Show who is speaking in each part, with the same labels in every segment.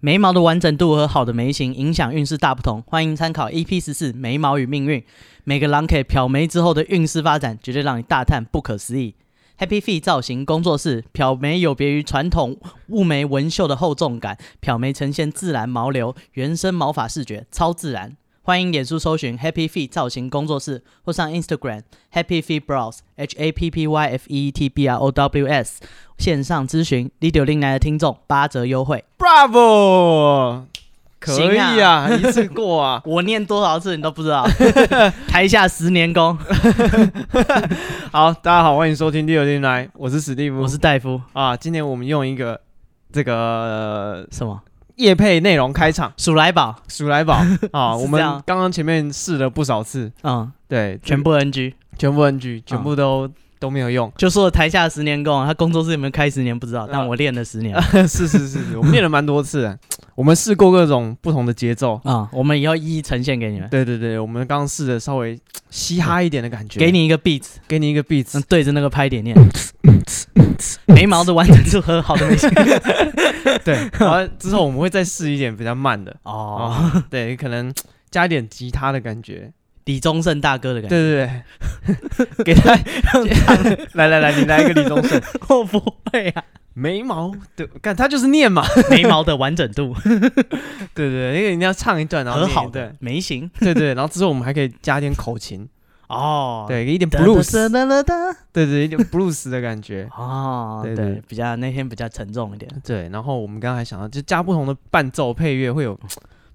Speaker 1: 眉毛的完整度和好的眉形影响运势大不同，欢迎参考 EP 十四《眉毛与命运》。每个狼 K 漂眉之后的运势发展，绝对让你大叹不可思议。Happy Fee 造型工作室漂眉有别于传统雾眉纹绣的厚重感，漂眉呈现自然毛流、原生毛发视觉，超自然。欢迎脸书搜寻 Happy Fee 造型工作室，或上 Instagram Happy Fee Brows H A P P Y F E E T B R O W S 线上咨询 l i d i o 令来的听众八折优惠。
Speaker 2: Bravo，可以
Speaker 1: 行。
Speaker 2: 啊，一次过啊
Speaker 1: 我念多少次你都不知 道，台下十年功。
Speaker 2: 好，大家好，欢迎收听第六天来，我是史蒂夫，
Speaker 1: 我是戴夫，
Speaker 2: 啊。今天我们用一个这个
Speaker 1: 什么？
Speaker 2: 夜配内容开场，
Speaker 1: 鼠来宝，
Speaker 2: 鼠 来宝啊，我
Speaker 1: 这
Speaker 2: 们
Speaker 1: 样
Speaker 2: 刚刚前面试了不少次，
Speaker 1: 嗯，
Speaker 2: 对，
Speaker 1: 全部 NG，
Speaker 2: 全部 NG，全
Speaker 1: 啊
Speaker 2: 部都都没有用。
Speaker 1: 就说台下十年功，他工作室有没有开十年不知
Speaker 2: 嗯
Speaker 1: 道，但我练了十年。
Speaker 2: 是是是是，我们练了蛮多次 的，我们试过各种不同的节奏。
Speaker 1: 啊、我们以后一一呈现给你们，
Speaker 2: 对对对，我们刚刚试的稍微嘻哈一点的感觉，
Speaker 1: 给你一个 beat，
Speaker 2: 给你一个 beats，
Speaker 1: 嗯，对着那个拍点念。
Speaker 2: 嗯
Speaker 1: 眉毛的完整度和好的眉形。
Speaker 2: 嗯 对，然后之后我们会再试一点比较慢的，
Speaker 1: 哦，
Speaker 2: 哦，对，可能加一点吉他的感觉，
Speaker 1: 李宗盛大哥的感
Speaker 2: 对
Speaker 1: 觉。
Speaker 2: 对对，给他来来来，你来一个李宗盛，
Speaker 1: 我不会 啊，
Speaker 2: 眉毛对，看他就是念嘛，
Speaker 1: 眉毛的完整度
Speaker 2: 对对对，因为你要唱一段，然后
Speaker 1: 和
Speaker 2: 念一
Speaker 1: 好
Speaker 2: 段
Speaker 1: 的眉形。
Speaker 2: 对对，然后之后我们还可以加点口琴，
Speaker 1: 哦，
Speaker 2: 对，一点
Speaker 1: 哒哒哒
Speaker 2: blues，
Speaker 1: 哒哒哒。
Speaker 2: 对对，一点 blues 的感觉，
Speaker 1: 哦，
Speaker 2: 对
Speaker 1: 对
Speaker 2: 对，
Speaker 1: 比较那天比较沉重一点，
Speaker 2: 对，然后我们刚刚还想到，就加不同的伴奏配乐会有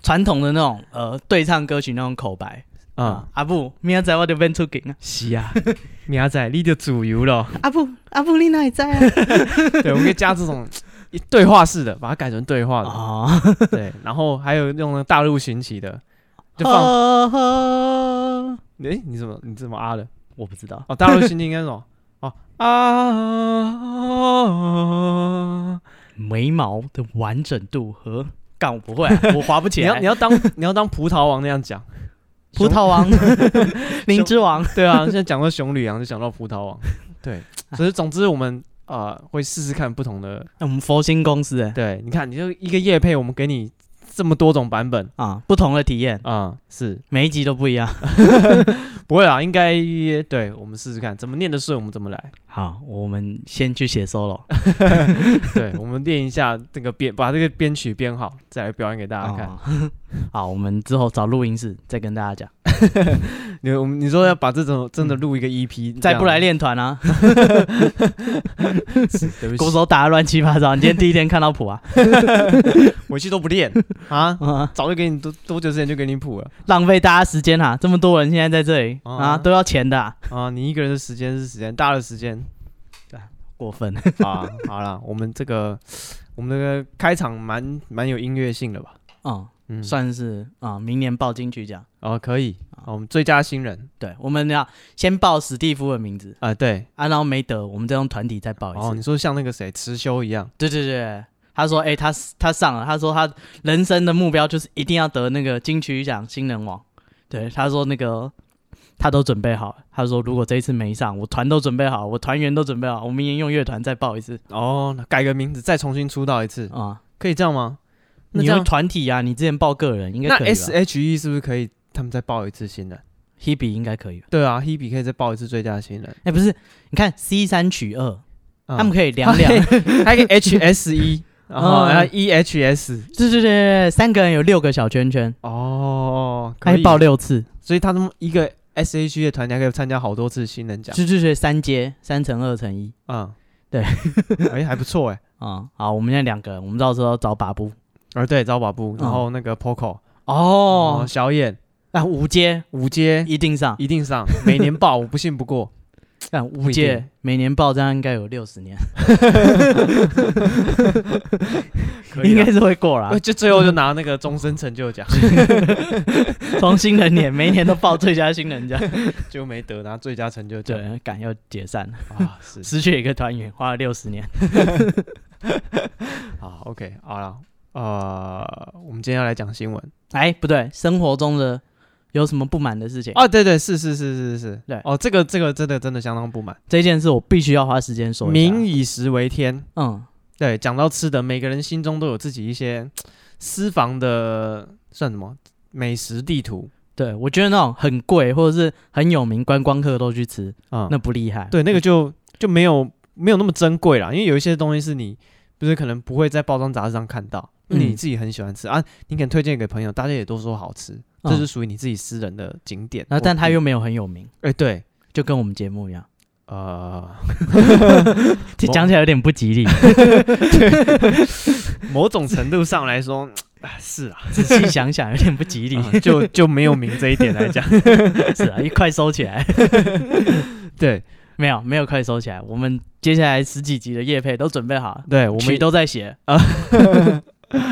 Speaker 1: 传统的那种呃对唱歌曲那种口白。
Speaker 2: 啊
Speaker 1: 啊，，阿布，明仔载我就变出境啊！
Speaker 2: 是啊，明仔你就自由了，
Speaker 1: 阿布，阿布，你哪会知啊？
Speaker 2: 对，我们可以加这种一对话式的，把它改成对话的。
Speaker 1: 哦，
Speaker 2: 对，然后还有用大陆寻奇的，就放
Speaker 1: 哦放，
Speaker 2: 诶，你怎么你怎么啊的？
Speaker 1: 我不知道，
Speaker 2: 哦，大陆寻奇应该是什么？哦啊！
Speaker 1: 眉毛的完整度和干我不会 啊，我划不 起
Speaker 2: 你要
Speaker 1: 来
Speaker 2: 你。要当你要当葡萄王那样讲，
Speaker 1: 葡萄王， 灵之王，
Speaker 2: 对啊，现在讲到熊女羊就讲到葡萄 王，对，所以总之我们啊会试试看不同的，
Speaker 1: 我们佛心公司哎
Speaker 2: 对，你看你就一个叶配，我们给你这么多种版本
Speaker 1: 啊，不同的体验，
Speaker 2: 啊、是
Speaker 1: 每一集都不一样。
Speaker 2: 不会啊，应该对我们试试看怎么念得顺，我们怎么来，
Speaker 1: 好，我们先去写 solo，
Speaker 2: 对，我们练一下这个编，把这个编曲编好，再来表演给大家看。
Speaker 1: 哦 好，我们之后找录音室再跟大家讲，
Speaker 2: 你我们你说要把这种真的录一个 E EP，、
Speaker 1: 再不来，练团啊，
Speaker 2: 对不
Speaker 1: 鼓
Speaker 2: 起，
Speaker 1: 手打得乱七八糟。你今天第一天看到谱 啊，
Speaker 2: 回去都不练啊，
Speaker 1: 啊
Speaker 2: 早就给你多多久之前就给你谱了
Speaker 1: 浪费大家时间啊！这么多人现在在这里
Speaker 2: 哦
Speaker 1: 啊，都要钱的啊，
Speaker 2: 啊！你一个人的时间是时间，大的时间
Speaker 1: 过 分。
Speaker 2: 啊。好了，我们这个我们这个开场蛮蛮有音乐性的吧？
Speaker 1: 嗯，
Speaker 2: 嗯，
Speaker 1: 算是啊、明年报金曲奖。
Speaker 2: 哦，可以。好我们最佳新人
Speaker 1: 对，我们要先报史蒂夫的名字
Speaker 2: 啊、对。
Speaker 1: 啊，然后没得，我们再用团体再报一
Speaker 2: 哦，
Speaker 1: 次。
Speaker 2: 你说像那个谁辞修一样，
Speaker 1: 对对对，他说，哎、他他上了，他说他人生的目标就是一定要得那个金曲奖新人王。对，他说那个他都准备好了，他说如果这一次没上，我团都准备好，我团员都准备好，我明年用乐团再报一次
Speaker 2: 哦，改个名字再重新出道一次，
Speaker 1: 啊。
Speaker 2: 可以这样吗？那
Speaker 1: 你
Speaker 2: 这样
Speaker 1: 用团体啊，你之前报个人应
Speaker 2: 那
Speaker 1: 该可以
Speaker 2: S
Speaker 1: 吧
Speaker 2: H E 是不是可以他们再报一次新人？
Speaker 1: ？Hebe 应该可以吧？
Speaker 2: 对啊，Hebe 可以再报一次最佳新人。
Speaker 1: 哎、不是，你看 C 三取二，
Speaker 2: 嗯
Speaker 1: 他们可以两两，
Speaker 2: 还可以 HSE，然 E，后
Speaker 1: 嗯
Speaker 2: 还有 E EHS。
Speaker 1: 对对对对，三个人有六个小圈圈，
Speaker 2: 哦，
Speaker 1: 可以报，六次，
Speaker 2: 所以他们一个 SHE 的团体还可以参加好多次新人奖。
Speaker 1: 对对对，三阶三乘二乘一
Speaker 2: 嗯，
Speaker 1: 对，
Speaker 2: 哎，还不错哎。
Speaker 1: 啊、好，我们现在两个人，我们到时候找把布
Speaker 2: 啊，对，招把布，
Speaker 1: 嗯
Speaker 2: 然后那个 Poco，哦，
Speaker 1: 哦，
Speaker 2: 小眼，
Speaker 1: 啊，五阶
Speaker 2: 五阶
Speaker 1: 一定上，
Speaker 2: 一 定上，每年报，我不信不过。
Speaker 1: 但
Speaker 2: 不
Speaker 1: 五
Speaker 2: 一
Speaker 1: 阶
Speaker 2: 定
Speaker 1: 每年报这样应该有六十年，
Speaker 2: 可
Speaker 1: 应
Speaker 2: 以
Speaker 1: 该
Speaker 2: 啊，
Speaker 1: 是会过啦
Speaker 2: 呃，就最后就拿那个终身成 就奖，
Speaker 1: 从新人年每一年都报最佳新人奖，
Speaker 2: 就没得拿最佳成就奖
Speaker 1: 对，赶要解散了，
Speaker 2: 啊，是
Speaker 1: 失去一个团员，花了六十年，
Speaker 2: 好，OK，好了，呃，我们今天要来讲新闻。
Speaker 1: 哎，不对，生活中的有什么不满的事情？
Speaker 2: 哦，对对，是是是是是，
Speaker 1: 对
Speaker 2: 哦，这个这个真的真的相当不满。
Speaker 1: 这件事我必须要花时间说一下
Speaker 2: 民，以食为天，
Speaker 1: 嗯，
Speaker 2: 对，讲到吃的，每个人心中都有自己一些私房的算什么美食地图
Speaker 1: 对我觉得那种很贵或者是很有名观光客都去吃，
Speaker 2: 啊、
Speaker 1: 那不厉害。
Speaker 2: 对那个就就没有没有那么珍贵啦，因为有一些东西是你不是可能不会在包装杂志上看到，
Speaker 1: 嗯
Speaker 2: 你自己很喜欢吃啊，你可能推荐给朋友，大家也都说好吃，
Speaker 1: 嗯
Speaker 2: 这是属于你自己私人的景点。
Speaker 1: 然后但
Speaker 2: 或
Speaker 1: 他又没有很有名，
Speaker 2: 哎、对，
Speaker 1: 就跟我们节 目一样，
Speaker 2: 呃，
Speaker 1: 这讲起来有点不吉 利。
Speaker 2: 某种程度上来说，啊是啊，
Speaker 1: 仔细想想，有点不吉利。
Speaker 2: 啊就就没有名这一点来讲，
Speaker 1: 是啊，一快收起来，
Speaker 2: 对
Speaker 1: 没有没有快收起来。我们接下来十几集的夜配都准备好了，
Speaker 2: 对，我
Speaker 1: 我
Speaker 2: 们
Speaker 1: 们
Speaker 2: 都
Speaker 1: 都在写啊。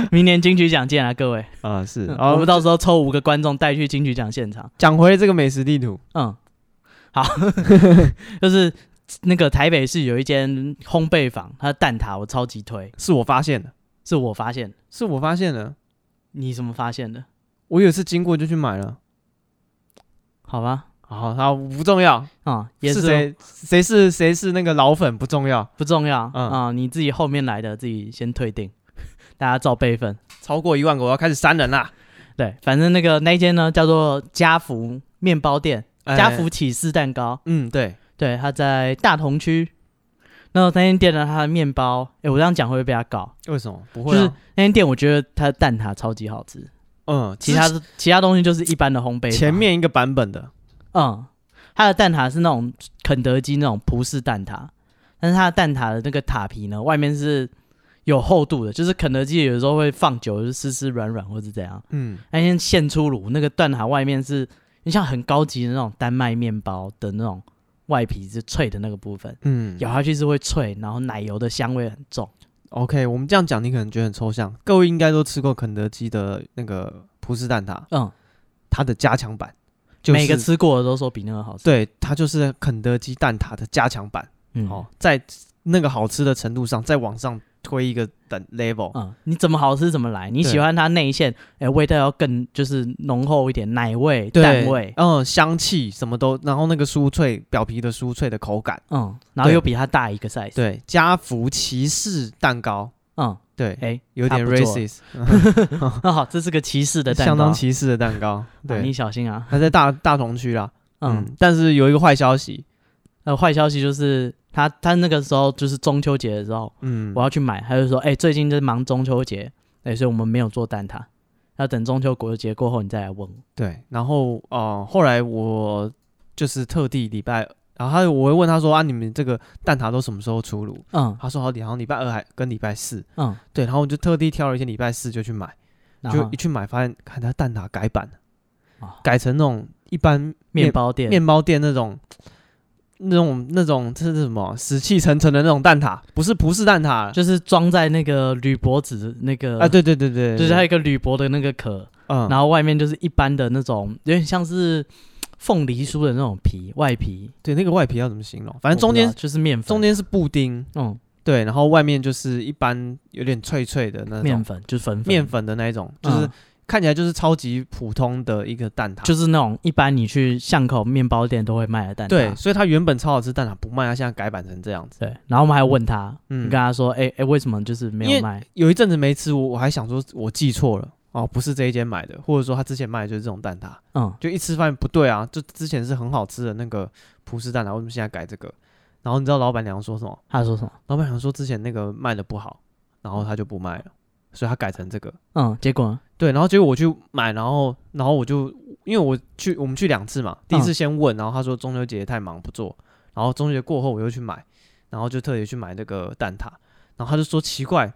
Speaker 1: 明年金曲奖见啊，各位！
Speaker 2: 啊、是，然
Speaker 1: 我
Speaker 2: 后
Speaker 1: 们到时候抽五个观众带去金曲奖现场。
Speaker 2: 讲回这个美食地图，
Speaker 1: 嗯，好， 就是那个台北市有一间烘焙坊，它的蛋挞我超级推，
Speaker 2: 是我发现的，
Speaker 1: 是我发现的。
Speaker 2: 是我发现的，
Speaker 1: 你怎么发现的？
Speaker 2: 我有一次经过就去买了，
Speaker 1: 好吧，
Speaker 2: 好，好不重要，
Speaker 1: 啊、也
Speaker 2: 是
Speaker 1: 是
Speaker 2: 谁谁是谁是那个老粉不重要，
Speaker 1: 不重要啊、
Speaker 2: 嗯
Speaker 1: 你自己后面来的自己先退订，大家照备份。
Speaker 2: 超过一万个我要开始删人啦，
Speaker 1: 对，反正那个那一间呢叫做家福面包店，
Speaker 2: 哎
Speaker 1: 家福，起司蛋糕，
Speaker 2: 嗯对，
Speaker 1: 对，它在大同区。那那间店呢，它的面包，诶，我这样讲会不会被他搞？
Speaker 2: 为什么不
Speaker 1: 就
Speaker 2: 会、啊？
Speaker 1: 是那间店，我觉得它的蛋挞超级好吃，
Speaker 2: 嗯，
Speaker 1: 其他的其他东西就是一般的烘焙
Speaker 2: 之
Speaker 1: 法。
Speaker 2: 前面一个版本的，
Speaker 1: 嗯，它的蛋挞是那种肯德基那种葡式蛋挞，但是它的蛋挞的那个塔皮呢，外面是有厚度的，就是肯德基有时候会放久，就是湿湿软软或是怎样。
Speaker 2: 嗯
Speaker 1: 那天现出炉，那个蛋挞外面是你像很高级的那种丹麦面包的那种外皮是脆的那个部分，
Speaker 2: 嗯
Speaker 1: 咬下去是会脆，然后奶油的香味很重。
Speaker 2: ，OK，我们这样讲你可能觉得很抽象，各位应该都吃过肯德基的那个葡式蛋挞，
Speaker 1: 嗯，
Speaker 2: 它的加强版，就是、
Speaker 1: 每个吃过的都说比那个好吃。
Speaker 2: 对，它就是肯德基蛋挞的加强版。
Speaker 1: 嗯，
Speaker 2: 哦，在那个好吃的程度上，再往上推一个等 level。
Speaker 1: 嗯，你怎么好吃怎么来，你
Speaker 2: 哦对
Speaker 1: 喜欢它内馅，哎、味道要更就是浓厚一点，奶味、
Speaker 2: 对
Speaker 1: 蛋味，
Speaker 2: 嗯，香气什么都，然后那个酥脆表皮的酥脆的口感，
Speaker 1: 嗯，然后
Speaker 2: 对
Speaker 1: 又比它大一个 size，，
Speaker 2: 对，家福骑士蛋糕，
Speaker 1: 嗯，
Speaker 2: 对，
Speaker 1: 哎、
Speaker 2: 有点
Speaker 1: 它不错
Speaker 2: racist，
Speaker 1: 那好，这是个骑士的蛋糕，
Speaker 2: 相当歧视的蛋 糕，
Speaker 1: 啊你
Speaker 2: 对，
Speaker 1: 小心啊，
Speaker 2: 它在大大同区啦，
Speaker 1: 嗯，
Speaker 2: 嗯，但是有一个坏消息，
Speaker 1: 呃，坏消息就是他他那个时候就是中秋节的时候，
Speaker 2: 嗯
Speaker 1: 我，要去买，他就说，哎、最近在忙中秋节，哎、所以我们没有做蛋挞，要等中秋国节过后你再来问我，
Speaker 2: 对，然后呃，后来我就是特地礼拜，然后他我会问他说啊，你们这个蛋挞都什么时候出炉？
Speaker 1: 嗯
Speaker 2: 他说好，然后礼拜二还跟礼拜四，
Speaker 1: 嗯，
Speaker 2: 对，然后我就特地挑了一天礼拜四就去买，
Speaker 1: 然
Speaker 2: 就
Speaker 1: 后
Speaker 2: 一去买发现，看它蛋挞改版了，
Speaker 1: 啊
Speaker 2: 改成那种一般
Speaker 1: 面包店，
Speaker 2: 面包店那种那种那种这是什么死气沉沉的那种蛋挞，不是葡式蛋挞
Speaker 1: 就是装在那个铝箔纸那个
Speaker 2: 啊，对对对对，对
Speaker 1: 就是它有一个铝箔的那个壳，
Speaker 2: 嗯，
Speaker 1: 然后外面就是一般的那种，有点像是凤梨酥的那种皮外皮，
Speaker 2: 对那个外皮要怎么形容？反
Speaker 1: 我
Speaker 2: 正
Speaker 1: 不
Speaker 2: 中
Speaker 1: 知道
Speaker 2: 间
Speaker 1: 就是面粉，
Speaker 2: 中间是布丁，
Speaker 1: 嗯
Speaker 2: 对，然后外面就是一般有点脆脆的那
Speaker 1: 面
Speaker 2: 种
Speaker 1: 粉就是粉粉
Speaker 2: 面粉的那一种，就是啊
Speaker 1: 嗯
Speaker 2: 看起来就是超级普通的一个蛋挞，
Speaker 1: 就是那种一般你去巷口面包店都会卖的蛋挞。
Speaker 2: 对，所以它原本超好吃蛋挞不卖，它现在改版成这样子。
Speaker 1: 对，然后我们还问他，
Speaker 2: 嗯
Speaker 1: 你跟他说，哎、哎、为什么就是没
Speaker 2: 因
Speaker 1: 有
Speaker 2: 为
Speaker 1: 卖？
Speaker 2: 有一阵子没吃，我我还想说我记错了哦，不是这一间买的，或者说他之前卖的就是这种蛋挞，
Speaker 1: 嗯
Speaker 2: 就一吃发现不对啊，就之前是很好吃的那个葡式蛋挞，为什么现在改这个？然后你知道老板娘说什么？
Speaker 1: 他说什么？
Speaker 2: 老板娘说之前那个卖的不好，然后他就不卖了，所以他改成这个。
Speaker 1: 嗯，结果呢
Speaker 2: 对，然后结果我去买，然后然后我就因为我去我们去两次嘛，第一
Speaker 1: 嗯
Speaker 2: 次先问，然后他说中秋节太忙不做，然后中秋节过后我又去买，然后就特别去买那个蛋挞，然后他就说奇怪，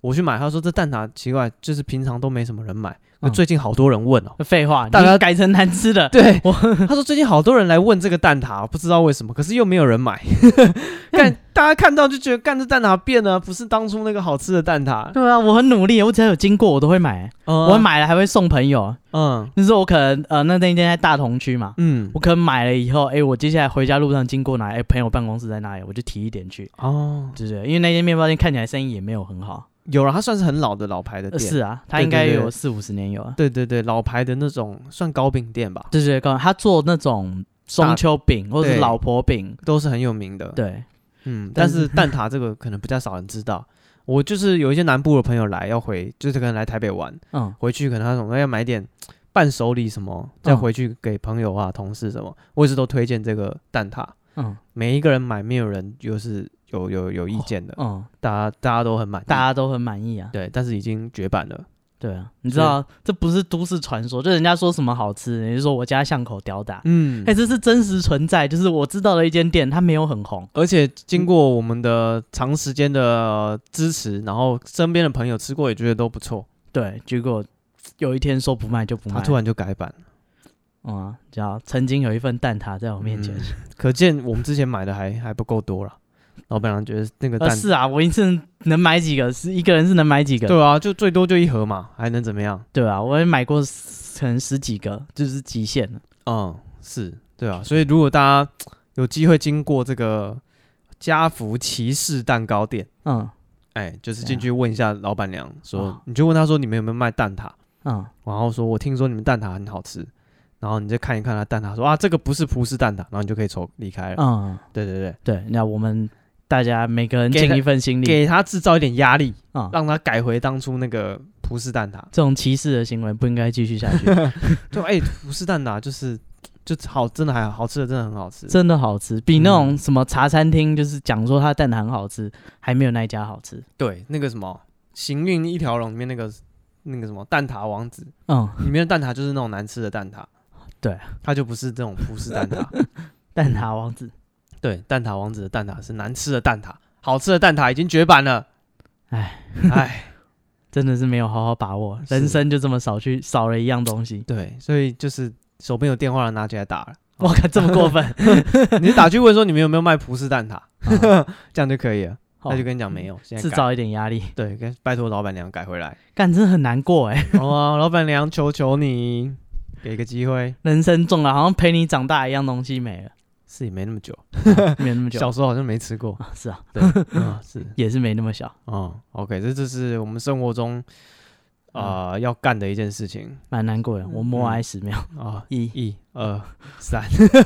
Speaker 2: 我去买，他说这蛋挞奇怪，就是平常都没什么人买，可
Speaker 1: 嗯
Speaker 2: 最近好多人问哦、
Speaker 1: 废话，
Speaker 2: 大家
Speaker 1: 你改成难吃的，
Speaker 2: 对，
Speaker 1: 我
Speaker 2: 他说最近好多人来问这个蛋挞，不知道为什么，可是又没有人买。
Speaker 1: 嗯
Speaker 2: 看大家看到就觉得，干这蛋挞变了，不是当初那个好吃的蛋挞。
Speaker 1: 对啊，我很努力，我只要有经过我都会买，
Speaker 2: 嗯
Speaker 1: 我买了还会送朋友。
Speaker 2: 嗯
Speaker 1: 就是我可能呃那那一天在大同区嘛，
Speaker 2: 嗯
Speaker 1: 我可能买了以后，哎、我接下来回家路上经过哪里，哎、朋友办公室在哪里，我就提一点去，
Speaker 2: 哦，
Speaker 1: 对不对？因为那间面包店看起来生意也没有很好，
Speaker 2: 有啊了，它算是很老的老牌的
Speaker 1: 呃、
Speaker 2: 店。
Speaker 1: 是啊，它
Speaker 2: 对
Speaker 1: 应该
Speaker 2: 对对
Speaker 1: 有四五十年有啊，
Speaker 2: 对对对，老牌的那种算糕饼店吧，
Speaker 1: 对对对，他做那种中秋饼或者是
Speaker 2: 对
Speaker 1: 老婆饼，
Speaker 2: 都是很有名的。，
Speaker 1: 对，
Speaker 2: 嗯，
Speaker 1: 但
Speaker 2: 但是蛋挞这个可能比较少人知道。我就是有一些南部的朋友来要回，就是可能来台北玩，
Speaker 1: 嗯
Speaker 2: 回去可能他总要买点伴手礼什么，再
Speaker 1: 嗯
Speaker 2: 回去给朋友啊、同事什么，我也是都推荐这个蛋挞。
Speaker 1: 嗯
Speaker 2: 每一个人买，没有人就是有有有意见的，
Speaker 1: 嗯，
Speaker 2: 大家大家都很满意，
Speaker 1: 大家都很满意啊。
Speaker 2: 对，但是已经绝版了。
Speaker 1: 对啊，你知
Speaker 2: 是
Speaker 1: 道这不是都市传说，就人家说什么好吃，你就说我家巷口屌打，
Speaker 2: 嗯
Speaker 1: 哎、这是真实存在，就是我知道的一间店，它没有很红，
Speaker 2: 而且经过我们的长时间的支持，然后身边的朋友吃过也觉得都不错，
Speaker 1: 对，结果有一天说不卖就不卖，
Speaker 2: 他突然就改版了，
Speaker 1: 嗯啊，你知道曾经有一份蛋挞在我面
Speaker 2: 嗯
Speaker 1: 前，
Speaker 2: 可见我们之前买的还还不够多了。老板娘觉得那个
Speaker 1: 呃，
Speaker 2: 蛋，
Speaker 1: 是啊，我一次能买几个？是一个人是能买几个？
Speaker 2: 对啊，就最多就一盒嘛，还能怎么样？
Speaker 1: 对啊，我也买过可能十几个，就是极限了。
Speaker 2: 嗯，是对啊，所以如果大家有机会经过这个家福骑士蛋糕店，
Speaker 1: 嗯
Speaker 2: 哎，就是
Speaker 1: 对啊
Speaker 2: 进去问一下老板娘，说
Speaker 1: 啊
Speaker 2: 你就问她说你们有没有卖蛋挞，
Speaker 1: 嗯
Speaker 2: 然后说我听说你们蛋挞很好吃，然后你再看一看她蛋挞，说啊这个不是葡式蛋挞，然后你就可以走离开了。
Speaker 1: 嗯，
Speaker 2: 对对对，
Speaker 1: 对，那我们大家每个人
Speaker 2: 给
Speaker 1: 尽
Speaker 2: 他
Speaker 1: 一份心力
Speaker 2: 给她制造一点压力，
Speaker 1: 啊、嗯
Speaker 2: 让她改回当初那个葡式蛋挞。
Speaker 1: 这种歧视的行为不应该继续下 去，
Speaker 2: 就哎，葡式蛋挞就是就好，真的还好好吃的，真的很好吃。
Speaker 1: 真的好吃，比那
Speaker 2: 嗯
Speaker 1: 种什么茶餐厅就是讲说它蛋挞很好吃，还没有那一家好吃。
Speaker 2: 对，那个什么《行运一条龙》里面那个那个什么蛋挞王子，
Speaker 1: 嗯，
Speaker 2: 里面的蛋挞就是那种难吃的蛋挞。
Speaker 1: 对，
Speaker 2: 它就不是这种葡式 蛋挞。
Speaker 1: 蛋挞王子，
Speaker 2: 对，蛋挞王子的蛋挞是难吃的蛋挞，好吃的蛋挞已经绝版了。
Speaker 1: 唉
Speaker 2: 唉，
Speaker 1: 真的是没有好好把握，
Speaker 2: 是
Speaker 1: 人生就这么少去少了一样东西。
Speaker 2: 对，所以就是手边有电话的拿起来打了。
Speaker 1: 我靠，这么过分！
Speaker 2: 你就打去问说你们有没有卖葡式蛋挞， 这样就可以了。
Speaker 1: 好
Speaker 2: 他就跟你讲没有，现在
Speaker 1: 啊哦嗯制
Speaker 2: 改
Speaker 1: 造一点压力，
Speaker 2: 对，跟拜托老板娘改回来。
Speaker 1: 干真的很难过哎、
Speaker 2: 好啊，老板娘，求求你，给个机会。
Speaker 1: 人生中啊了，好像陪你长大一样东西没了，
Speaker 2: 是也没那么久，
Speaker 1: 没有那么久
Speaker 2: 呃小时候好像没吃过。
Speaker 1: 啊，是啊，
Speaker 2: 对，啊是，
Speaker 1: 也是没那么小，
Speaker 2: 嗯，OK，这就是我们生活中
Speaker 1: 嗯
Speaker 2: 啊、呃要干的一件事情
Speaker 1: 蛮难过的。
Speaker 2: 嗯
Speaker 1: 我默哀十秒，
Speaker 2: 啊。
Speaker 1: 一，
Speaker 2: 一二三，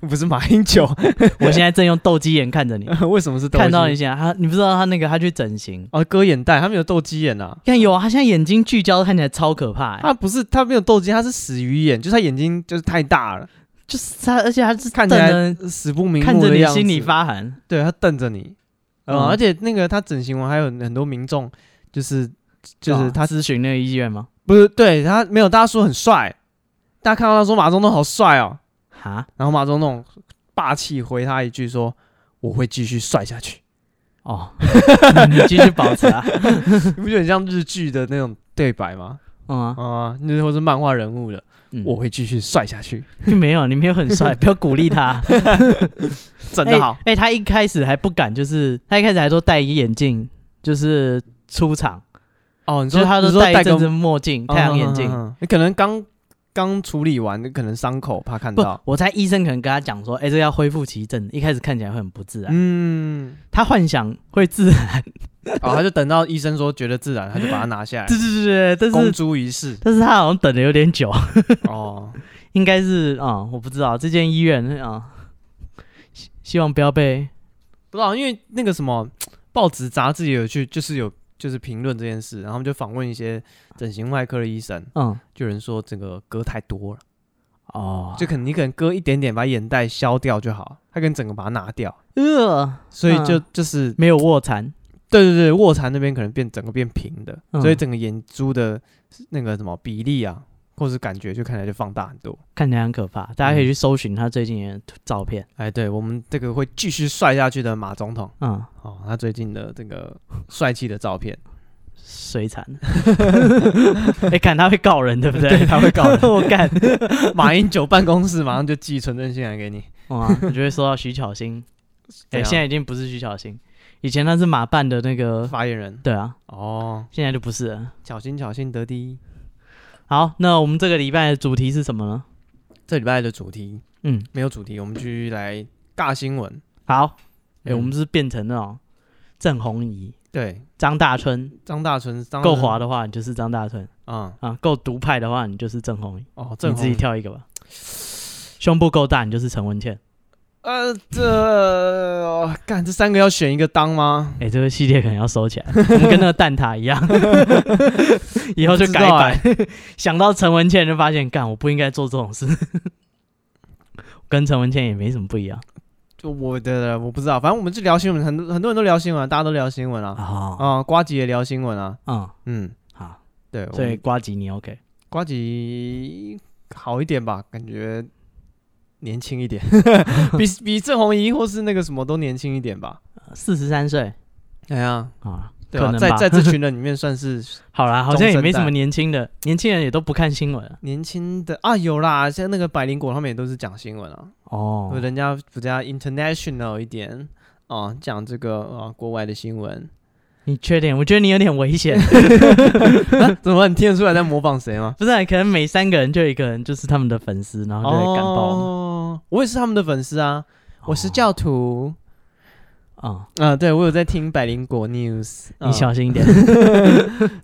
Speaker 2: 不是马英九，
Speaker 1: 我现在正用斗鸡眼看着你，
Speaker 2: 为什么 是斗
Speaker 1: 看到
Speaker 2: 鸡
Speaker 1: 你现在他，你不知道他那个他去整形，
Speaker 2: 哦，割眼袋，他没有斗鸡眼啊，
Speaker 1: 看有啊，他现在眼睛聚焦，看起来超可怕、欸，
Speaker 2: 他不是他没有斗鸡，他是死鱼眼，就是他眼睛就是太大了，
Speaker 1: 就是他，而且他是
Speaker 2: 看起
Speaker 1: 瞪
Speaker 2: 来
Speaker 1: 着
Speaker 2: 死不瞑
Speaker 1: 看
Speaker 2: 目
Speaker 1: 着
Speaker 2: 的
Speaker 1: 你
Speaker 2: 样子。
Speaker 1: 心里，发寒，
Speaker 2: 对他瞪着你，嗯，
Speaker 1: 嗯
Speaker 2: 而且那个他整形完还有很多民众，就是就是他
Speaker 1: 哦咨询那个医院吗？
Speaker 2: 不是对他没有，大家说很帅，大家看到他说马中东好帅哦，
Speaker 1: 哈，
Speaker 2: 然后马总统霸气回他一句说：“我会继续帅 下去。
Speaker 1: 哦，你继续保持啊，”
Speaker 2: 你不觉得很像日剧的那种对白吗？
Speaker 1: 嗯啊，
Speaker 2: 啊、那或是漫画人物的，
Speaker 1: 嗯
Speaker 2: 我会继续帅下去，
Speaker 1: 并没有，你没有很 帅，不要鼓励他。
Speaker 2: 真的好。
Speaker 1: 哎、欸他一开始还不敢，就是他一开始还说戴眼镜，就是出场，
Speaker 2: 哦，你
Speaker 1: 就是
Speaker 2: 说
Speaker 1: 他
Speaker 2: 你
Speaker 1: 说
Speaker 2: 说
Speaker 1: 戴一
Speaker 2: 戴
Speaker 1: 阵
Speaker 2: 个
Speaker 1: 子墨镜、太阳眼镜。
Speaker 2: 嗯嗯嗯嗯你可能刚刚处理完，可能伤口怕看
Speaker 1: 不
Speaker 2: 到，，
Speaker 1: 我猜医生可能跟他讲说，哎、这个要恢复其症，一开始看起来会很不自然，
Speaker 2: 嗯，
Speaker 1: 他幻想会自然，
Speaker 2: 哦，他就等到医生说觉得自然，他就把它拿 下来
Speaker 1: 对，对对对，但
Speaker 2: 公
Speaker 1: 是。
Speaker 2: 诸于世
Speaker 1: 但是他好像等的有点久，
Speaker 2: 哦，
Speaker 1: 应该是啊、嗯我不知道这间医院啊、希希望不要被
Speaker 2: 不知道，因为那个什么报纸杂志也有去，就是有就是评论这件事，然后他们就访问一些整形外科的医生，
Speaker 1: 嗯
Speaker 2: 就有人说这个割太多了，
Speaker 1: 哦，
Speaker 2: 就可能你可能割一点点把眼袋消掉就好，他可能整个把它拿掉，
Speaker 1: 呃
Speaker 2: 所以就、
Speaker 1: 嗯
Speaker 2: 就是
Speaker 1: 没有卧蚕，
Speaker 2: 对对对，卧蚕那边可能变整个变平的，
Speaker 1: 嗯
Speaker 2: 所以整个眼珠的那个什么比例啊，或是感觉就看起来就放大很多。
Speaker 1: 看起来很可怕，大家可以去搜寻他最近的照片，
Speaker 2: 哎，对我们这个会继续帅下去的马总统
Speaker 1: 嗯，
Speaker 2: 哦，他最近的这个帅气的照片，
Speaker 1: 水产。 哎、看他会告人，对不 对？
Speaker 2: 对他会告人
Speaker 1: 我 干，
Speaker 2: 马英九办公室马上就寄存证信函给你。
Speaker 1: 哇！你就会说到徐巧芯， 哎、
Speaker 2: 怎样
Speaker 1: 现在已经不是徐巧芯，以前他是马办的那 个，
Speaker 2: 发言人
Speaker 1: 对啊，
Speaker 2: 哦，
Speaker 1: 现在就不是了。
Speaker 2: 小心小心得第一。
Speaker 1: 好，那我们这个礼拜的主题是什么呢？
Speaker 2: 这礼拜的主题
Speaker 1: 嗯，
Speaker 2: 没有主题，我们继续来尬新闻。
Speaker 1: 好，哎、
Speaker 2: 嗯
Speaker 1: 我们是变成那种郑红怡、
Speaker 2: 对，
Speaker 1: 张大春，
Speaker 2: 张大春，张大
Speaker 1: 够
Speaker 2: 春
Speaker 1: 滑的话你就是张大春
Speaker 2: 啊、
Speaker 1: 啊，够独派的话你就是郑红怡，
Speaker 2: 哦，
Speaker 1: 你
Speaker 2: 郑
Speaker 1: 自己
Speaker 2: 红
Speaker 1: 挑一个吧。胸部够大，你就是陈文茜。
Speaker 2: 呃，这哦干、这三个要选一个当吗？
Speaker 1: 哎、这个系列可能要收起来，我们跟那个蛋挞一样， 以后就改版。
Speaker 2: 欸
Speaker 1: 想到陈文茜就发现，干我不应该做这种事， 跟陈文茜也没什么不一样
Speaker 2: 就我的我不知道，反正我们就聊新闻，很多很多人都聊新闻、啊，大家都聊新闻啊，
Speaker 1: 啊。
Speaker 2: 啊，瓜吉也聊新闻啊，
Speaker 1: 嗯，
Speaker 2: 嗯，
Speaker 1: 好，
Speaker 2: 对，
Speaker 1: 所以
Speaker 2: 我
Speaker 1: 瓜吉你 OK，
Speaker 2: 瓜吉好一点吧，感觉年轻 一点，比比郑红怡或是那个什么都年轻一点吧。
Speaker 1: 四十三岁
Speaker 2: 哎呀，
Speaker 1: 啊，
Speaker 2: 对
Speaker 1: 可
Speaker 2: 啊，
Speaker 1: 能
Speaker 2: 在
Speaker 1: 吧
Speaker 2: 在这群人里面算是
Speaker 1: 好啦，好像也
Speaker 2: 中生代
Speaker 1: 没什么年轻的，年轻人也都不看新闻了
Speaker 2: 年轻的啊，有啦，像那个百灵果他们也都是讲新闻啊，
Speaker 1: 哦。
Speaker 2: 人家比较 international 一点啊，讲这个啊国外的新闻。
Speaker 1: 你确定？我觉得你有点危险，
Speaker 2: 怎么你听得出来在模仿谁吗？
Speaker 1: 不是啊、可能每三个人就有一个人就是他们的粉丝，然后就会感爆哦我们。
Speaker 2: 哦，我也是他们的粉丝啊，我是教徒。
Speaker 1: 啊、
Speaker 2: 啊，对，我有在听百灵果 news，啊、
Speaker 1: 你小心一点。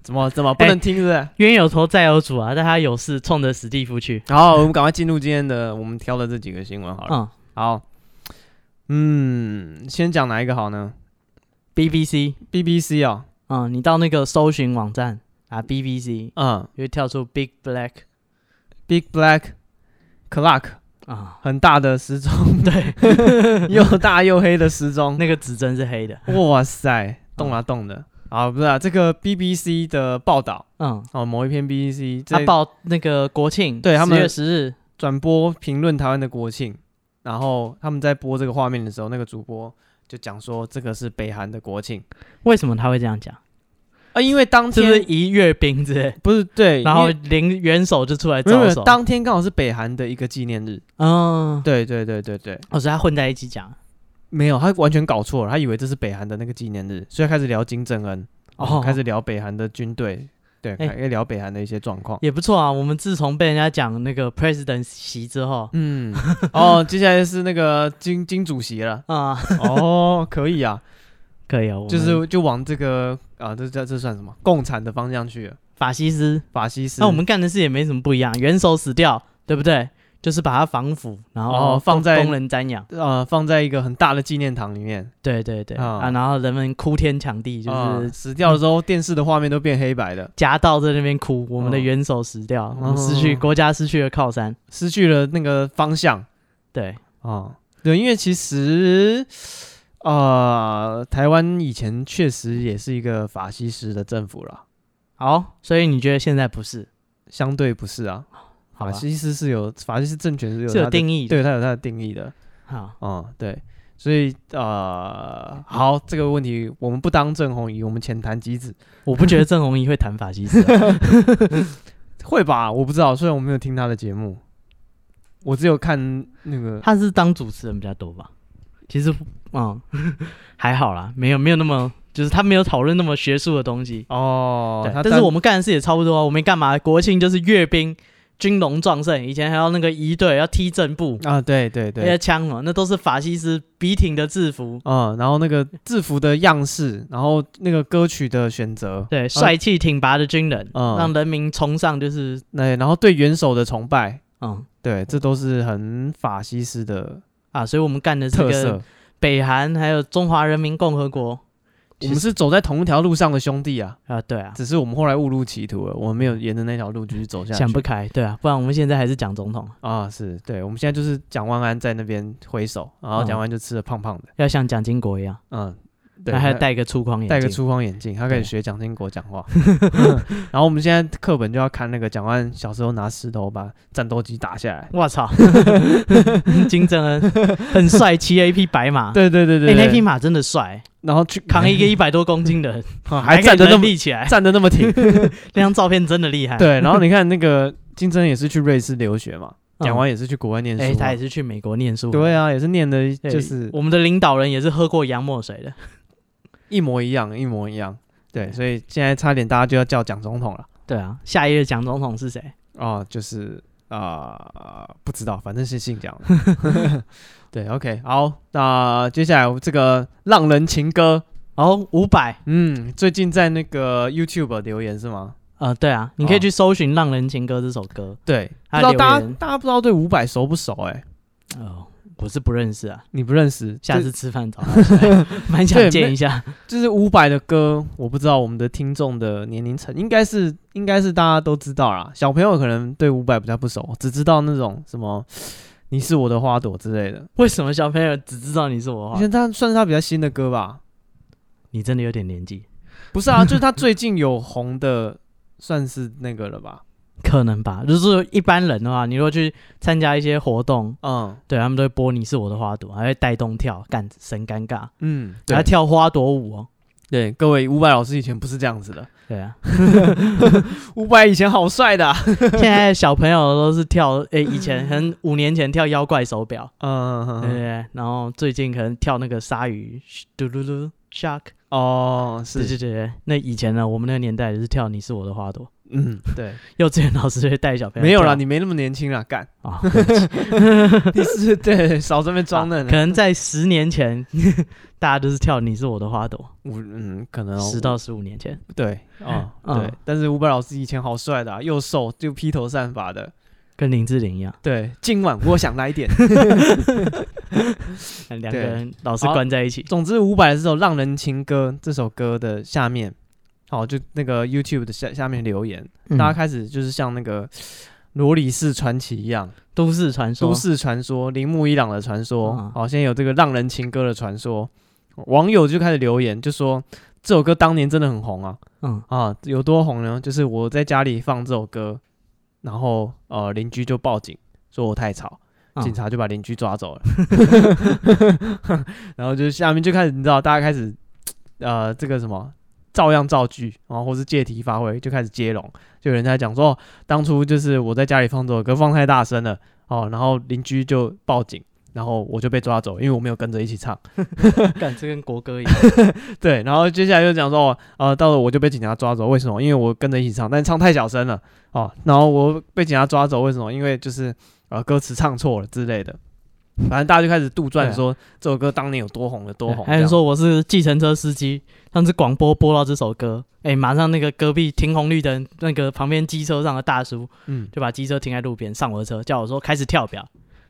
Speaker 2: 怎么怎么不能听是不是？
Speaker 1: 冤有头债有主啊，但他有事冲着史蒂夫去。
Speaker 2: 好，我们赶快进入今天的我们挑的这几个新闻好了。
Speaker 1: 嗯
Speaker 2: 好，嗯，先讲哪一个好呢
Speaker 1: ，BBC，
Speaker 2: ？BBC 哦，
Speaker 1: 嗯，你到那个搜寻网站啊，BBC
Speaker 2: 嗯
Speaker 1: 就会跳出 Big Black
Speaker 2: ，Big Black Clock
Speaker 1: 啊、
Speaker 2: 很大的时钟，对， 又大又黑的时钟，
Speaker 1: 那个指针是黑的。
Speaker 2: 哇塞，动啊动的。啊，不是啊，这个 BBC 的报道
Speaker 1: 嗯，
Speaker 2: 哦，某一篇 BBC
Speaker 1: 他
Speaker 2: 在
Speaker 1: 报那个国庆，
Speaker 2: 对他们
Speaker 1: 十月十日，
Speaker 2: 转播评论台湾的国庆，然后他们在播这个画面的时候，那个主播就讲说这个是北韩的国庆
Speaker 1: 为什么他会这样讲？
Speaker 2: 啊，因为当
Speaker 1: 是
Speaker 2: 天
Speaker 1: 不是一阅兵之类？
Speaker 2: 不是对，
Speaker 1: 然后
Speaker 2: 因为
Speaker 1: 领元首就出来
Speaker 2: 没有没
Speaker 1: 招
Speaker 2: 有
Speaker 1: 手。
Speaker 2: 当天刚好是北韩的一个纪念日，
Speaker 1: 嗯，
Speaker 2: 对对对对对，
Speaker 1: 哦，所以他混在一起讲。
Speaker 2: 没有，他完全搞错了，他以为这是北韩的那个纪念日，所以他开始聊金正恩，
Speaker 1: 哦
Speaker 2: 哦，开始聊北韩的军队，对，
Speaker 1: 哎
Speaker 2: 开始聊北韩的一些状况。
Speaker 1: 也不错啊，我们自从被人家讲那个 president 席之后，
Speaker 2: 嗯，哦，接下来是那个金金主席了。
Speaker 1: 啊、
Speaker 2: 哦，可以啊，
Speaker 1: 可以哦，我们
Speaker 2: 就是就往这个啊，这这这算什么？共产的方向去了。
Speaker 1: 法西斯，
Speaker 2: 法西斯，
Speaker 1: 那我们干的事也没什么不一样，元首死掉，对不对？就是把他防腐，然后
Speaker 2: 哦放在
Speaker 1: 供人瞻仰，
Speaker 2: 呃放在一个很大的纪念堂里面，
Speaker 1: 对对对、
Speaker 2: 啊
Speaker 1: 啊，然后人们哭天抢地，就
Speaker 2: 啊
Speaker 1: 是
Speaker 2: 死掉的时候，电视的画面都变黑白的，
Speaker 1: 夹道在那边哭，我们的元首死掉，我们失去
Speaker 2: 哦
Speaker 1: 国家失去了靠山，
Speaker 2: 失去了那个方向
Speaker 1: 对，
Speaker 2: 啊。对，因为其实呃，台湾以前确实也是一个法西斯的政府啦，
Speaker 1: 好，所以你觉得现在不是？
Speaker 2: 相对不是啊，
Speaker 1: 好吧
Speaker 2: 法，西斯是有法西斯政权是有
Speaker 1: 是
Speaker 2: 它
Speaker 1: 有
Speaker 2: 的
Speaker 1: 定义的，
Speaker 2: 对它有它的定义的。
Speaker 1: 好，
Speaker 2: 哦、对，所以呃，好，这个问题我们不当正红仪，我们浅谈机子，
Speaker 1: 我不觉得郑红怡会谈法西斯 啊、
Speaker 2: 会吧？我不知道，虽然我没有听他的节目，我只有看那个
Speaker 1: 他是当主持人比较多吧？其实，嗯， 还好啦，没有没有那么，就是他没有讨论那么学术的东西。
Speaker 2: 哦
Speaker 1: 对，
Speaker 2: 他
Speaker 1: 但是我们干的事也差不多啊，我们干嘛？国庆就是阅兵、军容壮盛，以前还要那个仪队要踢正步，
Speaker 2: 啊，对对
Speaker 1: 那些
Speaker 2: 对，
Speaker 1: 枪哦嘛，那都是法西斯笔挺的制服，
Speaker 2: 嗯，然后那个制服的样式，然后那个歌曲的选择，
Speaker 1: 对，帅气挺拔的军人，
Speaker 2: 嗯
Speaker 1: 让人民崇尚就是
Speaker 2: 那然后对元首的崇拜，
Speaker 1: 嗯
Speaker 2: 对，这都是很法西斯的
Speaker 1: 啊，所以我们干的这
Speaker 2: 特
Speaker 1: 个
Speaker 2: 色。
Speaker 1: 北韩还有中华人民共和国
Speaker 2: 我们是走在同一条路上的兄弟啊，
Speaker 1: 啊，对啊，
Speaker 2: 只是我们后来误入歧途了，我们没有沿着那条路继续走下去。
Speaker 1: 想不开，对啊，不然我们现在还是讲总统，
Speaker 2: 啊，是对，我们现在就是蒋万安在那边挥手，然后
Speaker 1: 嗯
Speaker 2: 蒋万安就吃的胖胖的，
Speaker 1: 要像蒋经国一样，
Speaker 2: 嗯，对，
Speaker 1: 那还要
Speaker 2: 他
Speaker 1: 戴个粗框眼镜，
Speaker 2: 戴个粗框眼镜，他可
Speaker 1: 对
Speaker 2: 以学蒋经国讲 话。然后我们现在课本就要看那个蒋万安小时候拿石头把战斗机打下来。
Speaker 1: 我操， 金正恩很帅，骑了一匹白马，
Speaker 2: 对对对
Speaker 1: 欸
Speaker 2: 对
Speaker 1: 那匹
Speaker 2: 对，
Speaker 1: 马真的帅，
Speaker 2: 然后去哎
Speaker 1: 扛一个一百多公斤的人，
Speaker 2: 啊还
Speaker 1: 可以
Speaker 2: 站得那
Speaker 1: 人
Speaker 2: 么
Speaker 1: 立起来，
Speaker 2: 站得那么挺。
Speaker 1: 那张照片真的厉害。
Speaker 2: 对，然后你看那个金正恩也是去瑞士留学嘛，
Speaker 1: 嗯，
Speaker 2: 蒋万安也是去国外念
Speaker 1: 哎，
Speaker 2: 书
Speaker 1: 他也
Speaker 2: 嘛。
Speaker 1: 是去美国念书，
Speaker 2: 对啊，也是念的
Speaker 1: 对，
Speaker 2: 就是
Speaker 1: 我们的领导人也是喝过洋墨水的，
Speaker 2: 一模一样，一模一样。对，
Speaker 1: 对
Speaker 2: 所以现在差点大家就要叫蒋总统了。
Speaker 1: 对啊。下一任蒋总统是谁？
Speaker 2: 哦，就是啊、呃不知道，反正是姓蒋。 对，OK，好，那接下来这个《浪人情歌》，
Speaker 1: 哦，伍佰，
Speaker 2: 嗯，最近在那个 YouTube 留言是吗？
Speaker 1: 呃，对啊，你可以
Speaker 2: 哦
Speaker 1: 去搜寻《浪人情歌》这首歌，
Speaker 2: 对，不
Speaker 1: 他
Speaker 2: 知道
Speaker 1: 留
Speaker 2: 大家
Speaker 1: 言
Speaker 2: 大家不知道对伍佰熟不熟、欸？哎，
Speaker 1: 哦，我是不认识啊，
Speaker 2: 你不认识，
Speaker 1: 下
Speaker 2: 就
Speaker 1: 次吃饭找他 出来，蛮想见一下。
Speaker 2: 就是伍佰的歌，我不知道我们的听众的年龄层，应该是应该是大家都知道啦。小朋友可能对伍佰比较不熟，只知道那种什么“你是我的花朵”之类的。
Speaker 1: 为什么小朋友只知道你是我
Speaker 2: 因
Speaker 1: 花？
Speaker 2: 为他算是他比较新的歌吧？
Speaker 1: 你真的有点年纪，
Speaker 2: 不 是啊，就是他最近有红的，算是那个了吧？
Speaker 1: 可能吧。就是一般人的话，你如果去参加一些活动，
Speaker 2: 嗯
Speaker 1: 对他们都会播《你是我的花朵》，还会带动跳，干神尴尬，
Speaker 2: 嗯，
Speaker 1: 还
Speaker 2: 对
Speaker 1: 跳花朵舞哦。
Speaker 2: 对，各位伍佰老师以前不是这样子的，
Speaker 1: 对啊，
Speaker 2: 伍佰以前好帅的啊、
Speaker 1: 现在的小朋友都是跳，诶、以前可能五年前跳妖怪手表，
Speaker 2: 嗯
Speaker 1: 对
Speaker 2: 嗯嗯
Speaker 1: 对
Speaker 2: 嗯，
Speaker 1: 对，然后最近可能跳那个鲨鱼，嘟噜噜 shark，
Speaker 2: 哦，
Speaker 1: 对
Speaker 2: 是，
Speaker 1: 对对对。那以前呢，我们那个年代是跳《你是我的花朵》，
Speaker 2: 嗯，对，
Speaker 1: 幼稚园老师就会带小朋友跳。
Speaker 2: 没有啦，你没那么年轻啦，干，
Speaker 1: 啊，
Speaker 2: 你是对，少这边装嫩
Speaker 1: 可，能在十年前， 大家都是跳《你是我的花朵
Speaker 2: 我嗯，可能》，
Speaker 1: 十到十五年前。
Speaker 2: 对，哦，
Speaker 1: 嗯
Speaker 2: 对，但是伍佰老师以前好帅的啊，又瘦又披头散发的，
Speaker 1: 跟林志玲一样，
Speaker 2: 对，今晚我想来一 点。
Speaker 1: 两个
Speaker 2: 对
Speaker 1: 人老是
Speaker 2: 好
Speaker 1: 关在一起。
Speaker 2: 总之，伍佰的这首《浪人情歌》这首歌的下面，好，就那个 YouTube 的下下面留言，
Speaker 1: 嗯
Speaker 2: 大家开始就是像那个罗里士传奇一样，
Speaker 1: 都市传说，
Speaker 2: 都市传说、铃木一朗的传说，
Speaker 1: 嗯
Speaker 2: 好、现在有这个浪人情歌的传说，网友就开始留言，就说这首歌当年真的很红啊
Speaker 1: 嗯，
Speaker 2: 啊，有多红呢？就是我在家里放这首歌，然后呃邻居就报警说我太吵，
Speaker 1: 嗯
Speaker 2: 警察就把邻居抓走了， 然后就下面就开始你知道大家开始呃这个什么。照样造句，然后或是借题发挥，就开始接龙。就有人在讲说，哦，当初就是我在家里放这首歌放太大声了，哦，然后邻居就报警，然后我就被抓走，因为我没有跟着一起唱。
Speaker 1: 干这跟国歌一样。
Speaker 2: 对，然后接下来就讲说，哦，呃，到了我就被警察抓走，为什么？因为我跟着一起唱，但唱太小声了，哦，然后我被警察抓走，为什么？因为就是呃歌词唱错了之类的。反正大家就开始杜
Speaker 1: 对
Speaker 2: 撰
Speaker 1: 啊
Speaker 2: 说、这首歌当年有多红有多红，
Speaker 1: 还有人说我是计程车司机，上次广播播到这首歌，哎、马上那个隔壁停红绿灯，那个旁边机车上的大叔
Speaker 2: 这样，嗯，
Speaker 1: 就把机车停在路边，上我的车，叫我说开始跳表。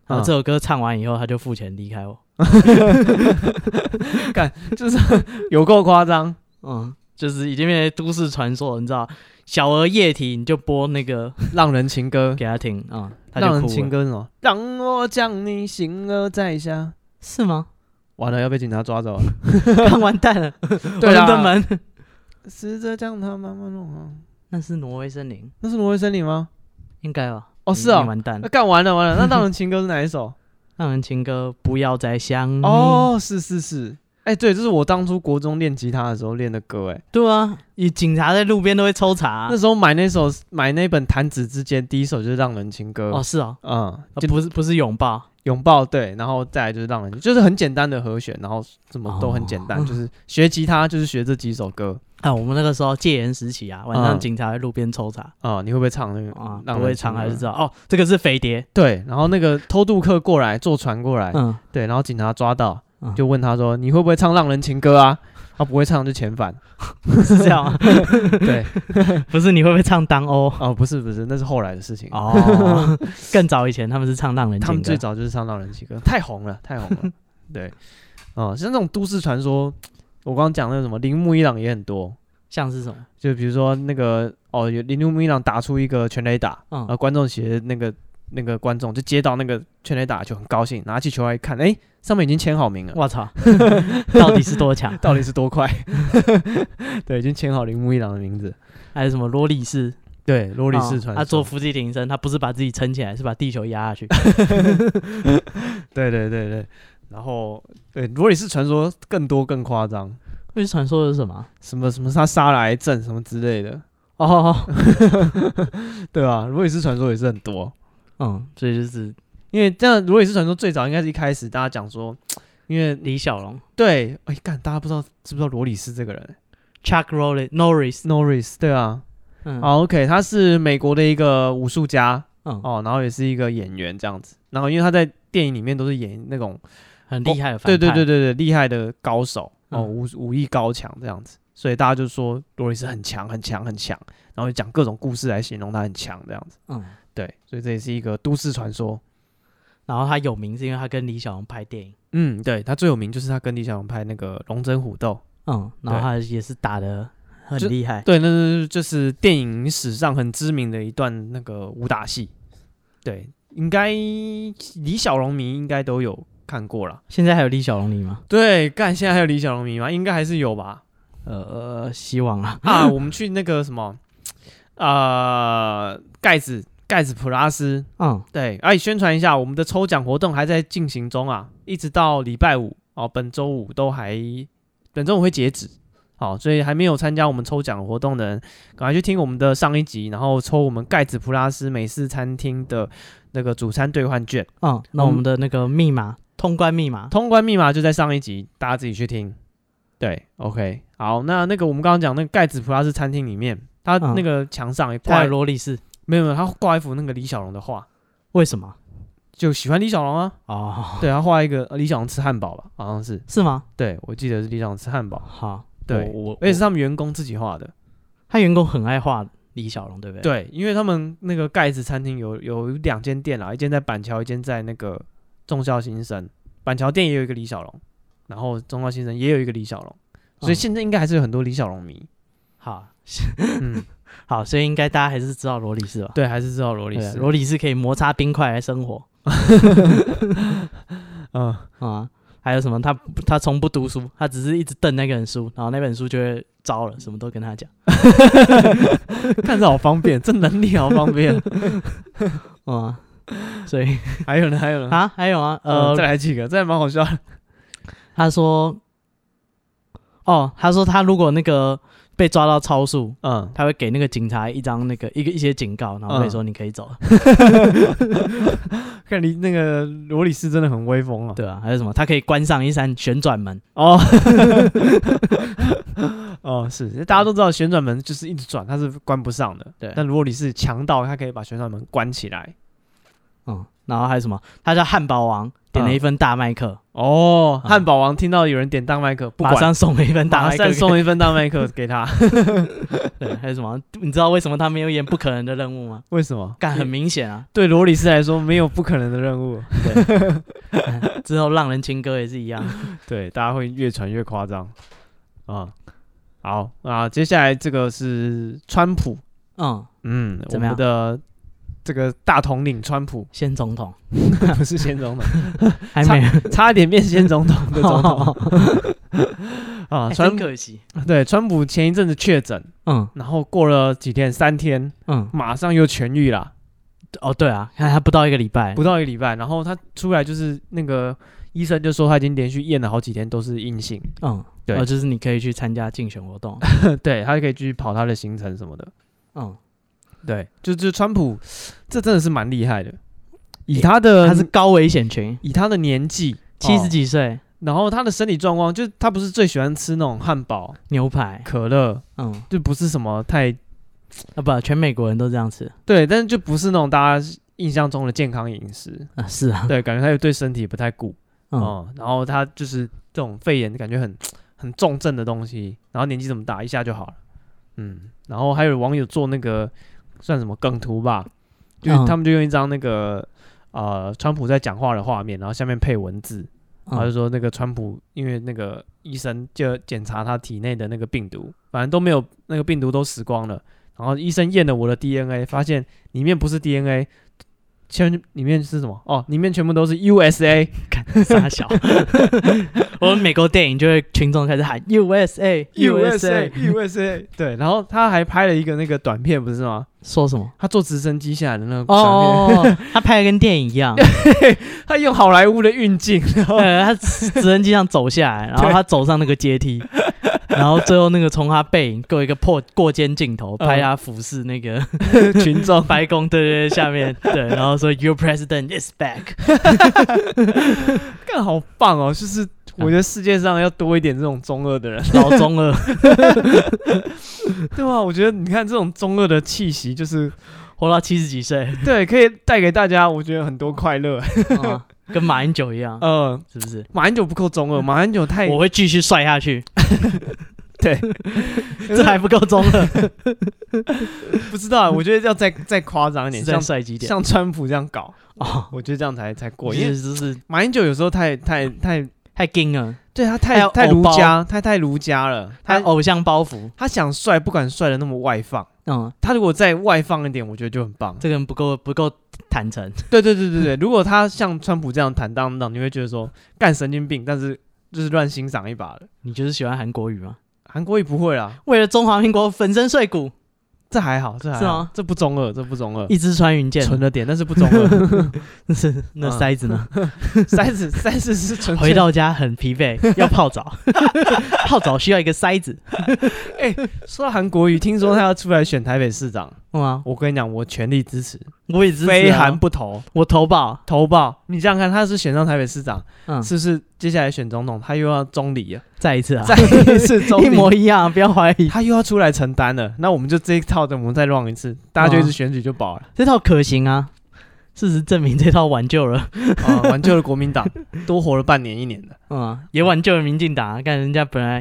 Speaker 1: 然后
Speaker 2: 嗯
Speaker 1: 啊这首歌唱完以后，他就付钱离开我。
Speaker 2: 有够夸张，
Speaker 1: 嗯，就是已经变成都市传说了，你知道？小额夜题你就播那 个
Speaker 2: 浪人情歌，
Speaker 1: 给他听啊、嗯， 他
Speaker 2: 浪
Speaker 1: 就哭了。
Speaker 2: 人情歌是什么？让我将你心儿摘下，
Speaker 1: 是吗？
Speaker 2: 完了要被警察抓走了。
Speaker 1: 看完蛋了，
Speaker 2: 对
Speaker 1: 我们
Speaker 2: 啊，
Speaker 1: 的门，
Speaker 2: 试着将它慢慢弄好。
Speaker 1: 那是挪威森林，
Speaker 2: 那是挪威森林吗？
Speaker 1: 应该吧？
Speaker 2: 哦，
Speaker 1: 嗯
Speaker 2: 是
Speaker 1: 你
Speaker 2: 哦。
Speaker 1: 完蛋
Speaker 2: 那
Speaker 1: 了。
Speaker 2: 干完了完了，那《浪人情歌》是哪一首？
Speaker 1: 让人情歌不要再想你。
Speaker 2: 哦，是是是。哎，对，这是我当初国中练吉他的时候练的歌。哎，
Speaker 1: 对啊，以警察在路边都会抽查啊、
Speaker 2: 那时候买那首买那本《弹指之间》，第一首就是《浪人情歌
Speaker 1: 哦，》。是哦，
Speaker 2: 嗯，
Speaker 1: 啊
Speaker 2: 就
Speaker 1: 不是不是拥抱，
Speaker 2: 拥抱对，然后再来就是浪人，就是很简单的和弦，然后什么都很简单，
Speaker 1: 哦
Speaker 2: 就是学吉他就是学这几首歌
Speaker 1: 啊，我们那个时候戒严时期啊，晚上
Speaker 2: 嗯
Speaker 1: 警察在路边抽查、
Speaker 2: 啊。你会不会唱那个
Speaker 1: 啊，
Speaker 2: 浪
Speaker 1: 不会
Speaker 2: 人情
Speaker 1: 唱还
Speaker 2: 歌
Speaker 1: 是知道哦，这个是飞碟，
Speaker 2: 对，然后那个偷渡客过来坐船过 来，
Speaker 1: 嗯，
Speaker 2: 对，然后警察抓到
Speaker 1: 嗯，
Speaker 2: 就问他说：“你会不会唱《浪人情歌》啊？”他不会唱就遣返。
Speaker 1: 是这样吗？
Speaker 2: 对，
Speaker 1: 不是你会不会唱当欧？
Speaker 2: 哦，不是不是，那是后来的事情。
Speaker 1: 哦，更早以前他们是唱浪人情歌，
Speaker 2: 他们最早就是唱《浪人情歌》，太红了，太红了。对，哦、像那种都市传说，我刚刚讲那个什么铃木一朗也很多，
Speaker 1: 像是什么？
Speaker 2: 就比如说那个哦，有铃木一朗打出一个全垒打，
Speaker 1: 嗯
Speaker 2: 然后观众席的那个那个观众就接到那个全垒打就很高兴，拿起球来一看，哎、上面已经签好名了。
Speaker 1: 我 操，到底是多强？
Speaker 2: 到底是多快？ 对，已经签好铃木一朗的名字。
Speaker 1: 还有什么罗里士？
Speaker 2: 对，罗里士
Speaker 1: 啊
Speaker 2: 传
Speaker 1: 他
Speaker 2: 说
Speaker 1: 做伏地挺身，他不是把自己撑起来，是把地球压下去。
Speaker 2: 对对对对，然后对罗里士传说更多更夸张，
Speaker 1: 那传说的是什么啊？
Speaker 2: 什么什么他杀了癌症什么之类的，
Speaker 1: 哦，
Speaker 2: 对吧、罗里士传说也是很多，
Speaker 1: 嗯，所以就是
Speaker 2: 因为这样罗里士传说最早应该是一开始大家讲说，因为
Speaker 1: 李小龙
Speaker 2: 对，哎干，大家不知道知不知道罗里斯这个人
Speaker 1: Chuck Roll Norris，
Speaker 2: ，Norris 对啊，
Speaker 1: 嗯，
Speaker 2: 哦 OK，他是美国的一个武术家
Speaker 1: 嗯，
Speaker 2: 哦，然后也是一个演员这样子，然后因为他在电影里面都是演那种
Speaker 1: 很厉害的反
Speaker 2: 对对
Speaker 1: 派
Speaker 2: 对对对，厉害的高手
Speaker 1: 嗯
Speaker 2: 哦，武武艺高强这样子，所以大家就说罗里斯很强很强很强，然后就讲各种故事来形容他很强这样子。
Speaker 1: 嗯，
Speaker 2: 对，所以这也是一个都市传说。
Speaker 1: 然后他有名是因为他跟李小龙拍电影，
Speaker 2: 嗯，对他最有名就是他跟李小龙拍那个《龙争虎斗
Speaker 1: 嗯，然后他也是打的很
Speaker 2: 就
Speaker 1: 厉害》，，
Speaker 2: 对，那那就是电影史上很知名的一段那个武打戏，对，应该李小龙迷应该都有看过啦。
Speaker 1: 现在还有李小龙你吗？
Speaker 2: 对，干现在还有李小龙迷吗？应该还是有吧。
Speaker 1: 呃，希望啊，
Speaker 2: 啊， 我们去那个什么，呃，盖子盖子普拉斯，
Speaker 1: 嗯，
Speaker 2: 对，哎、宣传一下，我们的抽奖活动还在进行中啊，一直到礼拜五哦，本周五都还，本周五会截止。好、所以还没有参加我们抽奖活动的人，赶快去听我们的上一集，然后抽我们盖子普拉斯美式餐厅的那个主餐兑换券，
Speaker 1: 嗯，那我们的那个密码，通关密码，
Speaker 2: 通关密码就在上一集，大家自己去听。对，OK，好，那那个我们刚刚讲那个盖子普拉斯餐厅里面，它
Speaker 1: 嗯
Speaker 2: 那个墙上也
Speaker 1: 他
Speaker 2: 挂、
Speaker 1: 有萝莉是
Speaker 2: 没有没有，它挂一幅那个李小龙的画，
Speaker 1: 为什么？
Speaker 2: 就喜欢李小龙啊，
Speaker 1: 哦，
Speaker 2: 对他画一个呃李小龙吃汉堡吧，好像是，
Speaker 1: 是吗？
Speaker 2: 对我记得是李小龙吃汉堡，
Speaker 1: 好，
Speaker 2: 对
Speaker 1: 我我
Speaker 2: 而且是他们员工自己画的，
Speaker 1: 他员工很爱画李小龙，对不对？，
Speaker 2: 对，因为他们那个盖子餐厅有有两间店啦，一间在板桥，一间在那个忠孝新生，板桥店也有一个李小龙，然后忠孝新生也有一个李小龙，所以
Speaker 1: 嗯
Speaker 2: 现在应该还是有很多李小龙 迷，
Speaker 1: 好
Speaker 2: 嗯，
Speaker 1: 好，所以应该大家还是知道萝莉是吧？
Speaker 2: 对，还是知道罗里
Speaker 1: 对啊
Speaker 2: 斯，
Speaker 1: 萝莉是可以摩擦冰块来生活
Speaker 2: 嗯，
Speaker 1: 啊、还有什么？他他从不读书，他只是一直瞪那本书，然后那本书就会糟了，什么都跟他讲。
Speaker 2: 看着好方便，这能力好方便，
Speaker 1: 嗯，所 以
Speaker 2: 还有呢，还有呢，
Speaker 1: 啊，还有啊，
Speaker 2: 呃，
Speaker 1: 呃，
Speaker 2: 再来几个，这还蛮好笑的，
Speaker 1: 他说，哦，他说他如果那个被抓到超速，
Speaker 2: 嗯，
Speaker 1: 他会给那个警察一张那个一个一些警告，然后会说你可以走了，
Speaker 2: 看你那个罗里斯真的很威风啊，
Speaker 1: 对啊，还有什么？他可以关上一扇旋转门，
Speaker 2: 哦， 哦，是，大家都知道旋转门就是一直转，它是关不上的。
Speaker 1: 对
Speaker 2: 但如果你是强盗，他可以把旋转门关起来。
Speaker 1: 嗯，然后还有什么？他叫汉堡王，点了一份大麦克，
Speaker 2: 哦，
Speaker 1: 嗯
Speaker 2: 汉堡王听到有人点大麦克，不
Speaker 1: 马
Speaker 2: 管，
Speaker 1: 上送了一份大
Speaker 2: 马
Speaker 1: 麦克
Speaker 2: 上
Speaker 1: 给，
Speaker 2: 送一份大麦克给他。
Speaker 1: 对，还有什么？你知道为什么他没有演不可能的任务吗？
Speaker 2: 为什么？
Speaker 1: 干，很明显啊，
Speaker 2: 对罗里斯来说，没有不可能的任 务。
Speaker 1: 之后浪人情歌也是一样，
Speaker 2: 对，大家会越传越夸张。啊、好啊，接下来这个是川普，
Speaker 1: 嗯，
Speaker 2: 嗯，我
Speaker 1: 怎么
Speaker 2: 们
Speaker 1: 样
Speaker 2: 的这个大统领川普
Speaker 1: 先总统
Speaker 2: 不是先总统，
Speaker 1: 还没有，
Speaker 2: 差点变 先总统的总统 啊，
Speaker 1: 哎
Speaker 2: 川
Speaker 1: 真可惜，
Speaker 2: 对川普前一阵子确诊，
Speaker 1: 嗯
Speaker 2: 然后过了几天，三天，
Speaker 1: 嗯，
Speaker 2: 马上又痊愈了，
Speaker 1: 哦对啊，看他不到一个礼拜，
Speaker 2: 不到一个礼拜，然后他出来就是那个医生就说他已经连续验了好几天都是阴性，
Speaker 1: 嗯，
Speaker 2: 对
Speaker 1: 哦，就是你可以去参加竞选活 动，
Speaker 2: 对他就可以继续跑他的行程什么的，
Speaker 1: 嗯，
Speaker 2: 对，就就川普这真的是蛮厉害的，以他的、
Speaker 1: 他是高危险群，
Speaker 2: 以他的年纪
Speaker 1: 七十。
Speaker 2: 哦
Speaker 1: 几岁，
Speaker 2: 然后他的身体状况，就是他不是最喜欢吃那种汉堡、
Speaker 1: 牛排，
Speaker 2: 可乐，
Speaker 1: 嗯，
Speaker 2: 就不是什么太
Speaker 1: 啊不，全美国人都这样吃，，
Speaker 2: 对，但是就不是那种大家印象中的健康饮食
Speaker 1: 啊是啊，
Speaker 2: 对，感觉他又对身体不太顾，
Speaker 1: 嗯，
Speaker 2: 嗯，然后他就是这种肺炎，感觉很很重症的东西，然后年纪这么大，一下就好了，嗯，然后还有网友做那个算什么梗图吧，就是
Speaker 1: 嗯
Speaker 2: 他们就用一张那个。呃，川普在讲话的画面，然后下面配文字，然后就
Speaker 1: 嗯
Speaker 2: 说那个川普因为那个医生就检查他体内的那个病毒，反正都没有那个病毒都死光了。然后医生验了我的 DNA，发现里面不是 DNA，全里面是什么？哦，里面全部都是 USA
Speaker 1: 干傻小，我们美国电影就会群众开始喊 USA USA，
Speaker 2: USA。对， 然后他还拍了一个那个短片，不是吗？
Speaker 1: 说什么？
Speaker 2: 他坐直升机下来的那个短片，
Speaker 1: 哦，他拍的跟电影一 样，
Speaker 2: 他用好莱坞的运 镜，然后
Speaker 1: 呃，他直升机上走下来，然后
Speaker 2: 对
Speaker 1: 他走上那个阶 梯，然后最后那个从他背影过一个破过肩镜头，拍他俯视那个
Speaker 2: 群众
Speaker 1: 白宫，对对对，下 面对，然后说 Your president is back，
Speaker 2: 干好棒哦！就是
Speaker 1: 嗯
Speaker 2: 我觉得世界上要多一点这种中二的人。
Speaker 1: 老中二，
Speaker 2: 对啊，我觉得你看这种中二的气息，就是
Speaker 1: 活到七十几岁，
Speaker 2: 对，可以带给大家，我觉得很多快 乐。哦
Speaker 1: 啊跟马英九一样，
Speaker 2: 嗯，
Speaker 1: 是不是？
Speaker 2: 马英九不够中二，马英九太
Speaker 1: 我会继续帅下去，
Speaker 2: 哎 对，
Speaker 1: 这还不够中 二，
Speaker 2: 不知 道啊，我觉得要再再夸张一点，
Speaker 1: 再
Speaker 2: 像
Speaker 1: 帅几点
Speaker 2: 像川普这样搞，
Speaker 1: 哦。
Speaker 2: 我觉得这样才才过
Speaker 1: 我
Speaker 2: 瘾。因
Speaker 1: 意
Speaker 2: 为
Speaker 1: 思就是
Speaker 2: 马英九有时候太太太，
Speaker 1: 太硬了，
Speaker 2: 对他
Speaker 1: 还
Speaker 2: 太
Speaker 1: 有
Speaker 2: 太
Speaker 1: 偶
Speaker 2: 儒
Speaker 1: 包
Speaker 2: 家，太太儒家了。
Speaker 1: 他
Speaker 2: 他
Speaker 1: 偶像包袱，
Speaker 2: 他想帅，不敢帅的那么外放。
Speaker 1: 嗯，
Speaker 2: 他如果再外放一点，我觉得就很棒。
Speaker 1: 这个人不够不够坦诚，
Speaker 2: 对对对对对， 如果他像川普这样坦荡荡，你会觉得说干神经病，但是就是乱欣赏一把的。
Speaker 1: 你就是喜欢韩国语吗？
Speaker 2: 韩国也不会啦，
Speaker 1: 为了中华民国粉身碎骨，
Speaker 2: 这还好，这还
Speaker 1: 是
Speaker 2: 好
Speaker 1: 吗，
Speaker 2: 这不中二，这不中二，
Speaker 1: 一支穿云箭，
Speaker 2: 存了点，但是不中二。
Speaker 1: 那
Speaker 2: 嗯
Speaker 1: 塞子呢？
Speaker 2: 塞子塞子是纯粹
Speaker 1: 回到家很疲 惫，要泡澡， 泡澡需要一个塞子，
Speaker 2: 说到韩国瑜，听说他要出来选台北市长，
Speaker 1: 哇，
Speaker 2: 我跟你讲，我全力支持，
Speaker 1: 我也支持啊
Speaker 2: 非韩，不投，
Speaker 1: 我投保，
Speaker 2: 投报。你想想看，他是选上台北市长，
Speaker 1: 嗯，
Speaker 2: 是不是接下来选总统，他又要中理了，
Speaker 1: 再一次啊，
Speaker 2: 再一次 中
Speaker 1: 一
Speaker 2: 理，
Speaker 1: 模一样啊，不要怀疑，
Speaker 2: 他又要出来承担了。那我们就这一套的，我们再 run 一次，大家就一直选举就 饱了，
Speaker 1: 这套可行啊。事实证明，这套挽救了，
Speaker 2: 啊，挽救了国民党，多活了半年一年的。
Speaker 1: 嗯，也挽救了民进党啊。看人家本来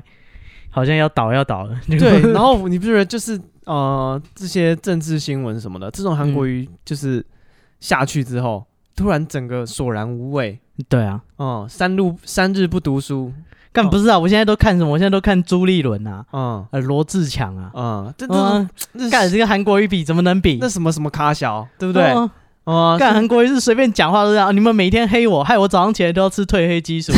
Speaker 1: 好像要倒要倒了， 结果
Speaker 2: 对，然后你不觉得就是呃这些政治新闻什么的，自从韩国瑜就是下去之后，突然整个索然无味。
Speaker 1: 对啊，
Speaker 2: 嗯，三路三日不读书，
Speaker 1: 干不是啊，我现在都看什么？我现在都看朱立伦啊，
Speaker 2: 嗯，
Speaker 1: 呃，罗志强啊，
Speaker 2: 嗯，这这
Speaker 1: 嗯，
Speaker 2: 这
Speaker 1: 干这个韩国瑜比怎么能比？
Speaker 2: 那
Speaker 1: 对
Speaker 2: 什么什么卡小，对不对？啊，
Speaker 1: 干韩国瑜是随便讲话都这样，你们每天黑我，害我早上起来都要吃褪黑激素。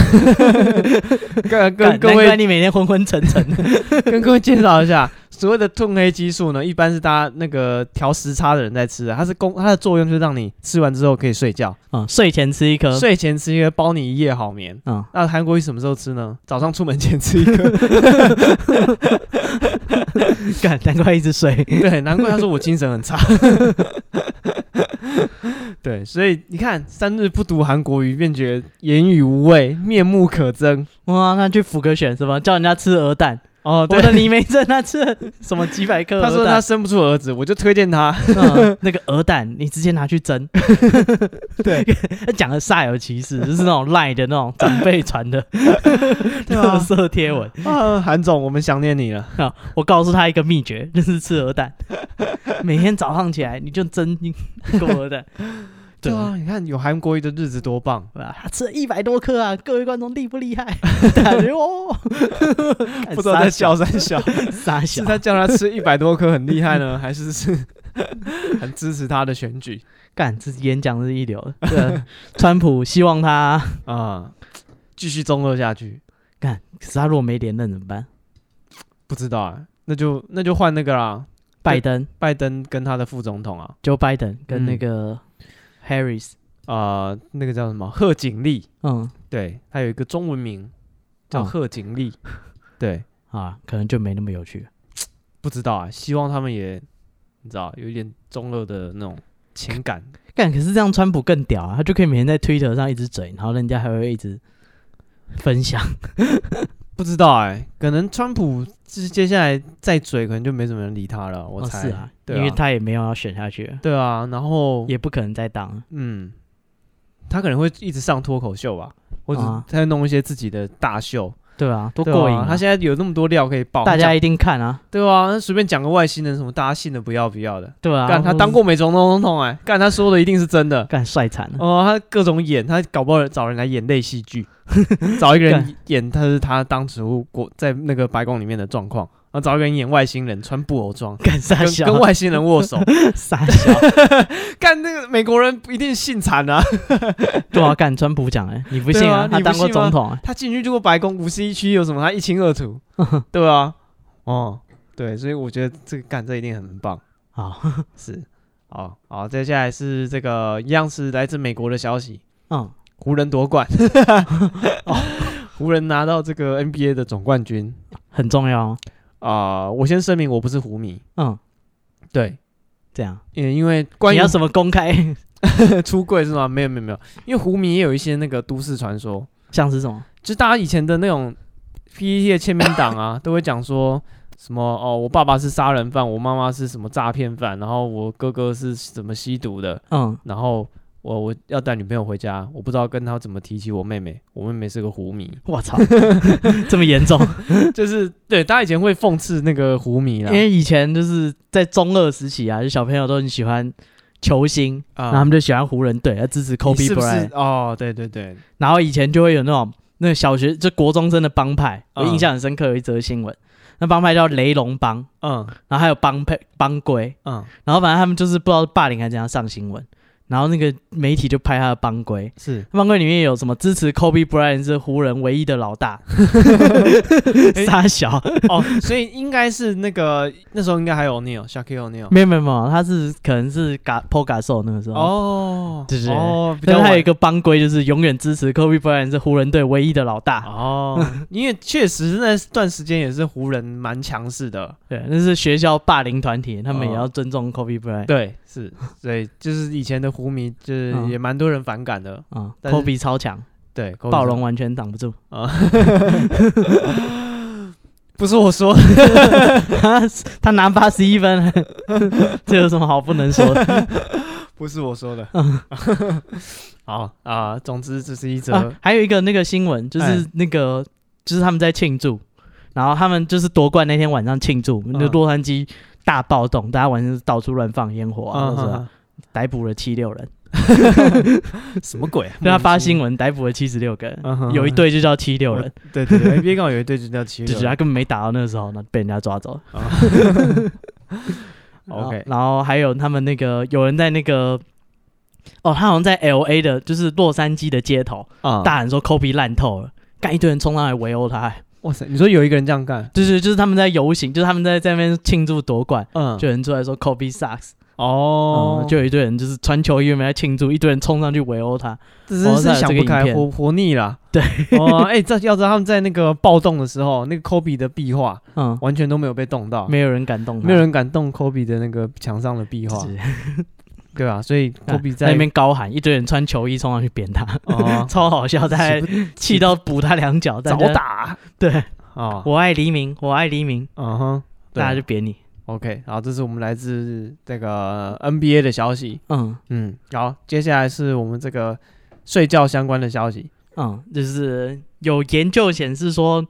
Speaker 1: 干
Speaker 2: 跟跟各
Speaker 1: 难怪
Speaker 2: 位
Speaker 1: 你每天昏昏沉沉。
Speaker 2: 跟各位介绍一下，所谓的褪黑激素呢，一般是大家那个调时差的人在吃的，它是功它的作用就是让你吃完之后可以睡觉，
Speaker 1: 嗯，睡前吃一颗。
Speaker 2: 睡前吃一个包你一夜好眠。
Speaker 1: 嗯，
Speaker 2: 那韩国瑜什么时候吃呢？早上出门前吃一个。
Speaker 1: 干难怪一直 睡。
Speaker 2: 对，难怪他说我精神很 差。对，所以你看，三日不读韩国瑜，便觉言语无味，面目可憎。
Speaker 1: 哇，那去辅科选什么？叫人家吃鹅蛋。
Speaker 2: 哦，对
Speaker 1: 我，的李梅珍他吃了什么几百颗
Speaker 2: 他说
Speaker 1: 鹅
Speaker 2: 他
Speaker 1: 蛋？
Speaker 2: 生不出儿子，我就推荐他。
Speaker 1: 嗯那个鹅蛋，你直接拿去蒸。
Speaker 2: 对，
Speaker 1: 他讲的煞有其事，就是那种赖的那种长辈传 的
Speaker 2: 对啊
Speaker 1: 特色贴文。
Speaker 2: 啊，韩总，我们想念你了。
Speaker 1: 啊，我告诉他一个秘诀，就是吃鹅蛋。每天早上起来你就蒸一个 鹅蛋。
Speaker 2: 对啊，你看有韩国瑜的日子多棒。
Speaker 1: 对啊，他吃了一百多颗啊！各位观众厉不 厉害？感觉哦，
Speaker 2: 不知道在笑三笑，
Speaker 1: 傻
Speaker 2: 是
Speaker 1: 笑。
Speaker 2: 他叫他吃一百多颗很厉害呢， 还是是很支持他的选举
Speaker 1: 干，这演讲是一流的。对啊，川普希望他
Speaker 2: 啊？继续中二下去，
Speaker 1: 干，可是他如果没连任怎么 办？
Speaker 2: 不知道啊，那就那就换那个啦，
Speaker 1: 拜登
Speaker 2: 拜登跟他的副总统啊，
Speaker 1: ，Joe Biden 跟
Speaker 2: 嗯
Speaker 1: 那个 Harris，
Speaker 2: 啊，那个叫什么贺锦丽，
Speaker 1: 嗯
Speaker 2: 对，他有一个中文名叫
Speaker 1: 哦
Speaker 2: 贺锦 丽，对，
Speaker 1: 啊，可能就没那么有趣。
Speaker 2: 不知道啊，希望他们也你知道有一点中二的那种情感，
Speaker 1: 干，可是这样川普更屌啊，他就可以每天在 Twitter 上一直嘴，然后人家还会一直分享。
Speaker 2: 不知道哎、可能川普接接下来再嘴，可能就没什么人理他了。我
Speaker 1: 哦
Speaker 2: 猜、
Speaker 1: 是啊，
Speaker 2: 对
Speaker 1: 因为他也没有要选下去了，
Speaker 2: 对啊，然后
Speaker 1: 也不可能再当了。
Speaker 2: 嗯，他可能会一直上脱口秀吧，或者
Speaker 1: 啊
Speaker 2: 他会弄一些自己的大秀，
Speaker 1: 对啊，多
Speaker 2: 对
Speaker 1: 过瘾
Speaker 2: 啊
Speaker 1: 啊！
Speaker 2: 他现在有那么多料可以爆，
Speaker 1: 大
Speaker 2: 他
Speaker 1: 家
Speaker 2: 讲
Speaker 1: 一定看啊，
Speaker 2: 对啊，那随便讲个外星人什么，大家信的不要不要的。
Speaker 1: 对啊，
Speaker 2: 干他
Speaker 1: 或者
Speaker 2: 当
Speaker 1: 是
Speaker 2: 过美总统统哎、干他说的一定是真的。
Speaker 1: 干帅惨了。
Speaker 2: 哦，他各种演，他搞不好找人来演类戏剧， 找一个人演他是他当时候国在那个白宫里面的状况，然后找一个人演外星人，穿布偶装，
Speaker 1: 干傻
Speaker 2: 跟
Speaker 1: 笑，
Speaker 2: 跟外星人握手，
Speaker 1: 傻 笑，
Speaker 2: 干那个美国人一定性惨啊！
Speaker 1: 对啊，干川普讲哎，你不信
Speaker 2: 对
Speaker 1: 啊？
Speaker 2: 啊
Speaker 1: 他
Speaker 2: 你不
Speaker 1: 当过
Speaker 2: 信吗
Speaker 1: 总统啊，
Speaker 2: 他进去这个白宫五十一区有什么，他一清二楚，对啊，哦，对，所以我觉得这个干这一定很棒，
Speaker 1: 好，
Speaker 2: 是，好好，接下来是这个一样是来自美国的消息，
Speaker 1: 嗯，
Speaker 2: 湖人夺冠， 哦湖人拿到这个 NBA 的总冠军。
Speaker 1: 很重要哦，
Speaker 2: 啊、我先声明，我不是湖迷。
Speaker 1: 嗯，
Speaker 2: 对，
Speaker 1: 这样
Speaker 2: 因因为关
Speaker 1: 你
Speaker 2: 于
Speaker 1: 要什么公开，
Speaker 2: 出柜是吗？没有没有没有，因为湖迷也有一些那个都市传说，
Speaker 1: 像是什么？
Speaker 2: 就大家以前的那种 PPT 的签名 档啊，都会讲说什么哦，我爸爸是杀人犯，我妈妈是什么诈骗犯，然后我哥哥是什么吸毒的，
Speaker 1: 嗯，
Speaker 2: 然后我我要带女朋友回家，我不知道跟她怎么提起我妹妹，我妹妹是个狐迷，
Speaker 1: 我 操，这么严重？
Speaker 2: 就是对大家以前会讽刺那个狐迷啦
Speaker 1: 因，为以前就是在中二时期啊，就小朋友都很喜欢球星，然后他
Speaker 2: 啊，
Speaker 1: 们就喜欢湖人队，要支持 Kobe
Speaker 2: 你是不
Speaker 1: Bryant
Speaker 2: 是。哦，对对对，
Speaker 1: 然后以前就会有那种那个小学就国中生的帮派，我
Speaker 2: 嗯
Speaker 1: 印象很深刻，有一则新闻，那帮派叫雷龙帮，
Speaker 2: 嗯
Speaker 1: 然后还有帮配帮规，
Speaker 2: 嗯，
Speaker 1: 然后反正他们就是不知道霸凌还是怎样上新闻，然后那个媒体就拍他的帮规。
Speaker 2: 是
Speaker 1: 帮规里面有什么支持 Kobe Bryant 是湖人唯一的老 大，傻小，
Speaker 2: 哦， 所以应该是那个那时候应该还有 Neil s h a q u i l Neil
Speaker 1: 没有没有没有，他是可能是嘎 p o g a s o 那个时候，
Speaker 2: 哦，
Speaker 1: 对对对
Speaker 2: 哦，比
Speaker 1: 但嗯
Speaker 2: 较
Speaker 1: 是还有
Speaker 2: 晚
Speaker 1: 一个帮规就是永远支持 Kobe Bryant 是湖人队唯一的老大，
Speaker 2: 哦，因为确实那段时间也是湖人蛮强势的，
Speaker 1: 对，那是学校霸凌团体，他们也
Speaker 2: 哦
Speaker 1: 要尊重 Kobe Bryant。
Speaker 2: 对，是，所以就是以前的湖迷，就是
Speaker 1: 嗯
Speaker 2: 也蛮多人反感的，
Speaker 1: 啊、k
Speaker 2: 但是
Speaker 1: o b e 超强，
Speaker 2: 对，嗯
Speaker 1: 暴 龙完全挡不住。
Speaker 2: 不是我说，
Speaker 1: 他他拿八十一分， 这有什么好不能说的？
Speaker 2: 不是我说的， 好啊，总之这是一则
Speaker 1: 啊、还有一个那个新闻，就是
Speaker 2: 哎
Speaker 1: 那个、就是他们在庆祝，然后他们就是夺冠那天晚上庆祝，那、
Speaker 2: 嗯
Speaker 1: 洛杉矶大暴动，大家晚上是到处乱放烟火啊，
Speaker 2: 啊
Speaker 1: 或者、逮捕了七六人，
Speaker 2: 什么鬼啊？
Speaker 1: 对他发新
Speaker 2: 闻，
Speaker 1: 闻逮捕了七十六个人，
Speaker 2: 嗯嗯哼
Speaker 1: 有一队就叫七六人。
Speaker 2: 对对对，NBA 刚好有一队就叫七
Speaker 1: 就是啊他
Speaker 2: 六
Speaker 1: 根本没打到那个时候，那被人家抓走了。
Speaker 2: 啊哦 ，OK，
Speaker 1: 然后还有他们那个有人在那个，哦，他好像在 L A 的，就是洛杉矶的街头
Speaker 2: 啊
Speaker 1: 大喊说 Kobe 烂透了，干一堆人冲上来围殴他，
Speaker 2: 哇塞，你说有一个人这样干，
Speaker 1: 就是就是他们在游行，就是他们在在那边庆祝夺冠，
Speaker 2: 嗯，
Speaker 1: 就有人出来说 Kobe sucks，
Speaker 2: 哦
Speaker 1: 嗯，，就有一堆人就是穿球衣原本在庆祝，一堆人冲上去围殴他，
Speaker 2: 只
Speaker 1: 哦那
Speaker 2: 是是
Speaker 1: 有
Speaker 2: 想
Speaker 1: 这个
Speaker 2: 不
Speaker 1: 影
Speaker 2: 开，
Speaker 1: 片
Speaker 2: 活活腻啦。
Speaker 1: 对，
Speaker 2: 哦，哎，这要知道他们在那个暴动的时候，那个 Kobe 的壁画
Speaker 1: 嗯，
Speaker 2: 完全都没有被动到，
Speaker 1: 没有人敢动他，
Speaker 2: 没有人敢动 Kobe 的那个墙上的壁画，
Speaker 1: 就是哎
Speaker 2: 对吧？所以 Kobe
Speaker 1: 在
Speaker 2: 在
Speaker 1: 那边高喊，一堆人穿球衣冲上去扁他，
Speaker 2: 哦
Speaker 1: 超好笑，在气到补他两脚，大
Speaker 2: 早
Speaker 1: 家
Speaker 2: 打
Speaker 1: 对。
Speaker 2: 啊，
Speaker 1: 我爱黎明，我爱黎明，
Speaker 2: 嗯哼，对
Speaker 1: 大家就扁你。
Speaker 2: OK，好，这是我们来自这个 NBA 的消息。
Speaker 1: 嗯
Speaker 2: 嗯，好，接下来是我们这个睡觉相关的消息。
Speaker 1: 嗯，就是有研究显示说，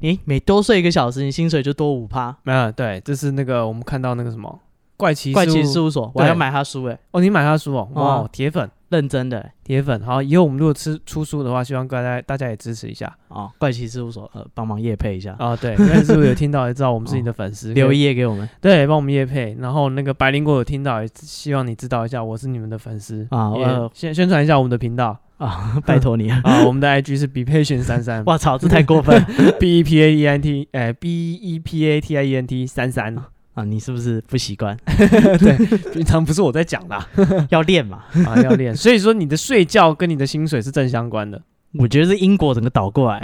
Speaker 1: 你每多睡一个小时，你薪水就多五趴。
Speaker 2: 嗯，对，这是那个我们看到那个什么怪奇
Speaker 1: 怪奇
Speaker 2: 事
Speaker 1: 事
Speaker 2: 物
Speaker 1: 务所，我还要
Speaker 2: 对
Speaker 1: 买他书诶、
Speaker 2: 哦，你买他书哦，哇，
Speaker 1: 哇
Speaker 2: 铁粉
Speaker 1: 认真的、欸、
Speaker 2: 铁粉。好，以后我们如果吃出书的话，希望大家大家也支持一下
Speaker 1: 哦。怪奇事务所，呃，帮忙夜配一下，
Speaker 2: 啊。对，但是如果有听到也知道我们是你的粉丝，
Speaker 1: 留
Speaker 2: 可以
Speaker 1: 一页给我 们
Speaker 2: 对，帮我们夜配。然后那个白灵果有听到，也希望你知道一下，我是你们的粉丝
Speaker 1: 啊
Speaker 2: 也
Speaker 1: 呃
Speaker 2: 宣宣传一下我们的频 道
Speaker 1: 啊， 拜托你 了。
Speaker 2: 啊，我们的 IG 是 be patient 三三
Speaker 1: 我操，这太过分了
Speaker 2: b e p a e n t，哎、b e p a t i e n t 三三。
Speaker 1: 啊！你是不是不习惯？
Speaker 2: 平常不是我在讲啦，
Speaker 1: 要练嘛？
Speaker 2: 啊，要练。所以说你的睡觉跟你的薪水是正相关的，
Speaker 1: 我觉得是英国整个倒过来。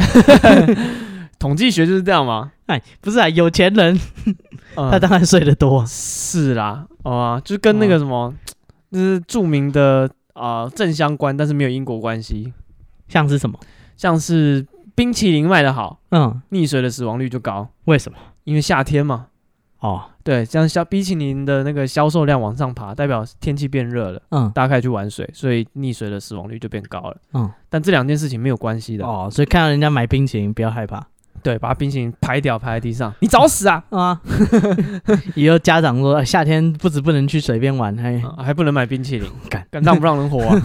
Speaker 2: 统计学就是这样嘛。
Speaker 1: 哎，不是啊，有钱人
Speaker 2: 嗯
Speaker 1: 他当然睡得多。啊
Speaker 2: 是啦，哦、啊，就是跟那个什么，就是著名的啊、正相关，但是没有因果关系，
Speaker 1: 像是什么？
Speaker 2: 像是冰淇淋卖的好，
Speaker 1: 嗯，
Speaker 2: 溺水的死亡率就高，
Speaker 1: 为什么？
Speaker 2: 因为夏天嘛。
Speaker 1: 哦，
Speaker 2: 对，像消冰淇淋的那个销售量往上爬，代表天气变热了，
Speaker 1: 嗯，
Speaker 2: 大家开始去玩水，所以溺水的死亡率就变高了。
Speaker 1: 嗯，
Speaker 2: 但这两件事情没有关系的。
Speaker 1: 哦，所以看到人家买冰淇淋，不要害怕。
Speaker 2: 对，把冰淇淋拍掉，拍在地上， 你找死啊！
Speaker 1: 啊， 以后家长说哎夏天不止不能去水边玩，哎还
Speaker 2: 啊还不能买冰淇淋，
Speaker 1: 敢
Speaker 2: 敢让不让人活 啊？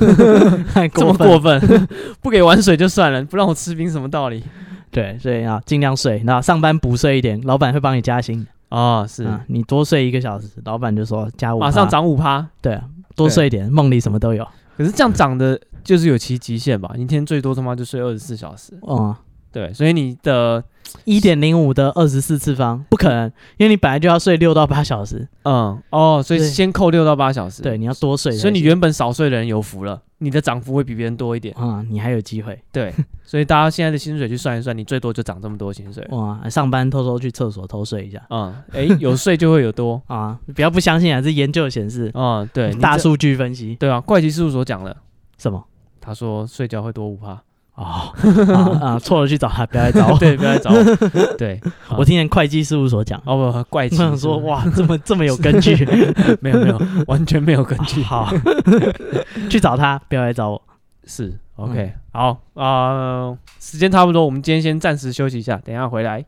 Speaker 1: 还
Speaker 2: 这么
Speaker 1: 分
Speaker 2: 过分， 不给玩水就算了，不让我吃冰什么道理
Speaker 1: 对，所以啊，尽量睡，然后上班补睡一点，老板会帮你加薪。
Speaker 2: 啊？是，
Speaker 1: 啊，你多睡一个小时，老板就说加五，
Speaker 2: 马上。涨五趴，
Speaker 1: 对啊，多睡一点，梦里什么都有。
Speaker 2: 可是这样涨的就是有其极限吧？你一天最多他妈就睡二十四小时，
Speaker 1: 嗯，
Speaker 2: 对，所以你的
Speaker 1: 一点零五的二十四次方不可能，因为你本来就要睡六到八小时。
Speaker 2: 嗯哦，所以
Speaker 1: 对
Speaker 2: 先扣六到八小时，
Speaker 1: 对，，你要多睡才行。
Speaker 2: 所以你原本少睡的人有福了，你的涨幅会比别人多 一点，
Speaker 1: 啊、你还有机会
Speaker 2: 对，所以大家现在的薪水去算一算，你最多就涨这么多薪水，
Speaker 1: 哇！上班偷偷去厕所偷睡一下
Speaker 2: 嗯，诶，有睡就会有多，
Speaker 1: 啊！不要不相信啊，这研究显示，
Speaker 2: 嗯，对，你
Speaker 1: 大
Speaker 2: 这
Speaker 1: 数据分析
Speaker 2: 对啊，怪奇事务所讲了。
Speaker 1: 什么？
Speaker 2: 他说睡觉会多五趴，
Speaker 1: 哦，啊，啊错了去找他，不要来找我。
Speaker 2: 对，不要来找我。对，
Speaker 1: 我听人会计事务所讲，
Speaker 2: 哦不，怪
Speaker 1: 我
Speaker 2: 奇。
Speaker 1: 想说，哇，这么这么有根据，
Speaker 2: 没有没有，完全没有 根据。
Speaker 1: 好，去找他，不要来找我。嗯
Speaker 2: 是 OK，、好啊、呃时间差不多，我们今天先暂时休息一下，等一下回来。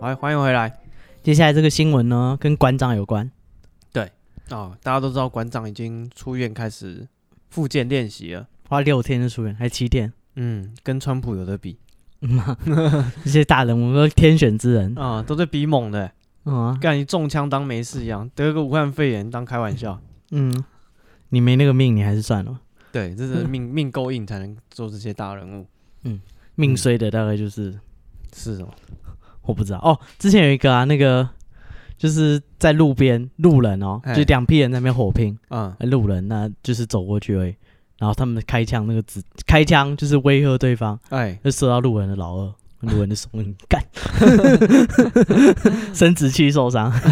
Speaker 2: 好，欢迎回来。
Speaker 1: 接下来这个新闻呢，跟馆长有关。
Speaker 2: 哦，大家都知道馆长已经出院开始复健练习了。
Speaker 1: 花六天就出院，还七 天，
Speaker 2: 嗯，跟川普有的比
Speaker 1: 嗯啊这些大人物都天选之 人，
Speaker 2: 啊、都在比猛的，
Speaker 1: 嗯啊
Speaker 2: 干你中枪当没事一样，得个武汉肺炎当开玩笑。
Speaker 1: 嗯，你没那个命，你还是算了吧。
Speaker 2: 对，这是命命够硬才能做这些大人物。
Speaker 1: 命衰的大概就是
Speaker 2: 是什么？
Speaker 1: 我不知道哦。之前有一个啊，那个就是在路边路人哦，
Speaker 2: 哎
Speaker 1: 就两批人在那边火拼，
Speaker 2: 嗯，
Speaker 1: 呃路人那就是走过去而已，然后他们开枪，那个子开枪就是威吓对方，
Speaker 2: 哎，
Speaker 1: 就射到路人的老二，路人就怂了，你 干，生殖器受伤，
Speaker 2: 啊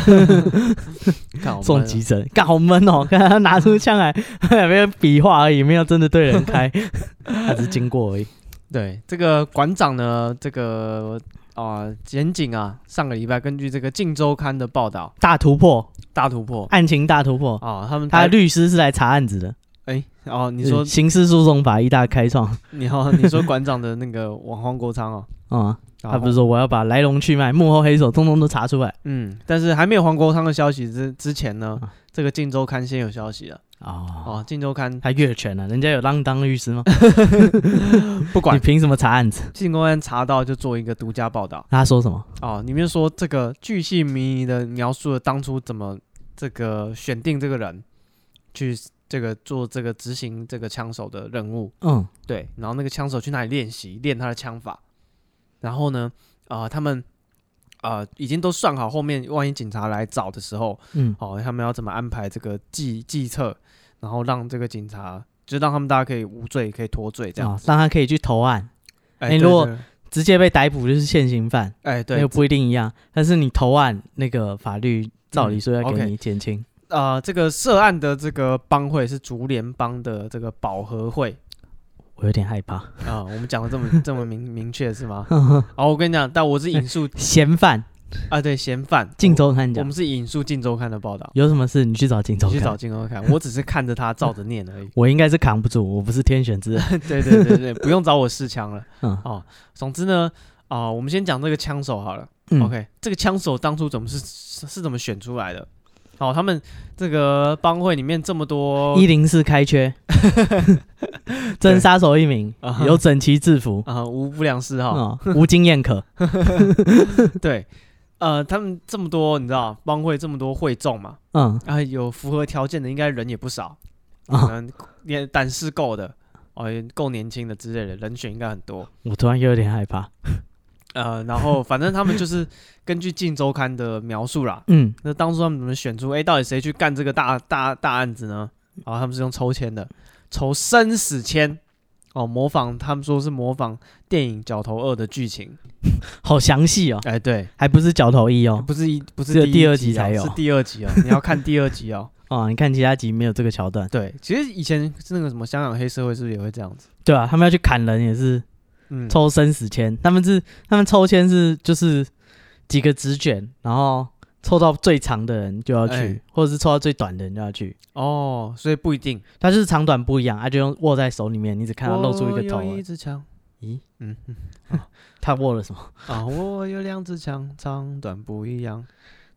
Speaker 2: 看我
Speaker 1: 送急诊，干好闷哦！ 看他拿出枪来， 没有比划而已，没有真的对人 开，他只是经过而已。
Speaker 2: 对，这个馆长呢，这个啊、检警啊，上个礼拜根据这个《镜周刊》的报道，
Speaker 1: 大突破，
Speaker 2: 大突破
Speaker 1: 案情大突破。
Speaker 2: 啊、他们
Speaker 1: 他
Speaker 2: 台
Speaker 1: 的律师是来查案子的。
Speaker 2: 哎哦，你说
Speaker 1: 嗯刑事诉讼法一大开创啊、
Speaker 2: 你好，你说馆长的那个网黄国昌哦，
Speaker 1: 嗯他
Speaker 2: 啊
Speaker 1: 不是说我要把来龙去脉、幕后黑手通通都查出来
Speaker 2: 嗯，但是还没有黄国昌的消息之之前呢
Speaker 1: 啊，
Speaker 2: 这个《镜周刊》先有消息了
Speaker 1: 哦。
Speaker 2: 哦，《镜 周刊》
Speaker 1: 他越权了、人家有当当律师吗？
Speaker 2: 不
Speaker 1: 你
Speaker 2: 管《
Speaker 1: 凭什么查案子？
Speaker 2: 镜周刊》查到就做一个独家报道
Speaker 1: 他说什么？
Speaker 2: 哦，里面说这个巨细靡遗的描述了当初怎么这个选定这个人去这个做这个执行这个枪手的任务，
Speaker 1: 嗯，
Speaker 2: 对，然后那个枪手去那里练习练他的枪法，然后呢，啊，他们啊已经都算好后面万一警察来找的时候，
Speaker 1: 嗯，
Speaker 2: 哦，他们要怎么安排这个计计策，然后让这个警察，就让他们大家可以无罪，可以脱罪这样
Speaker 1: 啊，
Speaker 2: 子。
Speaker 1: 让他可以去投案，哎
Speaker 2: 哎、对
Speaker 1: 如果
Speaker 2: 对
Speaker 1: 直接被逮捕就是现行犯，
Speaker 2: 哎
Speaker 1: 那
Speaker 2: 对
Speaker 1: 个，不一定一样。但是你投案，那个法律照理说要给
Speaker 2: 嗯 OK
Speaker 1: 你减轻。
Speaker 2: 啊，这个涉案的这个帮会是竹联帮的这个保和会
Speaker 1: 我有点害怕。
Speaker 2: 啊、我们讲的这么这么明明确是吗？好，我跟你讲，但我是引述
Speaker 1: 嫌犯，
Speaker 2: 啊，对，嫌 犯
Speaker 1: 镜周刊
Speaker 2: 我，我
Speaker 1: 讲
Speaker 2: 们是引述《镜周刊》的报道，
Speaker 1: 有什么事你去找镜周
Speaker 2: 你去
Speaker 1: 刊。。
Speaker 2: 找《镜周刊》，我只是看着他照着念而已
Speaker 1: 我应该是扛不住，我不是天选之人。
Speaker 2: 对对对对，不用找我试枪了。
Speaker 1: 嗯
Speaker 2: 哦，总之呢，啊、我们先讲这个枪手好了。
Speaker 1: 嗯
Speaker 2: OK，这个枪手当初怎么是是是怎么选出来的？哦，他们这个帮会里面这么多
Speaker 1: 一零四开 缺，真杀手一名
Speaker 2: 啊哈，
Speaker 1: 有整齐制服，
Speaker 2: 啊、无不良嗜好，
Speaker 1: 啊，无经验可。
Speaker 2: 对，呃，他们这么多，你知道帮会这么多会众嘛？
Speaker 1: 嗯
Speaker 2: 啊，有符合条件的，应该人也不少，
Speaker 1: 啊，
Speaker 2: 嗯，也胆识够的，哦，也够年轻的之类的人选应该很多。
Speaker 1: 我突然又有点害怕。
Speaker 2: 呃，然后反正他们就是 根据《镜周刊》的描述啦，
Speaker 1: 嗯，
Speaker 2: 那当初他们怎么选出？哎、到底谁去干这个大大大案子呢？然后他们是用抽签的，抽生死签。哦，模仿他们说是模仿电影《角头二》的剧情。
Speaker 1: 好详细哦，
Speaker 2: 哎、对，
Speaker 1: 还不是脚头一哦。
Speaker 2: 不是一不是
Speaker 1: 只有
Speaker 2: 一
Speaker 1: 第二
Speaker 2: 集
Speaker 1: 集才
Speaker 2: 哦
Speaker 1: 有
Speaker 2: 是第二 集哦，你要看第二集哦。
Speaker 1: 哦，你看其他集没有这个桥段。
Speaker 2: 对，其实以前是那个什么香港黑社会是不是也会这样子？
Speaker 1: 对啊，他们要去砍人也是
Speaker 2: 嗯，
Speaker 1: 抽生死签，他们是他们抽签是就是几个纸卷，然后抽到最长的人就要
Speaker 2: 哎
Speaker 1: 去，或者是抽到最短的人就要去。
Speaker 2: 哦，所以不一定。
Speaker 1: 它就是长短不一样，它啊就用握在手里面，你只看它露出一个头
Speaker 2: 我哦有
Speaker 1: 而
Speaker 2: 一啊
Speaker 1: 已。
Speaker 2: 支枪。
Speaker 1: 咦，
Speaker 2: 嗯嗯
Speaker 1: 它握了什么？
Speaker 2: 啊，我有两支枪，长短不一样。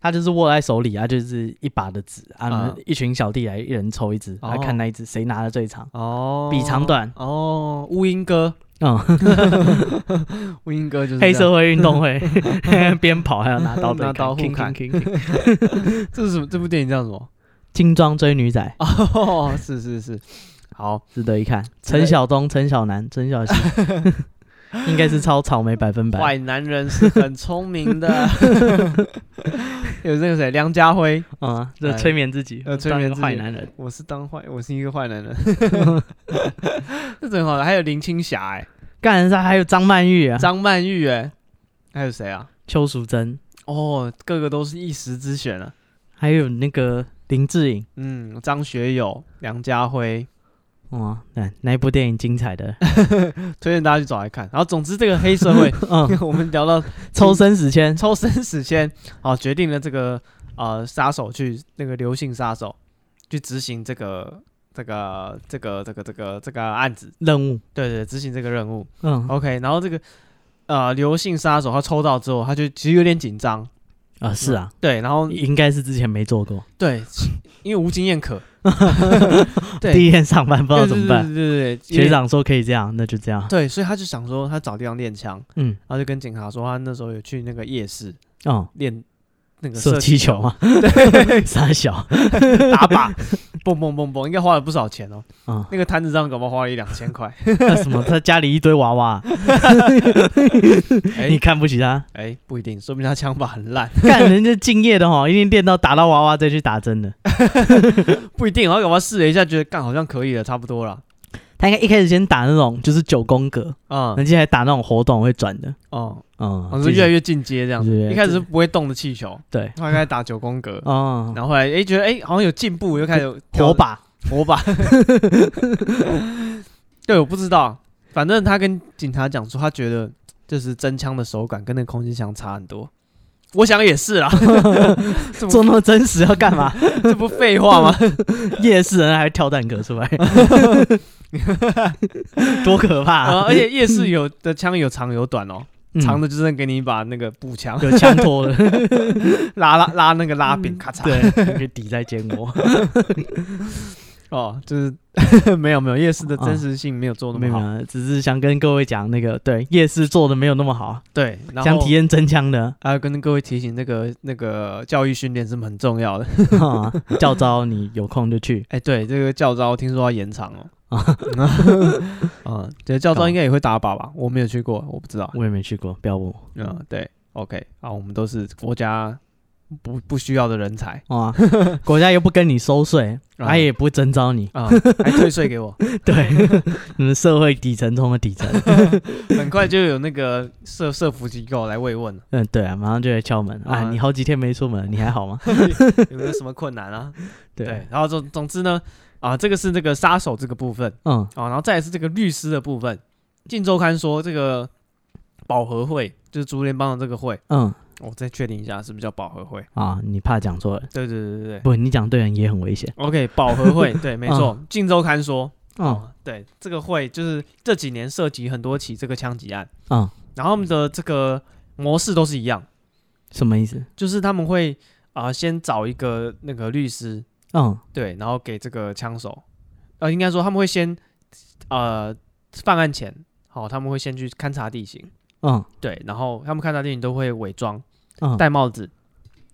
Speaker 1: 它就是握在手里，它就是一把的纸啊，
Speaker 2: 啊
Speaker 1: 一群小弟来，一人抽一支，
Speaker 2: 哦
Speaker 1: 来看那一支谁拿的最长，
Speaker 2: 哦，
Speaker 1: 比长短。
Speaker 2: 哦，乌蝇 哥，
Speaker 1: 嗯，
Speaker 2: 乌蝇哥就 是
Speaker 1: 黑
Speaker 2: 这样
Speaker 1: 社会运动会 边跑还要拿刀对
Speaker 2: 拿刀互砍
Speaker 1: 叮叮叮 叮
Speaker 2: 这是什么？这部电影叫什 么？
Speaker 1: 精装追女仔，
Speaker 2: 哦，是是是，好，
Speaker 1: 值得一看。
Speaker 2: 值得
Speaker 1: 陈晓东、陈晓南、陈晓希，应该是超草莓百分百。
Speaker 2: 坏男人是很聪明 的。有那个谁，梁家辉，
Speaker 1: 啊，这催眠自己，
Speaker 2: 呃催眠自己
Speaker 1: 当个坏男人。
Speaker 2: 我是当坏，我是一个坏男人， 这真好。还有林青霞、哎，
Speaker 1: 干人上还有张曼玉啊，
Speaker 2: 张曼玉、哎，还有谁啊？
Speaker 1: 邱淑贞，
Speaker 2: 哦，个个都是一时之选啊。
Speaker 1: 还有那个林志颖。
Speaker 2: 嗯，张学友、梁家辉，
Speaker 1: 哇，哦那那一部电影精彩 的，
Speaker 2: 推荐大家去找来看。然后，总之这个黑社 会，
Speaker 1: 嗯，
Speaker 2: 我们聊到
Speaker 1: 抽生死签，
Speaker 2: 抽生死签，好、决定了这个呃杀手去那个刘姓杀手去执行这个这个这个这个这个这个案子，
Speaker 1: 任务，
Speaker 2: 对对，执行这个任务。
Speaker 1: 嗯
Speaker 2: OK，然后这个呃刘姓杀手他抽到之后，他就其实有点紧张，
Speaker 1: 啊，是啊，
Speaker 2: 对，然后
Speaker 1: 应该是之前没做过，
Speaker 2: 对，因为无经验 可，对，
Speaker 1: 第一天上班不知道
Speaker 2: 对
Speaker 1: 怎么
Speaker 2: 对
Speaker 1: 办。
Speaker 2: 对对对，对
Speaker 1: 学，长说可以这样，那就这样。
Speaker 2: 对，所以他就想说他找地方练枪。
Speaker 1: 嗯，
Speaker 2: 然后就跟警察说，他那时候有去那个夜市
Speaker 1: 哦，
Speaker 2: 练那个
Speaker 1: 射
Speaker 2: 气
Speaker 1: 气球嘛， 傻小，
Speaker 2: 打靶，蹦蹦蹦蹦，应该花了不少钱哦。
Speaker 1: 嗯，
Speaker 2: 那个摊子上搞不好花了一两千 块。
Speaker 1: 那什么，他家里一堆娃娃，
Speaker 2: 哎
Speaker 1: 你看不起他？
Speaker 2: 哎，不一定，说不定他枪法很烂，
Speaker 1: 干人家敬业的哈，一定练到打到娃娃再去打针的。
Speaker 2: 不一定。然后搞不好试了一下，觉得干好像可以了，差不多了。
Speaker 1: 他应该一开始先打那种就是九宫格，
Speaker 2: 嗯
Speaker 1: 那接下来打那种活动会转的，
Speaker 2: 哦，
Speaker 1: 嗯，
Speaker 2: 我说越来越进阶这啊样
Speaker 1: 对
Speaker 2: 子。
Speaker 1: 对
Speaker 2: 一开始是不会动的气球，
Speaker 1: 对，
Speaker 2: 后来开始打九宫格，
Speaker 1: 哦，
Speaker 2: 然后后来哎觉得哎好像有进步，又开始
Speaker 1: 火把
Speaker 2: 火把。 对，我不知道，反正他跟警察讲说，他觉得就是真枪的手感跟那个空气枪差很多。我想也 是啦，这
Speaker 1: 做那
Speaker 2: 不
Speaker 1: 么真实要干 嘛？
Speaker 2: 这不废话吗？
Speaker 1: 夜市人还会跳蛋壳 出来，多可怕、
Speaker 2: 啊
Speaker 1: 啊！
Speaker 2: 而且夜市有的枪有长有短哦，
Speaker 1: 嗯
Speaker 2: 长的就是给你一把那个步枪，
Speaker 1: 有枪托的，
Speaker 2: 拉拉拉那个拉柄，咔嚓。
Speaker 1: 对，可以抵在肩窝。
Speaker 2: 哦，就是 没有没有夜市的真实性没有做那
Speaker 1: 啊没有
Speaker 2: 么好。
Speaker 1: 没有，只是想跟各位讲那个，对，夜市做的没有那么好，
Speaker 2: 对，然
Speaker 1: 想
Speaker 2: 后
Speaker 1: 体验真枪的，
Speaker 2: 还有跟各位提醒，那个那个教育训练是很 重要的。
Speaker 1: 啊教招你有空就去。
Speaker 2: 哎，对，这个教招听说要延长哦。 啊，这个教招应该也会打靶吧？我没有去过，我不知道。
Speaker 1: 我也没去过，不要问我。
Speaker 2: 嗯，对，OK，啊，我们都是国家不不需要的人才
Speaker 1: 啊， 国家又不跟你收税，
Speaker 2: 嗯
Speaker 1: 他也不会征召 你。
Speaker 2: 啊，还退税给我，
Speaker 1: 对， 你们社会底层中的底层。
Speaker 2: 很快就有那个社社服机构来慰问了，
Speaker 1: 嗯，对啊，马上就来敲门啊！
Speaker 2: 嗯
Speaker 1: 你好几天没出门，你还好吗？
Speaker 2: 有没有什么困难啊？
Speaker 1: 对
Speaker 2: 对，，然后总总之呢，啊，这个是这个杀手这个部分
Speaker 1: 嗯
Speaker 2: 啊，然后再来是这个律师的部分。《镜周刊》说这个保和会就是竹联帮的这个会，哦
Speaker 1: 嗯
Speaker 2: 我再确定一下是不是叫保和会？
Speaker 1: 啊，你怕讲错了。
Speaker 2: 对对对对对。
Speaker 1: 不，你讲对人也很危险。
Speaker 2: OK，保和会对，没错，《镜周刊》说，
Speaker 1: 嗯
Speaker 2: 哦，对，这个会就是这几年涉及很多起这个枪击案，
Speaker 1: 嗯，
Speaker 2: 然后他们的这个模式都是一样，
Speaker 1: 什么意思？
Speaker 2: 就是他们会啊、先找一个那个律师，
Speaker 1: 嗯
Speaker 2: 对，然后给这个枪手，呃，应该说他们会先呃犯案前，好、他们会先去勘察地形，
Speaker 1: 嗯
Speaker 2: 对，然后他们勘察地形都会伪装，
Speaker 1: 嗯，
Speaker 2: 戴帽子、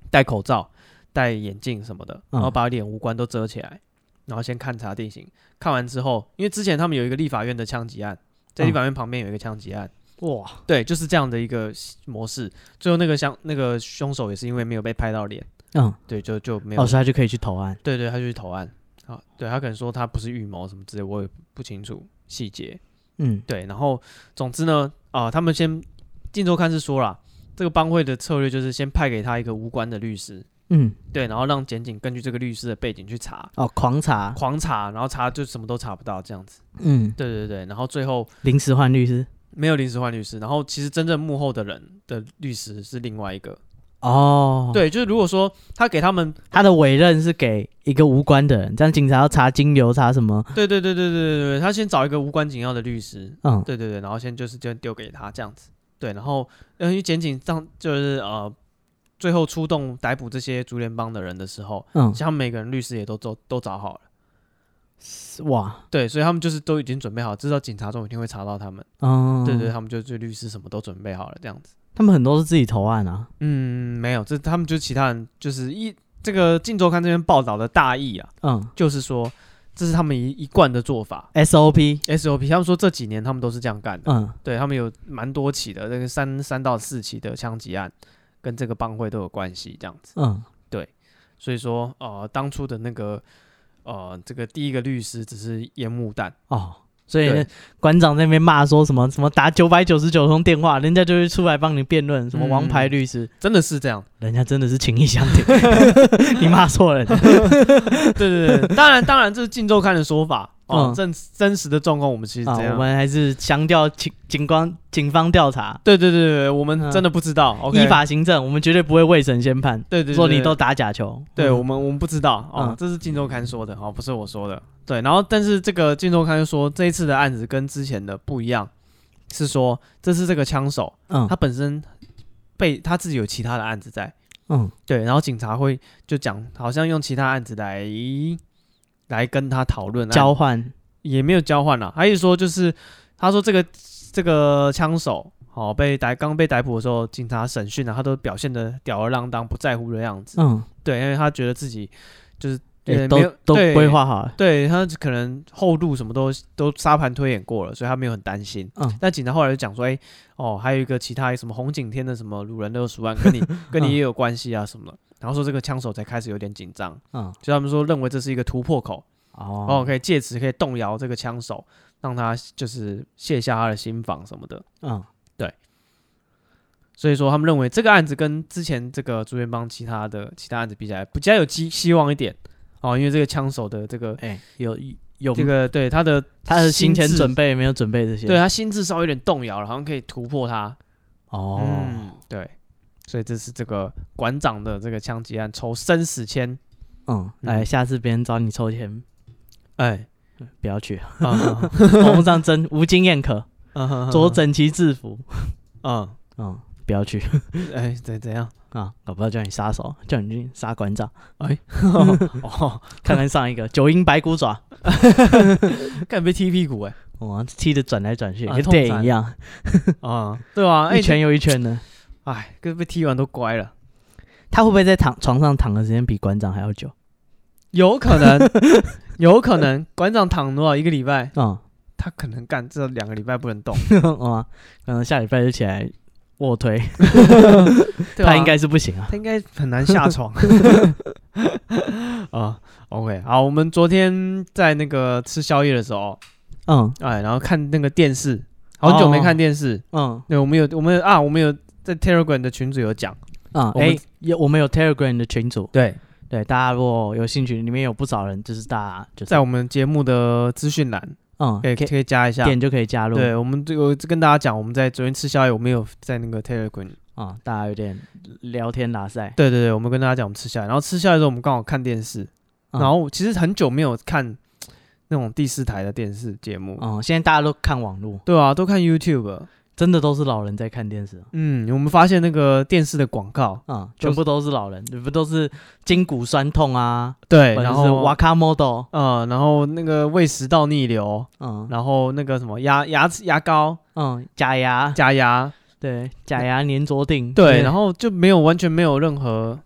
Speaker 2: 戴口罩、戴眼镜什么的，然后
Speaker 1: 嗯
Speaker 2: 把脸无关都遮起来，然后先勘察地形。看完之后，因为之前他们有一个立法院的枪击案，在立
Speaker 1: 嗯
Speaker 2: 法院旁边有一个枪击案，
Speaker 1: 哇，
Speaker 2: 对，就是这样的一个模式。最后那个枪那个凶手也是因为没有被拍到脸，
Speaker 1: 嗯，
Speaker 2: 对，就就没有，
Speaker 1: 哦，所以他就可以去投案。
Speaker 2: 对对，他就去投案。啊，对他可能说他不是预谋什么之类，我也不清楚细节。
Speaker 1: 嗯
Speaker 2: 对，然后总之呢，啊、他们先《镜周刊》是说了，这个帮会的策略就是先派给他一个无关的律师，
Speaker 1: 嗯，
Speaker 2: 对，然后让检警根据这个律师的背景去查，
Speaker 1: 哦，狂查，
Speaker 2: 狂查，然后查就什么都查不到这样子。
Speaker 1: 嗯，
Speaker 2: 对对对，然后最后
Speaker 1: 临时换律师。
Speaker 2: 没有临时换律师，然后其实真正幕后的人的律师是另外一个。
Speaker 1: 哦，，
Speaker 2: 对，就是如果说他给他们，
Speaker 1: 他的委任是给一个无关的人，这样警察要查金流，查什么？
Speaker 2: 对对对对对对对，他先找一个无关紧要的律师，
Speaker 1: 嗯
Speaker 2: 对对对，然后先就是就丢给他这样子。对，然后呃因为检警上就是呃，最后出动逮捕这些竹联帮的人的时候，
Speaker 1: 嗯，
Speaker 2: 像每个人律师也都都都找好了。
Speaker 1: 哇，
Speaker 2: 对，所以他们就是都已经准备好，知道警察总有一天会查到他们。
Speaker 1: 嗯，
Speaker 2: 对对，，他们就就律师什么都准备好了这样子。
Speaker 1: 他们很多是自己投案啊。
Speaker 2: 嗯，没有，这他们就其他人就是一这个《镜周刊》这边报道的大意啊，
Speaker 1: 嗯
Speaker 2: 就是说这是他们一一贯的做法。
Speaker 1: SOP，
Speaker 2: SOP，他们说这几年他们都是这样干的，
Speaker 1: 嗯
Speaker 2: 对他们有蛮多起的，那个三三到四起的枪击案，跟这个帮会都有关系，这样子。
Speaker 1: 嗯
Speaker 2: 所以说，呃，当初的那个，呃，这个第一个律师只是烟幕弹，
Speaker 1: 哦。所以
Speaker 2: 对
Speaker 1: 呢馆长那边骂说什么什么打九百九十九通电话，人家就会出来帮你辩论，
Speaker 2: 嗯
Speaker 1: 什么王牌律师，
Speaker 2: 真的是这样。
Speaker 1: 人家真的是情义相挺， 你骂错人。
Speaker 2: 对对对，当然当然这是《晋周刊》的 说法哦，
Speaker 1: 嗯
Speaker 2: 真真实的状况我们其实
Speaker 1: 啊，
Speaker 2: 这样。
Speaker 1: 我们还是强调警警官警方调查，
Speaker 2: 对对对对对，我们
Speaker 1: 嗯
Speaker 2: 真的不知道。OK
Speaker 1: 依，法行政，我们绝对不会未审先判。
Speaker 2: 对对对，
Speaker 1: 说
Speaker 2: 对
Speaker 1: 你都打假球，
Speaker 2: 对
Speaker 1: 嗯
Speaker 2: 我们，我们不知道哦，
Speaker 1: 嗯
Speaker 2: 这是《金周刊》说的哦，不是我说的。对，然后但是这个《金周刊》说这一次的案子跟之前的不一样，是说这是这个枪手
Speaker 1: 嗯
Speaker 2: 他本身被他自己有其他的案子在，
Speaker 1: 嗯
Speaker 2: 对，然后警察会就讲，好像用其他案子来来跟他讨论案
Speaker 1: 交换，
Speaker 2: 也没有交换了，还是说就是他说这个这个枪手哦被逮刚被逮捕的时候，警察审讯啊，他都表现的吊儿郎当，不在乎的样子。
Speaker 1: 嗯，
Speaker 2: 对，因为他觉得自己就是
Speaker 1: 也
Speaker 2: 呃
Speaker 1: 都
Speaker 2: 没有
Speaker 1: 都
Speaker 2: 对
Speaker 1: 规划好了，
Speaker 2: 对他可能后路什么都都沙盘推演过了，所以他没有很担心。
Speaker 1: 嗯
Speaker 2: 但警察后来就讲说，哎、哦，还有一个其他什么红景天的什么掳人六十万， 跟你跟
Speaker 1: 嗯
Speaker 2: 你也有关系啊什么的。然后说这个枪手才开始有点紧张，
Speaker 1: 嗯
Speaker 2: 所以他们说认为这是一个突破口，哦，
Speaker 1: 哦，
Speaker 2: 可以借此可以动摇这个枪手，让他就是卸下他的心防什么的。
Speaker 1: 嗯
Speaker 2: 所以说他们认为这个案子跟之前这个朱元邦其他的其他案子比起来，比较有希希望一点哦，因为这个枪手的这个
Speaker 1: 哎，有有
Speaker 2: 这个对他的
Speaker 1: 他的行前
Speaker 2: 心智
Speaker 1: 准备没有准备这些，
Speaker 2: 对啊他心智稍微有点动摇了，好像可以突破他。
Speaker 1: 哦，
Speaker 2: 嗯，对，所以这是这个馆长的这个枪击案抽生死签。
Speaker 1: 嗯，来，下次别人找你抽签，
Speaker 2: 哎，
Speaker 1: 不要 去，
Speaker 2: 啊
Speaker 1: 网络上争无经验可，
Speaker 2: 嗯
Speaker 1: 着整齐制服，
Speaker 2: 嗯，
Speaker 1: 嗯，不要去
Speaker 2: 哎，怎怎样？
Speaker 1: 啊，搞不好叫你杀手，叫你去杀馆长，
Speaker 2: 哎 哦，
Speaker 1: 看看上一 个九阴白骨爪，
Speaker 2: 看被踢屁股哎。
Speaker 1: 哇，踢的转来转去，
Speaker 2: 啊
Speaker 1: 跟
Speaker 2: 痛
Speaker 1: 电影
Speaker 2: 惨
Speaker 1: 一样，
Speaker 2: 啊，对啊，哎
Speaker 1: 一，圈又一圈的。
Speaker 2: 哎，跟被踢完都乖了，
Speaker 1: 他会不会在躺床上躺的时间比馆长还要久？
Speaker 2: 有可能，有可能，馆长躺多少一个礼拜，
Speaker 1: 嗯，
Speaker 2: 他可能干这两个礼拜不能动，
Speaker 1: 哇，可能下礼拜就起来卧推，
Speaker 2: 对吧
Speaker 1: 他应 该是不行啊。
Speaker 2: 他应该很难下床。 啊、o k 好，我们昨天在那个吃宵夜的时候，
Speaker 1: 嗯
Speaker 2: 哎，然后看那个电视，好久没看电视。
Speaker 1: 嗯
Speaker 2: 对，我们有我们啊，我们有在 Telegram 的群组有讲，
Speaker 1: 嗯，
Speaker 2: 我
Speaker 1: 哎、
Speaker 2: 们
Speaker 1: 有我们有 Telegram 的群组，
Speaker 2: 对，
Speaker 1: 对大家如果有兴趣，里面有不少人，就是大家就是
Speaker 2: 在我们节目的资讯栏
Speaker 1: 嗯
Speaker 2: 可以可以加一下。
Speaker 1: 点就可以加入。
Speaker 2: 对，我们这个跟大家讲，我们在昨天吃宵夜，我们有在那个 Telegram。
Speaker 1: 啊、大家有点聊天拉塞。
Speaker 2: 对对对，我们跟大家讲我们吃宵夜，然后吃宵夜的时候我们刚好看电视，
Speaker 1: 嗯
Speaker 2: 然后其实很久没有看那种第四台的电视节目，
Speaker 1: 嗯，现在大家都看网络，
Speaker 2: 对啊，都看 YouTube 了。
Speaker 1: 真的都是老人在看电视啊、
Speaker 2: 嗯，我们发现那个电视的广告，
Speaker 1: 嗯，
Speaker 2: 就
Speaker 1: 全
Speaker 2: 是
Speaker 1: 部都是老人，不都是筋骨酸痛啊，
Speaker 2: 对
Speaker 1: 然
Speaker 2: 然
Speaker 1: 后
Speaker 2: 后
Speaker 1: Waka Model，
Speaker 2: 呃，然后那个胃食道逆流，
Speaker 1: 嗯
Speaker 2: 然后那个什么牙牙齿牙膏
Speaker 1: 嗯，假牙，
Speaker 2: 假牙，
Speaker 1: 对，假牙粘着定，
Speaker 2: 对，然
Speaker 1: 后
Speaker 2: 后就没有完全没有任何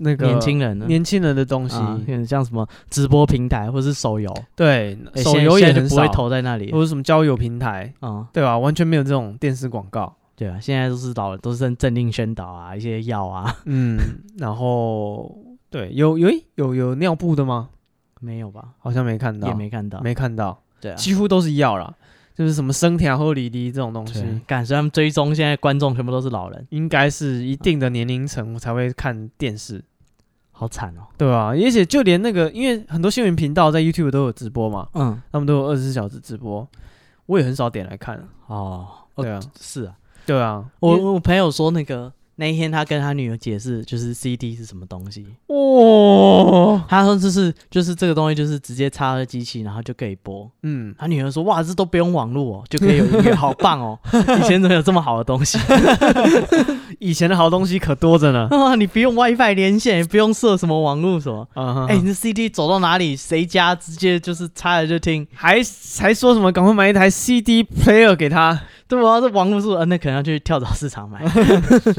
Speaker 2: 那个
Speaker 1: 年轻人呢，
Speaker 2: 年轻人的东西，
Speaker 1: 啊，有点像什么直播平台或是手游，
Speaker 2: 对，
Speaker 1: 哎
Speaker 2: 手
Speaker 1: 现在
Speaker 2: 游也
Speaker 1: 现在
Speaker 2: 很
Speaker 1: 就不
Speaker 2: 少
Speaker 1: 会，投在那里
Speaker 2: 或。者什么交友平台，
Speaker 1: 嗯，
Speaker 2: 对吧？完全没有这种电视广告。
Speaker 1: 对啊，现在都是老人，都是政令宣导啊，一些药啊，
Speaker 2: 嗯，然后对，有有诶有有尿布的吗？
Speaker 1: 没有吧？
Speaker 2: 好像没看到，
Speaker 1: 也没看到。
Speaker 2: 没看到，
Speaker 1: 对啊，
Speaker 2: 几乎都是药啦，就是什么啊生条和里里这种东
Speaker 1: 对啊
Speaker 2: 西，
Speaker 1: 感觉他们追踪现在观众全部都是老人，
Speaker 2: 应该是一定的年龄层才会看电视，
Speaker 1: 好惨哦。
Speaker 2: 对吧、而且就连那个，因为很多新闻频道在 YouTube 都有直播嘛，
Speaker 1: 嗯，
Speaker 2: 他们都有二十四小时直播，我也很少点来看。
Speaker 1: 哦，哦
Speaker 2: 对啊，
Speaker 1: 是啊，
Speaker 2: 对啊，因为
Speaker 1: 我我朋友说那个那一天他跟他女儿解释，就是 CD 是什么东西，
Speaker 2: 哦，
Speaker 1: 他说就是就是这个东西就是直接插了机器，然后就可以播。
Speaker 2: 嗯，
Speaker 1: 他女儿说：“哇，这都不用网络哦，就可以有音乐，好棒 哦！以前怎么有这么好的东西？
Speaker 2: 以前的好东西可多着呢。
Speaker 1: 啊，你不用 WiFi 连线，也不用设什么网络什么。
Speaker 2: 啊，
Speaker 1: 哎、你的 CD 走到哪里，谁家直接就是插了就听。
Speaker 2: 还还说什么赶快买一台 CD player 给他？
Speaker 1: 对啊，这网络是呃，那可能要去跳蚤市场 买，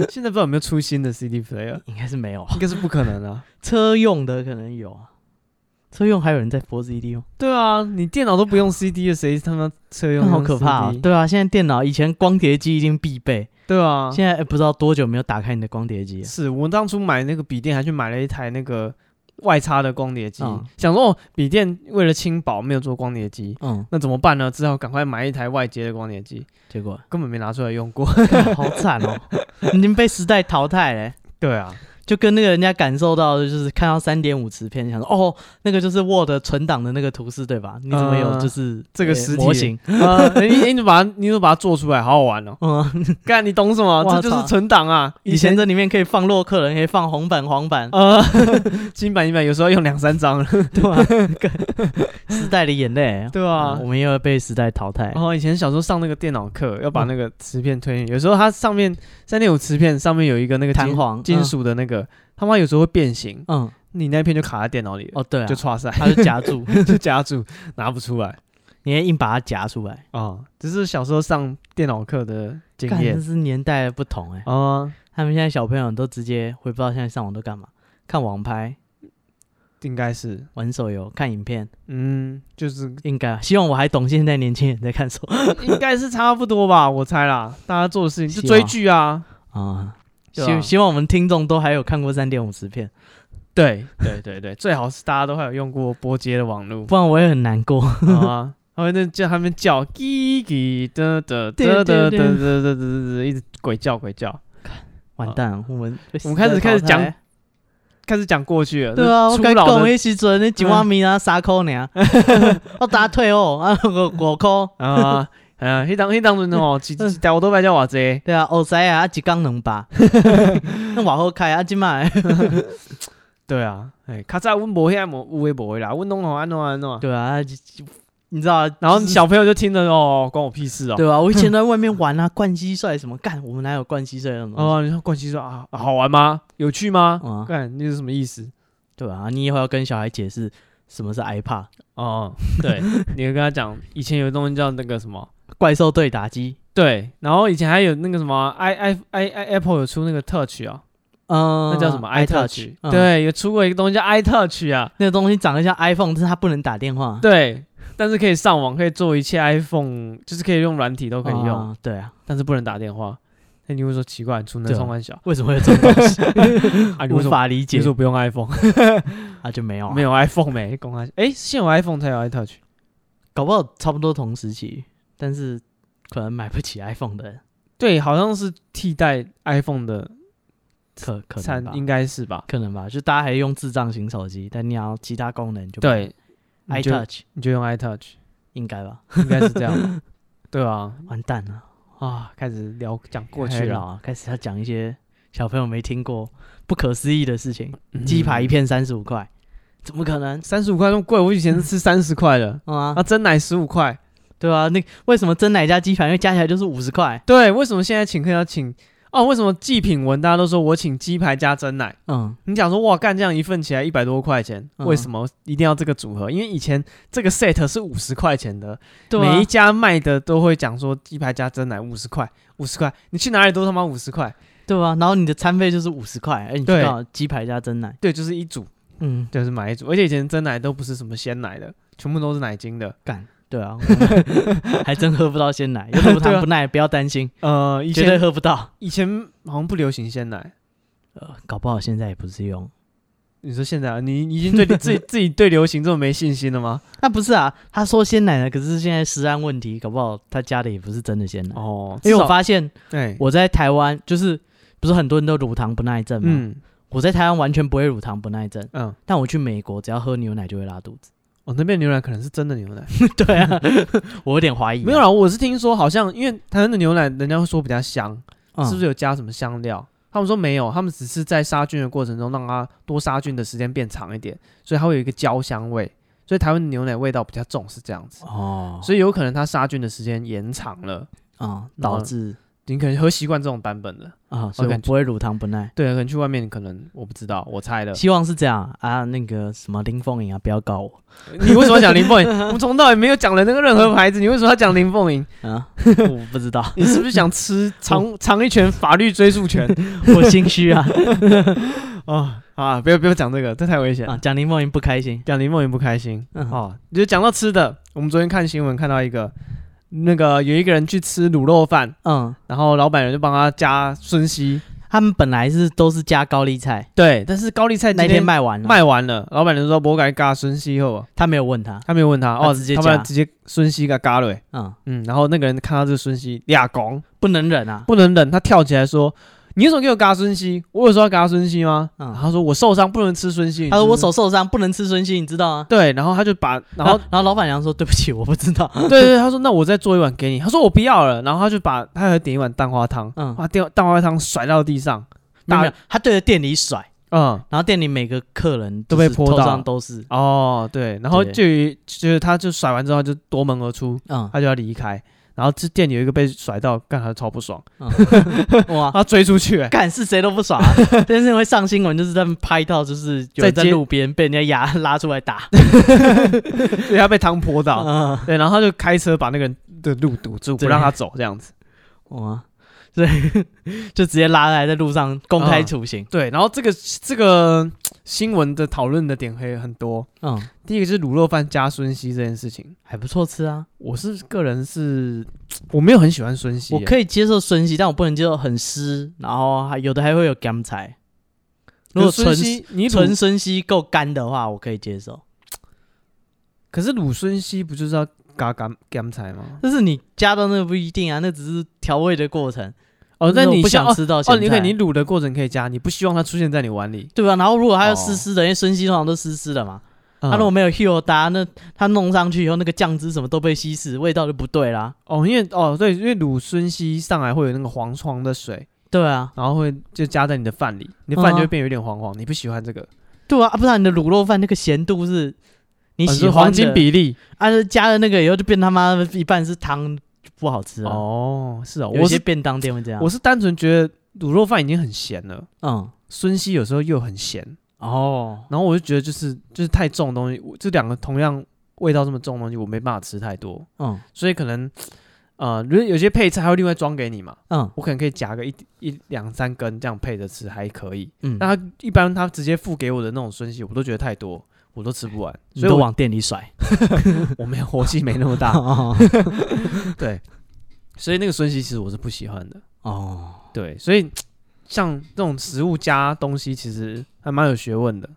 Speaker 2: 现在不知道有没有出新的 CD player，
Speaker 1: 应该是没有啊。
Speaker 2: 应该是不可能啊。
Speaker 1: 车用的可能有啊，车用还有人在播 CD 哦，
Speaker 2: 对啊，你电脑都不 用 CD 了，谁他妈车用
Speaker 1: 那好
Speaker 2: 用
Speaker 1: 可怕、啊。
Speaker 2: CD
Speaker 1: 对啊，现在电脑以前光碟机已经必备，
Speaker 2: 对啊，
Speaker 1: 现在、呃不知道多久没有打开你的光碟机了。
Speaker 2: 是我当初买那个笔电，还去买了一台那个外插的光碟机，
Speaker 1: 嗯
Speaker 2: 想说哦，笔电为了轻薄没有做光碟机，
Speaker 1: 嗯，
Speaker 2: 那怎么办呢？只好赶快买一台外接的光碟机，
Speaker 1: 结果
Speaker 2: 根本没拿出来 用过。
Speaker 1: 干好惨 哦，已经被时代淘汰嘞。
Speaker 2: 对啊，
Speaker 1: 就跟那个人家感受到的就是看到三点五磁片，想说哦，那个就是 Word 存档的那个图示对吧？你怎么有
Speaker 2: 嗯
Speaker 1: 就是
Speaker 2: 这个
Speaker 1: 呃
Speaker 2: 实体
Speaker 1: 模型？
Speaker 2: 啊，你你怎么把它你怎么把它做出来，好好玩哦！
Speaker 1: 嗯，
Speaker 2: 干，你懂什么？
Speaker 1: 哇
Speaker 2: 这就
Speaker 1: 操
Speaker 2: 是存档啊！
Speaker 1: 以前这里面可以放洛克人，可以放红版、黄版，
Speaker 2: 呃， 金版银版有时候用两三张了，
Speaker 1: 对吧？干 时代的眼泪，
Speaker 2: 啊对啊哦
Speaker 1: 嗯我。们又要被时代淘汰
Speaker 2: 然。后以前小时候上那个电脑课，要把那个磁片推进去，有时候它上面三点五磁片上面有一个那个金
Speaker 1: 弹簧
Speaker 2: 金，属的那个，他妈有时候会变形，
Speaker 1: 嗯，嗯
Speaker 2: 你那片就卡在电脑里了，
Speaker 1: 哦对啊
Speaker 2: 就，歘 塞，
Speaker 1: 它就夹住，
Speaker 2: 就夹住，拿不出来
Speaker 1: 你要硬把它夹出来。
Speaker 2: 啊。这是小时候上电脑课的经
Speaker 1: 干，这
Speaker 2: 验
Speaker 1: 是年代的不同哎，
Speaker 2: 啊，
Speaker 1: 他们现在小朋友都直接，我也不知道现在上网都干嘛，看网拍、
Speaker 2: 应该是，
Speaker 1: 玩手游、看影片，
Speaker 2: 嗯，就是
Speaker 1: 应该希望我还懂现在年轻人在 看什么
Speaker 2: 应该是差不多吧，我猜啦。大家做的事情就
Speaker 1: 希
Speaker 2: 追
Speaker 1: 望
Speaker 2: 剧啊，
Speaker 1: 啊。
Speaker 2: 对啊
Speaker 1: 希希望我们听众都还有看过三点五十片，
Speaker 2: 对对对对，最好是大家都还有用过波接的网络
Speaker 1: 不然我也很难过。
Speaker 2: 好啊。他们那叫他们叫叽叽的的的的的的的的，一直鬼叫鬼叫，
Speaker 1: 完蛋了，我们被
Speaker 2: 我们开始开始讲
Speaker 1: 淘汰
Speaker 2: 开始讲过去了。
Speaker 1: 对啊，我
Speaker 2: 初
Speaker 1: 该
Speaker 2: 老
Speaker 1: 讲
Speaker 2: 的
Speaker 1: 的时阵，你一碗面啊三块 尔， 我打退哦，啊五五块，
Speaker 2: 啊啊！迄当迄当阵吼，一一台我都买叫偌济，
Speaker 1: 对啊，学西啊，啊一工两 百，那偌好开啊，即摆
Speaker 2: 对啊，哎，较早阮无遐无有诶无诶啦，阮拢吼安怎安怎样，
Speaker 1: 对啊，啊就就你知道，
Speaker 2: 然后
Speaker 1: 就是
Speaker 2: 小朋友就听着哦，关我屁事哦。
Speaker 1: 对啊，我以前在外面玩啊，灌蟋蟀什么干，我们哪有灌蟋蟀那种东西？
Speaker 2: 哦，你说冠希说啊，好玩吗？有趣吗？
Speaker 1: 啊，
Speaker 2: 干，那是什么意思？
Speaker 1: 对啊，你以后要跟小孩解释什么是 iPad。
Speaker 2: 哦，对，你就跟他讲，以前有个东西叫那个什么，
Speaker 1: 怪兽对打机，
Speaker 2: 对，然后以前还有那个什么啊 i i i i Apple 有出那个 Touch 啊，
Speaker 1: 嗯，
Speaker 2: 那叫什么 i Touch？
Speaker 1: 嗯，
Speaker 2: 对，有出过一个东西叫 i Touch 啊，
Speaker 1: 那个东西长得像 iPhone，但是它不能打电话，
Speaker 2: 对，但是可以上网，可以做一切 iPhone，就是可以用软体都
Speaker 1: 不
Speaker 2: 可以用。
Speaker 1: 对啊，
Speaker 2: 但是不能打电话。那你会说奇怪，出能
Speaker 1: 对啊
Speaker 2: 冲关小
Speaker 1: 为什么会有这种东 西？
Speaker 2: 啊？你为什
Speaker 1: 无
Speaker 2: 么
Speaker 1: 法理
Speaker 2: 你
Speaker 1: 解
Speaker 2: 为什么不用 iPhone？
Speaker 1: 啊，就没有啊
Speaker 2: 没有 iPhone 没公开，哎，现有 iPhone 才有 iTouch
Speaker 1: 搞不好差不多同时期，但是可能买不起 iPhone 的人，
Speaker 2: 对，好像是替代 iPhone 的
Speaker 1: 可可
Speaker 2: 产
Speaker 1: 能吧，
Speaker 2: 应该是吧？
Speaker 1: 可能吧，就大家还用智障型手机，但你要其他功能就
Speaker 2: 对你就
Speaker 1: ，iTouch
Speaker 2: 你就用 iTouch，
Speaker 1: 应该吧？
Speaker 2: 应该是这 样。对啊，
Speaker 1: 完蛋了，
Speaker 2: 啊，开始聊讲过
Speaker 1: 开
Speaker 2: 去
Speaker 1: 始
Speaker 2: 了
Speaker 1: 老，啊，开始要讲一些小朋友没听过、不可思议的事情，
Speaker 2: 嗯
Speaker 1: 鸡排一片三十五块，怎么可能？。
Speaker 2: 三十五块那么贵，我以前是 吃三十块的
Speaker 1: 嗯啊
Speaker 2: 啊，，真奶十五块，
Speaker 1: 对啊，那为什么真奶加鸡排，因为加起来就是五十块？
Speaker 2: 对，为什么现在请客要请？哦，为什么祭品文大家都说我请鸡排加真奶？
Speaker 1: 嗯，
Speaker 2: 你讲说哇，干这样一份起来一百多块钱，
Speaker 1: 嗯
Speaker 2: 为什么一定要这个组合？因为以前这个 set 是五十块钱的，
Speaker 1: 对啊
Speaker 2: 每一家卖的都会讲说鸡排加真奶五十块，五十块，你去哪里都他妈五十块。
Speaker 1: 对啊，然后你的餐费就是五十块，哎而你知
Speaker 2: 对
Speaker 1: 道鸡排加真奶，
Speaker 2: 对，就是一组，
Speaker 1: 嗯，
Speaker 2: 就是买一组，而且以前真奶都不是什么鲜奶的，全部都是奶精的。
Speaker 1: 干，对 啊，我们还真喝不到鲜奶，有 什么
Speaker 2: 对
Speaker 1: 糖
Speaker 2: 啊
Speaker 1: 不耐，不要担心，
Speaker 2: 呃，以
Speaker 1: 绝对
Speaker 2: 前
Speaker 1: 喝不到。
Speaker 2: 以前好像不流行鲜奶。
Speaker 1: 呃，搞不好现在也不是用，
Speaker 2: 你说现在啊你你已经对自己自己对流行这么没信心了吗？
Speaker 1: 那不是啊，他说鲜奶呢，可是现在食安问题，搞不好他加的也不是真的鲜奶，
Speaker 2: 哦，
Speaker 1: 因为我
Speaker 2: 至少
Speaker 1: 发现
Speaker 2: 对，
Speaker 1: 我在台湾就是。不是很多人都乳糖不耐症吗？
Speaker 2: 嗯
Speaker 1: 我在台湾完全不会乳糖不耐症，
Speaker 2: 嗯，
Speaker 1: 但我去美国只要喝牛奶就会拉肚 子。
Speaker 2: 哦，那边牛奶可能是真的牛奶。
Speaker 1: 对啊，我有点怀疑啊、
Speaker 2: 没有啦，我是听说好像因为台湾的牛奶，人家会说比较香，
Speaker 1: 嗯
Speaker 2: 是不是有加什么香料？他们说没有，他们只是在杀菌的过程中让它多杀菌的时间变长一点，所以它会有一个焦香味。所以台湾的牛奶味道比较重，是这样子。
Speaker 1: 哦，
Speaker 2: 所以有可能它杀菌的时间延长了，
Speaker 1: 啊、导致
Speaker 2: 你可能喝习惯这种版本了。
Speaker 1: 啊、所以我
Speaker 2: 感觉
Speaker 1: 不会乳糖不耐。
Speaker 2: 对，可能去外面可能我不知道，我猜的。
Speaker 1: 希望是这样啊，那个什么林凤颖啊，不要告我
Speaker 2: 你为什么要讲林 凤营？我们从头到尾没有讲了那个任何牌子，你为什么要讲林凤营？
Speaker 1: 啊，我不知道，
Speaker 2: 你是不是想吃尝尝一拳法律追诉权？
Speaker 1: 我心虚啊。
Speaker 2: 啊、啊，不要不要讲这个，这太危险了
Speaker 1: 啊，。讲林梦莹不开心。
Speaker 2: 讲林梦莹不开心
Speaker 1: 嗯
Speaker 2: 哦，就讲到吃的，我们昨天看新闻看到一个，那个有一个人去吃卤肉饭，
Speaker 1: 嗯，
Speaker 2: 然后老板人就帮他加孙熙，
Speaker 1: 他们本来是都是加高丽菜，
Speaker 2: 对，但是高丽菜
Speaker 1: 那
Speaker 2: 今
Speaker 1: 哎天卖完了，
Speaker 2: 卖完了，老板人说不该加孙熙后，
Speaker 1: 他没有问他。
Speaker 2: 他没有问他，
Speaker 1: 他
Speaker 2: 哦，
Speaker 1: 直接
Speaker 2: 他
Speaker 1: 加
Speaker 2: 们直接孙熙给嘎了，
Speaker 1: 嗯，
Speaker 2: 嗯，然后那个人看到这个孙熙俩拱
Speaker 1: 不能忍啊。
Speaker 2: 不能忍，他跳起来说。你为什么给我嘎孙熙？我有说要嘎孙熙吗？
Speaker 1: 嗯
Speaker 2: 然后他说我受伤不能吃孙熙。
Speaker 1: 他说
Speaker 2: 你
Speaker 1: 我
Speaker 2: 是不
Speaker 1: 手受伤，不能吃孙熙，你知道吗
Speaker 2: 是？对，然后他就把然后
Speaker 1: 然后老板娘说对不起，我不知道。
Speaker 2: 对对，他说那我再做一碗给你。他说我不要了，然后他就把他还点一碗蛋花汤，
Speaker 1: 嗯
Speaker 2: 把蛋蛋花汤甩到地上，
Speaker 1: 没有，没有
Speaker 2: 大
Speaker 1: 他对着店里甩，
Speaker 2: 嗯，
Speaker 1: 然后店里每个客人
Speaker 2: 都被
Speaker 1: 就是
Speaker 2: 泼
Speaker 1: 头
Speaker 2: 到
Speaker 1: 上都是。
Speaker 2: 哦对，然后
Speaker 1: 对
Speaker 2: 就于就是他就甩完之后就夺门而出，
Speaker 1: 嗯，
Speaker 2: 他就要离开。然后这店里有一个被甩到，干他超不爽，
Speaker 1: 嗯哇，
Speaker 2: 他追出 去、欸，
Speaker 1: 干是谁都不爽、啊， 这件事情会上新闻，就是他们拍到就是有人
Speaker 2: 在
Speaker 1: 在
Speaker 2: 街
Speaker 1: 路边被人家压拉出来打。
Speaker 2: 对他被汤泼到，
Speaker 1: 嗯，
Speaker 2: 对，然后他就开车把那个人的路堵住，不
Speaker 1: 对
Speaker 2: 让他走，这样子。
Speaker 1: 哇，对， 就直接拉来在路上公开
Speaker 2: 嗯
Speaker 1: 处刑。
Speaker 2: 对，然后这个这个新闻的讨论的点还很多，
Speaker 1: 嗯，
Speaker 2: 第一个是卤肉饭加孙熙这件事情，
Speaker 1: 还不错吃啊，
Speaker 2: 我是个人是，我没有很喜欢孙熙耶，
Speaker 1: 我可以接受孙熙，但我不能接受很湿，然后还有的还会有干柴。如果
Speaker 2: 可是
Speaker 1: 纯
Speaker 2: 孙熙你
Speaker 1: 纯
Speaker 2: 卤，
Speaker 1: 孙熙够干的话，我可以接受。
Speaker 2: 可是卤孙熙不就是要嘎嘎干菜吗？
Speaker 1: 但是你加到那个不一定啊，那只是调味的过程。
Speaker 2: 哦，那
Speaker 1: 就是
Speaker 2: 你
Speaker 1: 我不
Speaker 2: 像
Speaker 1: 想吃到
Speaker 2: 哦，
Speaker 1: 咸
Speaker 2: 你
Speaker 1: 菜
Speaker 2: 可以你卤的过程可以加，你不希望它出现在你碗里。
Speaker 1: 对吧？啊然后如果它要
Speaker 2: 哦
Speaker 1: 湿湿的，因为孙熙通常都湿湿的嘛，
Speaker 2: 嗯
Speaker 1: 他如果没有 heal 搭，那他弄上去以后，那个酱汁什么都被稀释，味道就不对啦。
Speaker 2: 哦，因为哦对，因为卤孙熙上来会有那个黄黄的水，
Speaker 1: 对啊，
Speaker 2: 然后会就加在你的饭里，你的饭
Speaker 1: 嗯啊
Speaker 2: 就会变有点黄黄，你不喜欢这个，
Speaker 1: 对啊，啊不然你的卤肉饭那个咸度是你
Speaker 2: 哦
Speaker 1: 喜
Speaker 2: 是
Speaker 1: 欢的
Speaker 2: 黄金，比例
Speaker 1: 啊加了那个以后就变他妈一半是汤，就不好吃了。
Speaker 2: 哦，是哦，
Speaker 1: 有
Speaker 2: 我
Speaker 1: 一些
Speaker 2: 是
Speaker 1: 便当店会这样。
Speaker 2: 我是单纯觉得卤肉饭已经很咸了，
Speaker 1: 嗯
Speaker 2: 孙熙有时候又很咸，
Speaker 1: 哦，
Speaker 2: 然后我就觉得就是就是太重的东西，我这两个同样味道这么重的东西，我没办法吃太多，
Speaker 1: 嗯
Speaker 2: 所以可能呃，如果有些配菜还会另外装给你嘛，
Speaker 1: 嗯
Speaker 2: 我可能可以夹个一一两三根这样配着吃还可以。
Speaker 1: 嗯，
Speaker 2: 那他一般他直接付给我的那种孙喜，我都觉得太多，我都吃不完，
Speaker 1: 你
Speaker 2: 所以
Speaker 1: 都
Speaker 2: 我啊
Speaker 1: 往店里甩。
Speaker 2: 我没有火气没那 么大，
Speaker 1: 哦
Speaker 2: 对，所以那个孙喜其实我是不喜欢的，
Speaker 1: 哦，
Speaker 2: 对，所以像这种食物加东西其实还蛮有学问的，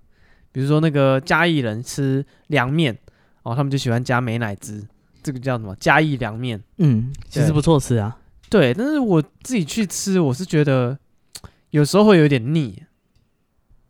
Speaker 2: 比如说那个嘉义人吃凉面，哦，他们就喜欢加美乃滋，这个叫什么嘉义凉面。
Speaker 1: 嗯，其实
Speaker 2: 对
Speaker 1: 不错吃啊。
Speaker 2: 对，但是我自己去吃，我是觉得有时候会有点腻。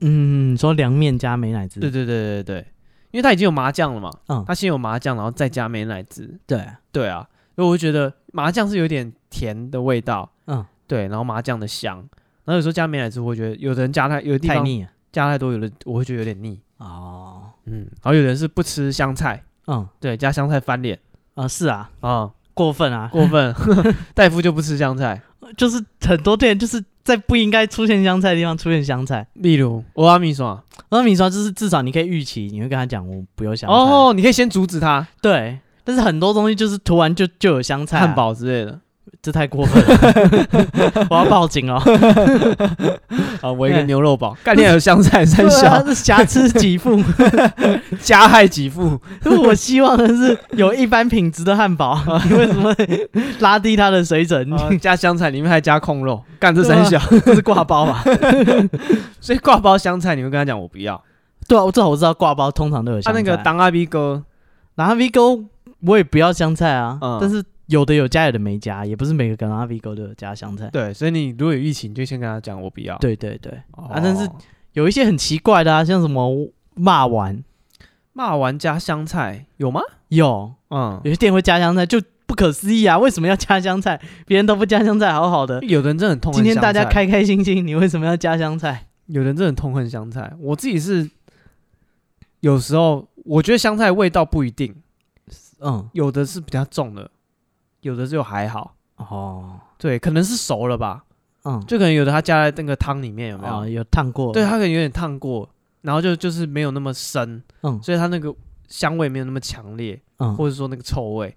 Speaker 1: 嗯，说凉面加美乃滋。
Speaker 2: 对对对对对，因为它已经有麻酱了嘛，
Speaker 1: 嗯
Speaker 2: 它先有麻酱，然后再加美乃滋。
Speaker 1: 对，
Speaker 2: 对啊，所以我就觉得麻酱是有点甜的味道，
Speaker 1: 嗯，
Speaker 2: 对，然后麻酱的香，然后有时候加美乃滋，我会觉得有的人加太有的地
Speaker 1: 太
Speaker 2: 方
Speaker 1: 腻了。
Speaker 2: 加太多，有的我会觉得有点腻。
Speaker 1: 哦，
Speaker 2: 嗯，然后有的人是不吃香菜，
Speaker 1: 嗯
Speaker 2: 对，加香菜翻脸
Speaker 1: 啊是啊，
Speaker 2: 啊、
Speaker 1: 过分啊，
Speaker 2: 过分。 大夫就不吃香菜，
Speaker 1: 就是很多店就是在不应该出现香菜的地方出现香菜。
Speaker 2: 例如欧阿米爽。
Speaker 1: 那米说就是至少你可以预期，你会跟他讲我不用香菜。哦，
Speaker 2: 哦，你可以先阻止他
Speaker 1: 对。但是很多东西就是涂完就就有香菜、啊
Speaker 2: 汉，堡之类的。
Speaker 1: 这太过分了， 我要报警哦！
Speaker 2: 啊，我一
Speaker 1: 哎
Speaker 2: 个牛肉堡，概念有香菜三
Speaker 1: 对啊
Speaker 2: 小，
Speaker 1: 这瑕疵极 富，
Speaker 2: 加害给付，
Speaker 1: 就是我希望的是有一般品质的汉 堡，你为什么会拉低它的水准？
Speaker 2: 啊加香菜，里面还加控肉，干这
Speaker 1: 对啊
Speaker 2: 三小，
Speaker 1: 这是挂包吧？
Speaker 2: 所以挂包香菜，你会跟他讲我不要。
Speaker 1: 对啊，我至少我知道挂包通常都有
Speaker 2: 他
Speaker 1: 香菜。啊
Speaker 2: 那个当阿 B 哥，
Speaker 1: 拿 V 勾我也不要香菜啊，
Speaker 2: 嗯
Speaker 1: 但是有的有加，有的没加，也不是每个跟拿 V 勾都有加香菜。
Speaker 2: 对，所以你如果有疫情，你就先跟他讲我不要。
Speaker 1: 对对对，
Speaker 2: 哦，
Speaker 1: 啊但是有一些很奇怪的啊，像什么骂丸，
Speaker 2: 骂完加香菜有吗？
Speaker 1: 有
Speaker 2: 嗯，
Speaker 1: 有些店会加香菜，就不可思议啊！为什么要加香菜？别人都不加香菜，好 好的。
Speaker 2: 有的人真的很痛恨
Speaker 1: 今
Speaker 2: 香菜。
Speaker 1: 天大家，开开心心，你为什么要加香菜？
Speaker 2: 有的人真的很痛恨香菜。我自己是有时候我觉得香菜味道不一定，
Speaker 1: 嗯，
Speaker 2: 有的是比较重的，有的就还好。
Speaker 1: 哦，
Speaker 2: 对，可能是熟了吧。
Speaker 1: 嗯，
Speaker 2: 就可能有的它加在那个汤里面有没有？
Speaker 1: 啊，有烫过，
Speaker 2: 对，它可能有点烫过，然后就就是没有那么深，
Speaker 1: 嗯
Speaker 2: 所以它那个香味没有那么强烈，
Speaker 1: 嗯
Speaker 2: 或者说那个臭味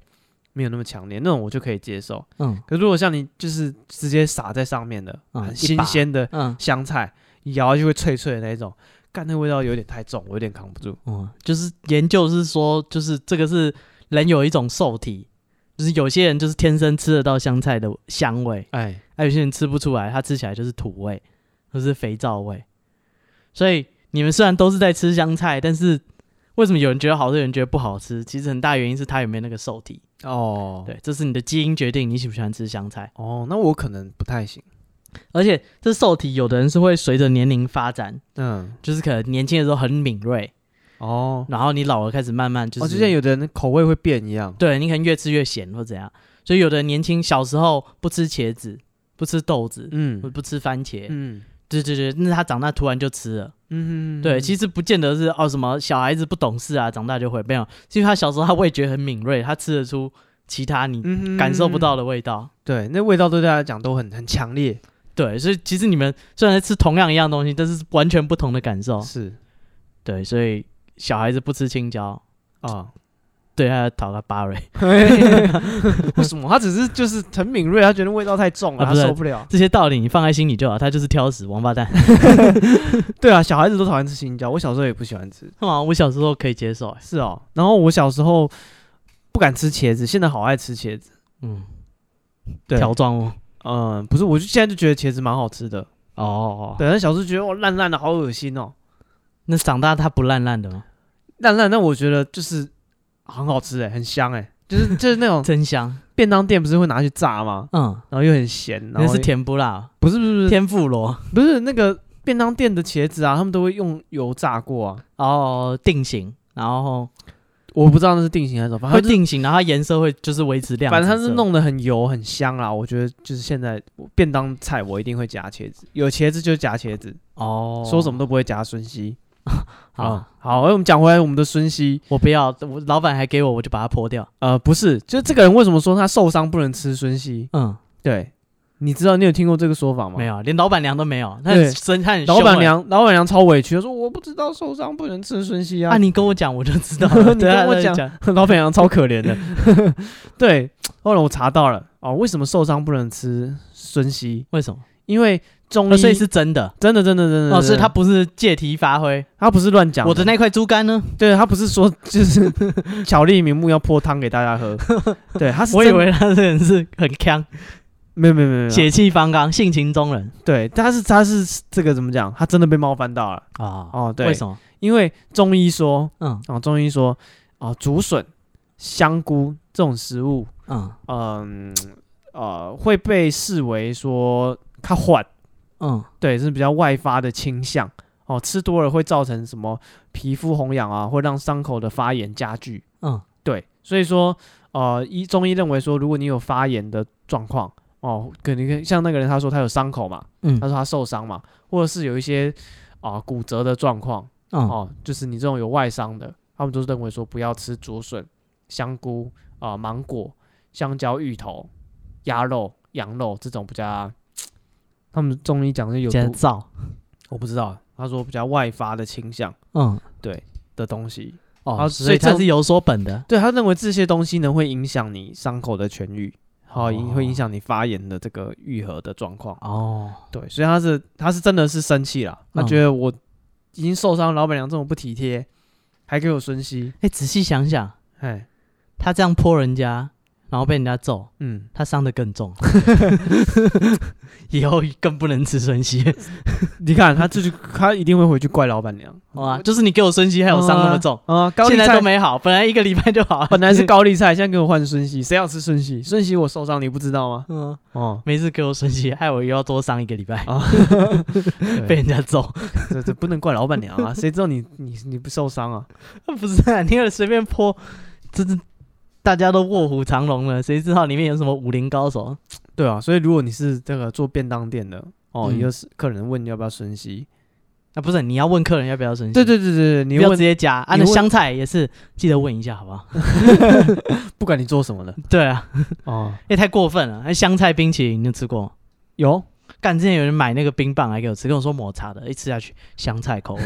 Speaker 2: 没有那么强烈，那种我就可以接受。
Speaker 1: 嗯
Speaker 2: 可如果像你就是直接撒在上面的，
Speaker 1: 嗯
Speaker 2: 很
Speaker 1: 一
Speaker 2: 新
Speaker 1: 把
Speaker 2: 鲜的
Speaker 1: 嗯，
Speaker 2: 香菜，一咬下去会脆脆的那种，干那个味道有点太重，我有点扛不住。
Speaker 1: 哦，就是研究是说，就是这个是人有一种受体，就是有些人就是天生吃得到香菜的香味，
Speaker 2: 哎，
Speaker 1: 还、有些人吃不出来，他吃起来就是土味，或是肥皂味。所以你们虽然都是在吃香菜，但是为什么有人觉得好吃，有人觉得不好吃？其实很大原因是他有没有那个受体。
Speaker 2: 哦，，
Speaker 1: 对，这是你的基因决定你喜不喜欢吃香菜，
Speaker 2: 哦，那我可能不太行。
Speaker 1: 而且这受体有的人是会随着年龄发展，
Speaker 2: 嗯，
Speaker 1: 就是可能年轻的时候很敏锐，
Speaker 2: 哦，
Speaker 1: 然后你老了开始慢慢就是、
Speaker 2: 哦，就像有的人口味会变一样。
Speaker 1: 对你可能越吃越咸或怎样，所以有的年轻小时候不吃茄子，不吃豆子，
Speaker 2: 嗯
Speaker 1: 或不吃番茄，
Speaker 2: 嗯
Speaker 1: 对对对，那他长大突然就吃了。
Speaker 2: 嗯，
Speaker 1: 对，其
Speaker 2: 实
Speaker 1: 实不见得是哦什么小孩子不懂事啊，长大就会没有，是因为他小时候他味觉很敏锐，他吃得出其他
Speaker 2: 嗯
Speaker 1: 你感受不到的味道。
Speaker 2: 对，那味道对大家来讲都很很强烈。
Speaker 1: 对，所以其实你们虽然在吃同样一样东西，但是完全不同的感受。
Speaker 2: 是
Speaker 1: 对，所以小孩子不吃青椒，
Speaker 2: 啊，
Speaker 1: 对他讨个巴瑞，
Speaker 2: 为什么他只是就是很敏锐，他觉得味道太重了，
Speaker 1: 啊
Speaker 2: 他
Speaker 1: 不是
Speaker 2: 受不了。
Speaker 1: 这些道理你放在心里就好，他就是挑食王八蛋。
Speaker 2: 对啊，小孩子都讨厌吃青椒，我小时候也不喜欢吃。
Speaker 1: 哇，我小时候可以接受、欸，
Speaker 2: 是哦，然后我小时候不敢吃茄子，现在好爱吃茄子。
Speaker 1: 嗯，
Speaker 2: 对，
Speaker 1: 条状物。
Speaker 2: 嗯，不是，我就现在就觉得茄子蛮好吃的。
Speaker 1: 哦，
Speaker 2: 对，但小时候觉得哦烂烂的，好恶心哦，
Speaker 1: 那长大它不烂烂的吗？
Speaker 2: 烂烂。但我觉得就是很好吃哎，很香哎，就是就是那种
Speaker 1: 真香。
Speaker 2: 便当店不是会拿去炸吗？
Speaker 1: 嗯，
Speaker 2: 然后又很咸，然
Speaker 1: 那
Speaker 2: 后
Speaker 1: 是甜不辣，
Speaker 2: 不是不是不是
Speaker 1: 天妇罗。
Speaker 2: 不是那个便当店的茄子啊，他们都会用油炸过啊。
Speaker 1: 哦，定型，然后
Speaker 2: 我不知道那是定型还是什么，反
Speaker 1: 啊会
Speaker 2: 正它就是
Speaker 1: 定型，然后它颜色会就是维持亮紫
Speaker 2: 反
Speaker 1: 色。
Speaker 2: 正它是弄得很油很香啦。我觉得就是现在我便当菜我一定会加茄子，有茄子就加茄子，
Speaker 1: 哦，
Speaker 2: 说什么都不会加孙熙。
Speaker 1: 好，
Speaker 2: 好，哎我们讲回来我们的孙熙，
Speaker 1: 我不要，我老板还给我，我就把它泼掉。
Speaker 2: 呃，不是，就这个人为什么说他受伤不能吃孙熙？
Speaker 1: 嗯，
Speaker 2: 对，你知道你有听过这个说法吗？
Speaker 1: 没。有，连老板娘都没有，那
Speaker 2: 对
Speaker 1: 生他很凶
Speaker 2: 老板
Speaker 1: 欸。
Speaker 2: 娘，老板娘超委屈，她说我不知道受伤不能吃孙熙啊
Speaker 1: 啊，。你跟我讲我就知 道了。
Speaker 2: 你
Speaker 1: 对啊
Speaker 2: 跟我
Speaker 1: 她
Speaker 2: 讲
Speaker 1: 讲，
Speaker 2: 老板娘超可 怜的。对，后来我查到了哦，为什么受伤不能吃孙熙？
Speaker 1: 为什么？
Speaker 2: 因为中
Speaker 1: 哦
Speaker 2: 医
Speaker 1: 所以是真的
Speaker 2: 真的真的真的，
Speaker 1: 哦，所以他
Speaker 2: 他
Speaker 1: 不是借题发挥。
Speaker 2: 他不是乱讲，
Speaker 1: 我的那块猪肝呢？
Speaker 2: 对他不是说就是 巧立名目要泼汤给大 家喝，对，他是啊
Speaker 1: 我以
Speaker 2: 真
Speaker 1: 为他这个人是很强，
Speaker 2: 没有没有没有没有，
Speaker 1: 血气方刚，性情中人
Speaker 2: 对，但他是他是这个怎么讲？他真的被冒犯到了
Speaker 1: 啊
Speaker 2: 哦，对，
Speaker 1: 为什么？
Speaker 2: 因为中医说
Speaker 1: 嗯
Speaker 2: 哦，中医说哦，竹笋、香菇这种食物，
Speaker 1: 嗯
Speaker 2: 嗯呃，会被视为说它缓，
Speaker 1: 嗯，
Speaker 2: 对，是比较外发的倾向哦，吃多了会造成什么皮肤红痒啊，会让伤口的发炎加剧，
Speaker 1: 嗯，
Speaker 2: 对，所以说呃，医中医认为说，如果你有发炎的状况。哦，可能像那个人，他说他有伤口嘛，
Speaker 1: 嗯
Speaker 2: 他说他受伤嘛，或者是有一些啊、骨折的状况，
Speaker 1: 嗯
Speaker 2: 哦，就是你这种有外伤的，他们都是认为说不要吃竹笋、香菇啊、芒果、香蕉、芋头、鸭肉、羊肉这种比较，他们中医讲的有
Speaker 1: 现在
Speaker 2: 毒，
Speaker 1: 造
Speaker 2: 我不知道，他说比较外发的倾向
Speaker 1: 嗯
Speaker 2: 的东西，
Speaker 1: 哦，
Speaker 2: 啊
Speaker 1: 所以
Speaker 2: 所以这
Speaker 1: 他是有所本的
Speaker 2: 对他认为这些东西呢会影响你伤口的痊愈，好、影会
Speaker 1: 哦
Speaker 2: 影响你发炎的这个愈合的状况。
Speaker 1: 哦，
Speaker 2: 对，所以他是他是真的是生气了，他
Speaker 1: 嗯
Speaker 2: 觉得我已经受伤，老板娘这么不体贴，还给我孙息，
Speaker 1: 哎，仔细想想，
Speaker 2: 哎，
Speaker 1: 他这样泼人家，然后被人家揍，
Speaker 2: 嗯。
Speaker 1: 他伤得更 重，以后更不能吃孙熙
Speaker 2: 你看他这就他一定会回去怪老板娘
Speaker 1: 哇！就是你给我孙熙，害我伤那么重，
Speaker 2: 啊！高丽
Speaker 1: 现在
Speaker 2: 菜
Speaker 1: 都没好，本来一个礼拜就好，
Speaker 2: 本来是高丽菜，现在给我换孙熙，谁要吃孙熙？孙熙我受伤，你不知道吗？
Speaker 1: 嗯，
Speaker 2: 嗯哦，
Speaker 1: 没事给我孙熙，害我又要多伤一个礼拜，
Speaker 2: 啊，
Speaker 1: 被
Speaker 2: 对，
Speaker 1: 人家揍。
Speaker 2: 这这不能怪老板娘啊！谁知道你你你不受伤啊？
Speaker 1: 不是、啊，你有随便泼，这是大家都卧虎藏龙了，谁知道里面有什么武林高手？
Speaker 2: 对啊，所以如果你是这个做便当店的哦，
Speaker 1: 嗯
Speaker 2: 也就是客人问你要不要孙熙，
Speaker 1: 啊，不是，你要问客人要不要生气，
Speaker 2: 对，对对对，对
Speaker 1: 不
Speaker 2: 你
Speaker 1: 要直
Speaker 2: 问
Speaker 1: 接加啊。
Speaker 2: 你
Speaker 1: 那
Speaker 2: 问
Speaker 1: 香菜也是，记得问一下好不好？
Speaker 2: 不管你做什么的
Speaker 1: 对啊，
Speaker 2: 哦，
Speaker 1: 也太过分了。那香菜冰淇淋你有吃过吗？
Speaker 2: 有
Speaker 1: 干，之前有人买那个冰棒来给我吃，跟我说抹茶的，一吃下去香菜 口味。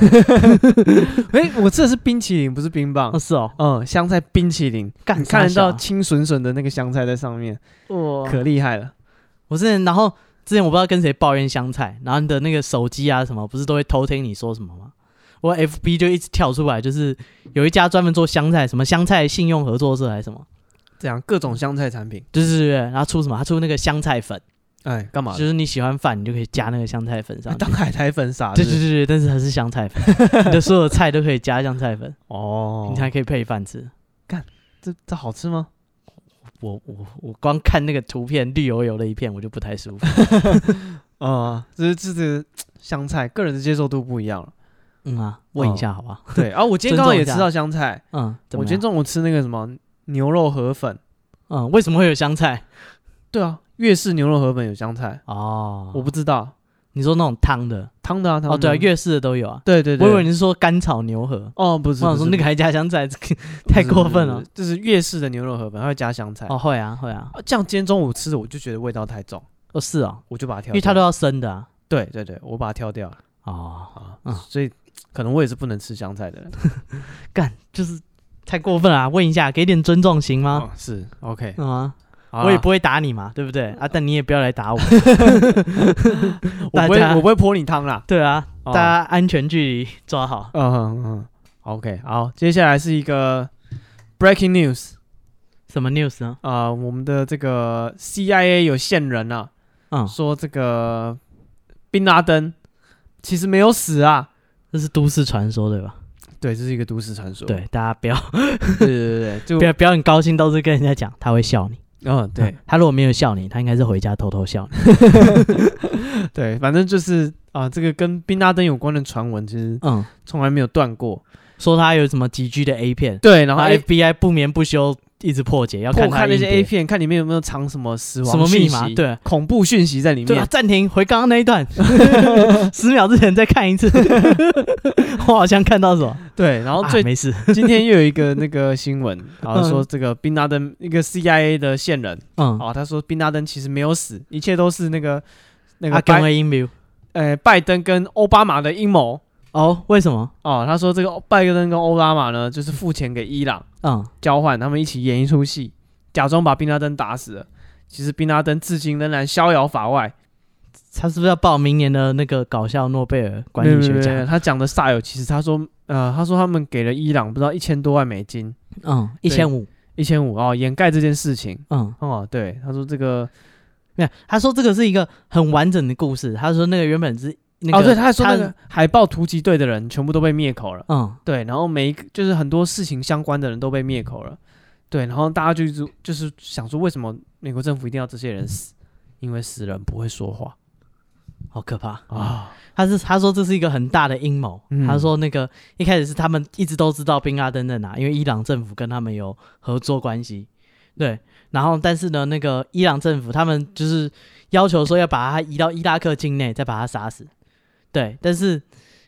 Speaker 2: 哎，我吃的是冰淇淋，不是冰棒
Speaker 1: 哦，。是哦，
Speaker 2: 嗯，香菜冰淇淋，
Speaker 1: 干
Speaker 2: 你看得
Speaker 1: 傻
Speaker 2: 到
Speaker 1: 小
Speaker 2: 清笋笋的那个香菜在上面，
Speaker 1: 我
Speaker 2: 可厉害了。
Speaker 1: 我之前，然后之前我不知道跟谁抱怨香菜，然后你的那个手机啊什么，不是都会偷听你说什么吗？我 FB 就一直跳出来，就是有一家专门做香菜，什么香菜信用合作社还是什么，
Speaker 2: 这样各种香菜产品，
Speaker 1: 对对对，然后出什么，他出那个香菜粉，
Speaker 2: 哎，干嘛的？哎
Speaker 1: 就是你喜欢饭，你就可以加那个香菜粉 上去。
Speaker 2: 当海苔粉撒，
Speaker 1: 对
Speaker 2: 是
Speaker 1: 对
Speaker 2: 不是
Speaker 1: 对对，但是它是香菜粉， 你的所有菜都可以加香菜粉，
Speaker 2: 哦
Speaker 1: 你，还可以配饭吃。
Speaker 2: 这这好吃吗？
Speaker 1: 我我我光看那个图片绿油油的一片，我就不太舒 服。
Speaker 2: 啊，这这这香菜，个人的接受度不一样了。
Speaker 1: 嗯啊，问一下好不好？
Speaker 2: 对啊，我今天刚好也吃到香菜，
Speaker 1: 嗯，怎
Speaker 2: 我
Speaker 1: 么
Speaker 2: 今天
Speaker 1: 样？
Speaker 2: 中午吃那个什么牛肉河粉，
Speaker 1: 嗯，为什么会有香菜？
Speaker 2: 对啊，粤式牛肉河粉有香菜，
Speaker 1: 哦，
Speaker 2: 我不知道
Speaker 1: 你说那种汤的
Speaker 2: 汤的啊，汤的
Speaker 1: 哦，
Speaker 2: 啊
Speaker 1: 对啊，粤式的都有啊。
Speaker 2: 对对对，
Speaker 1: 我以为你是说干炒牛河，
Speaker 2: 哦不是，
Speaker 1: 我想
Speaker 2: 不
Speaker 1: 说
Speaker 2: 是
Speaker 1: 那个还加香菜，这个 太过分，
Speaker 2: 不
Speaker 1: 了
Speaker 2: 是。不是就是粤式的牛肉河粉，它会加香菜。
Speaker 1: 哦，会啊会啊，
Speaker 2: 啊这样今天中午吃的，我就觉得味道太重，
Speaker 1: 哦是哦，
Speaker 2: 我就把它挑掉，
Speaker 1: 因为它都要生的啊。
Speaker 2: 对对对，我把它挑掉了
Speaker 1: 哦，
Speaker 2: 啊
Speaker 1: 嗯，
Speaker 2: 所以可能我也是不能吃香菜的人
Speaker 1: 干就是太过分了啊！问一下，给点尊重行吗？
Speaker 2: 哦是 OK，
Speaker 1: 嗯啊，
Speaker 2: 好啦嗯
Speaker 1: 我也不会打你嘛，对不对啊？但你也不要来 打我。
Speaker 2: 我
Speaker 1: 大
Speaker 2: 不会
Speaker 1: 家
Speaker 2: 我不会泼你汤啦，
Speaker 1: 对啊，
Speaker 2: 哦
Speaker 1: 大家安全距离抓好。
Speaker 2: 嗯嗯嗯，OK，好，接下来是一个 breaking news
Speaker 1: 什么 news 呢？
Speaker 2: 啊、我们的这个 CIA 有线人啊，
Speaker 1: 嗯，
Speaker 2: 说这个宾拉登其实没有死啊，
Speaker 1: 这是都市传说对吧？
Speaker 2: 对，这是一个都市传说，
Speaker 1: 对，大家不要
Speaker 2: 对对对对，就
Speaker 1: 不要不要很高兴，到处跟人家讲，他会笑你。
Speaker 2: 嗯对
Speaker 1: 嗯，他如果没有笑你，他应该是回家偷偷笑你。
Speaker 2: 对，反正就是啊、这个跟宾拉登有关的传闻其实
Speaker 1: 嗯，
Speaker 2: 从来没有断过，
Speaker 1: 说他有什么几 G 的 A 片，
Speaker 2: 对，然
Speaker 1: 然
Speaker 2: 后
Speaker 1: 后
Speaker 2: A
Speaker 1: FBI 不眠不休一直破解，要
Speaker 2: 破
Speaker 1: 看他
Speaker 2: 看那些
Speaker 1: 硬碟
Speaker 2: A 片，看里面有没有藏什么死亡
Speaker 1: 什么密
Speaker 2: 讯
Speaker 1: 码，
Speaker 2: 息
Speaker 1: 对。
Speaker 2: 恐怖讯息在里
Speaker 1: 对啊，
Speaker 2: 面，
Speaker 1: 暂停，回刚刚那一 段，十秒之前再看一次。 我好像看到什么，
Speaker 2: 对，然后
Speaker 1: 啊
Speaker 2: 最
Speaker 1: 没事，
Speaker 2: 今天又有一个那个 新闻，然后
Speaker 1: 嗯
Speaker 2: 说这个宾拉登一个 CIA 的线人，
Speaker 1: 嗯，
Speaker 2: 哦，他说宾拉登其实没有死，一切都是那个那个
Speaker 1: 阿根
Speaker 2: 拜
Speaker 1: 的 email
Speaker 2: 呃拜登跟奥巴马的阴谋
Speaker 1: 哦，为什么？
Speaker 2: 哦。他说这个拜登跟奥巴马呢，就是付钱给伊朗
Speaker 1: 嗯，
Speaker 2: 交换，他们一起演一出戏，假装把宾拉登打死了。其实宾拉登至今仍然逍遥法外，
Speaker 1: 他是不是要报明年的那个搞笑诺贝尔管
Speaker 2: 没有
Speaker 1: 理
Speaker 2: 没有
Speaker 1: 学
Speaker 2: 没有
Speaker 1: 奖？
Speaker 2: 他讲的煞有其事。他说，呃，他说他们给了伊朗不知道一千多万美金，
Speaker 1: 嗯，一
Speaker 2: 对
Speaker 1: 千五，
Speaker 2: 一千五哦，掩盖这件事情
Speaker 1: 嗯，
Speaker 2: 哦。对，他说这个
Speaker 1: 没有，他说这个是一个很完整的故事。他说那个原本是那个，
Speaker 2: 哦，对，他还说那个海豹突击队的人全部都被灭口了，
Speaker 1: 嗯，
Speaker 2: 对，然后每一个就是很多事情相关的人都被灭口了，对，然后大家就一直就是想说，为什么美国政府一定要这些人死？因为死人不会说话
Speaker 1: 好可怕啊！
Speaker 2: 啊，
Speaker 1: 他是他说这是一个很大的阴谋。
Speaker 2: 嗯
Speaker 1: 他说那个一开始是他们一直都知道宾拉登在哪，因为伊朗政府跟他们有合作关系。对，然后但是呢，那个伊朗政府他们就是要求说要把他移到伊拉克境内，再把他杀死。对，但是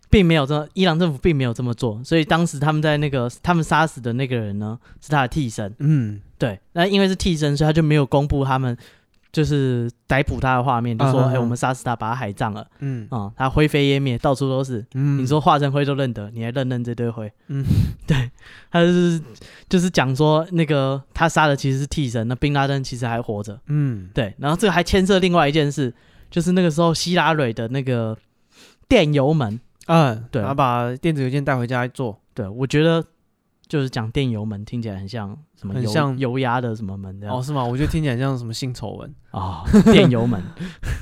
Speaker 1: 并没有这伊朗政府并没有这么做，所以当时他们在那个他们杀死的那个人呢是他的替身。
Speaker 2: 嗯，
Speaker 1: 对，那因为是替身，所以他就没有公布他们就是逮捕他的画面，就说：“
Speaker 2: 嗯嗯
Speaker 1: 哎、
Speaker 2: 嗯
Speaker 1: 我们杀死他，把他海葬了。
Speaker 2: 嗯
Speaker 1: 啊，他灰飞烟灭，到处都是。
Speaker 2: 嗯，
Speaker 1: 你说化成灰都认得，你还认认这堆灰？
Speaker 2: 嗯，
Speaker 1: 对，他就是就是讲说那个他杀的其实是替身，那宾拉登其实还活着。
Speaker 2: 嗯，
Speaker 1: 对，然后这个还牵涉另外一件事，就是那个时候希拉蕊的那个电油门。
Speaker 2: 嗯，
Speaker 1: 对
Speaker 2: 然后把电子邮件带回家做，
Speaker 1: 对我觉得就是讲电油门，听起来很像什么
Speaker 2: 很
Speaker 1: 油
Speaker 2: 像
Speaker 1: 油压的什么门这样
Speaker 2: 哦，
Speaker 1: 啊、
Speaker 2: 是吗？我觉得听起来像什么性丑闻，
Speaker 1: 哦电油门。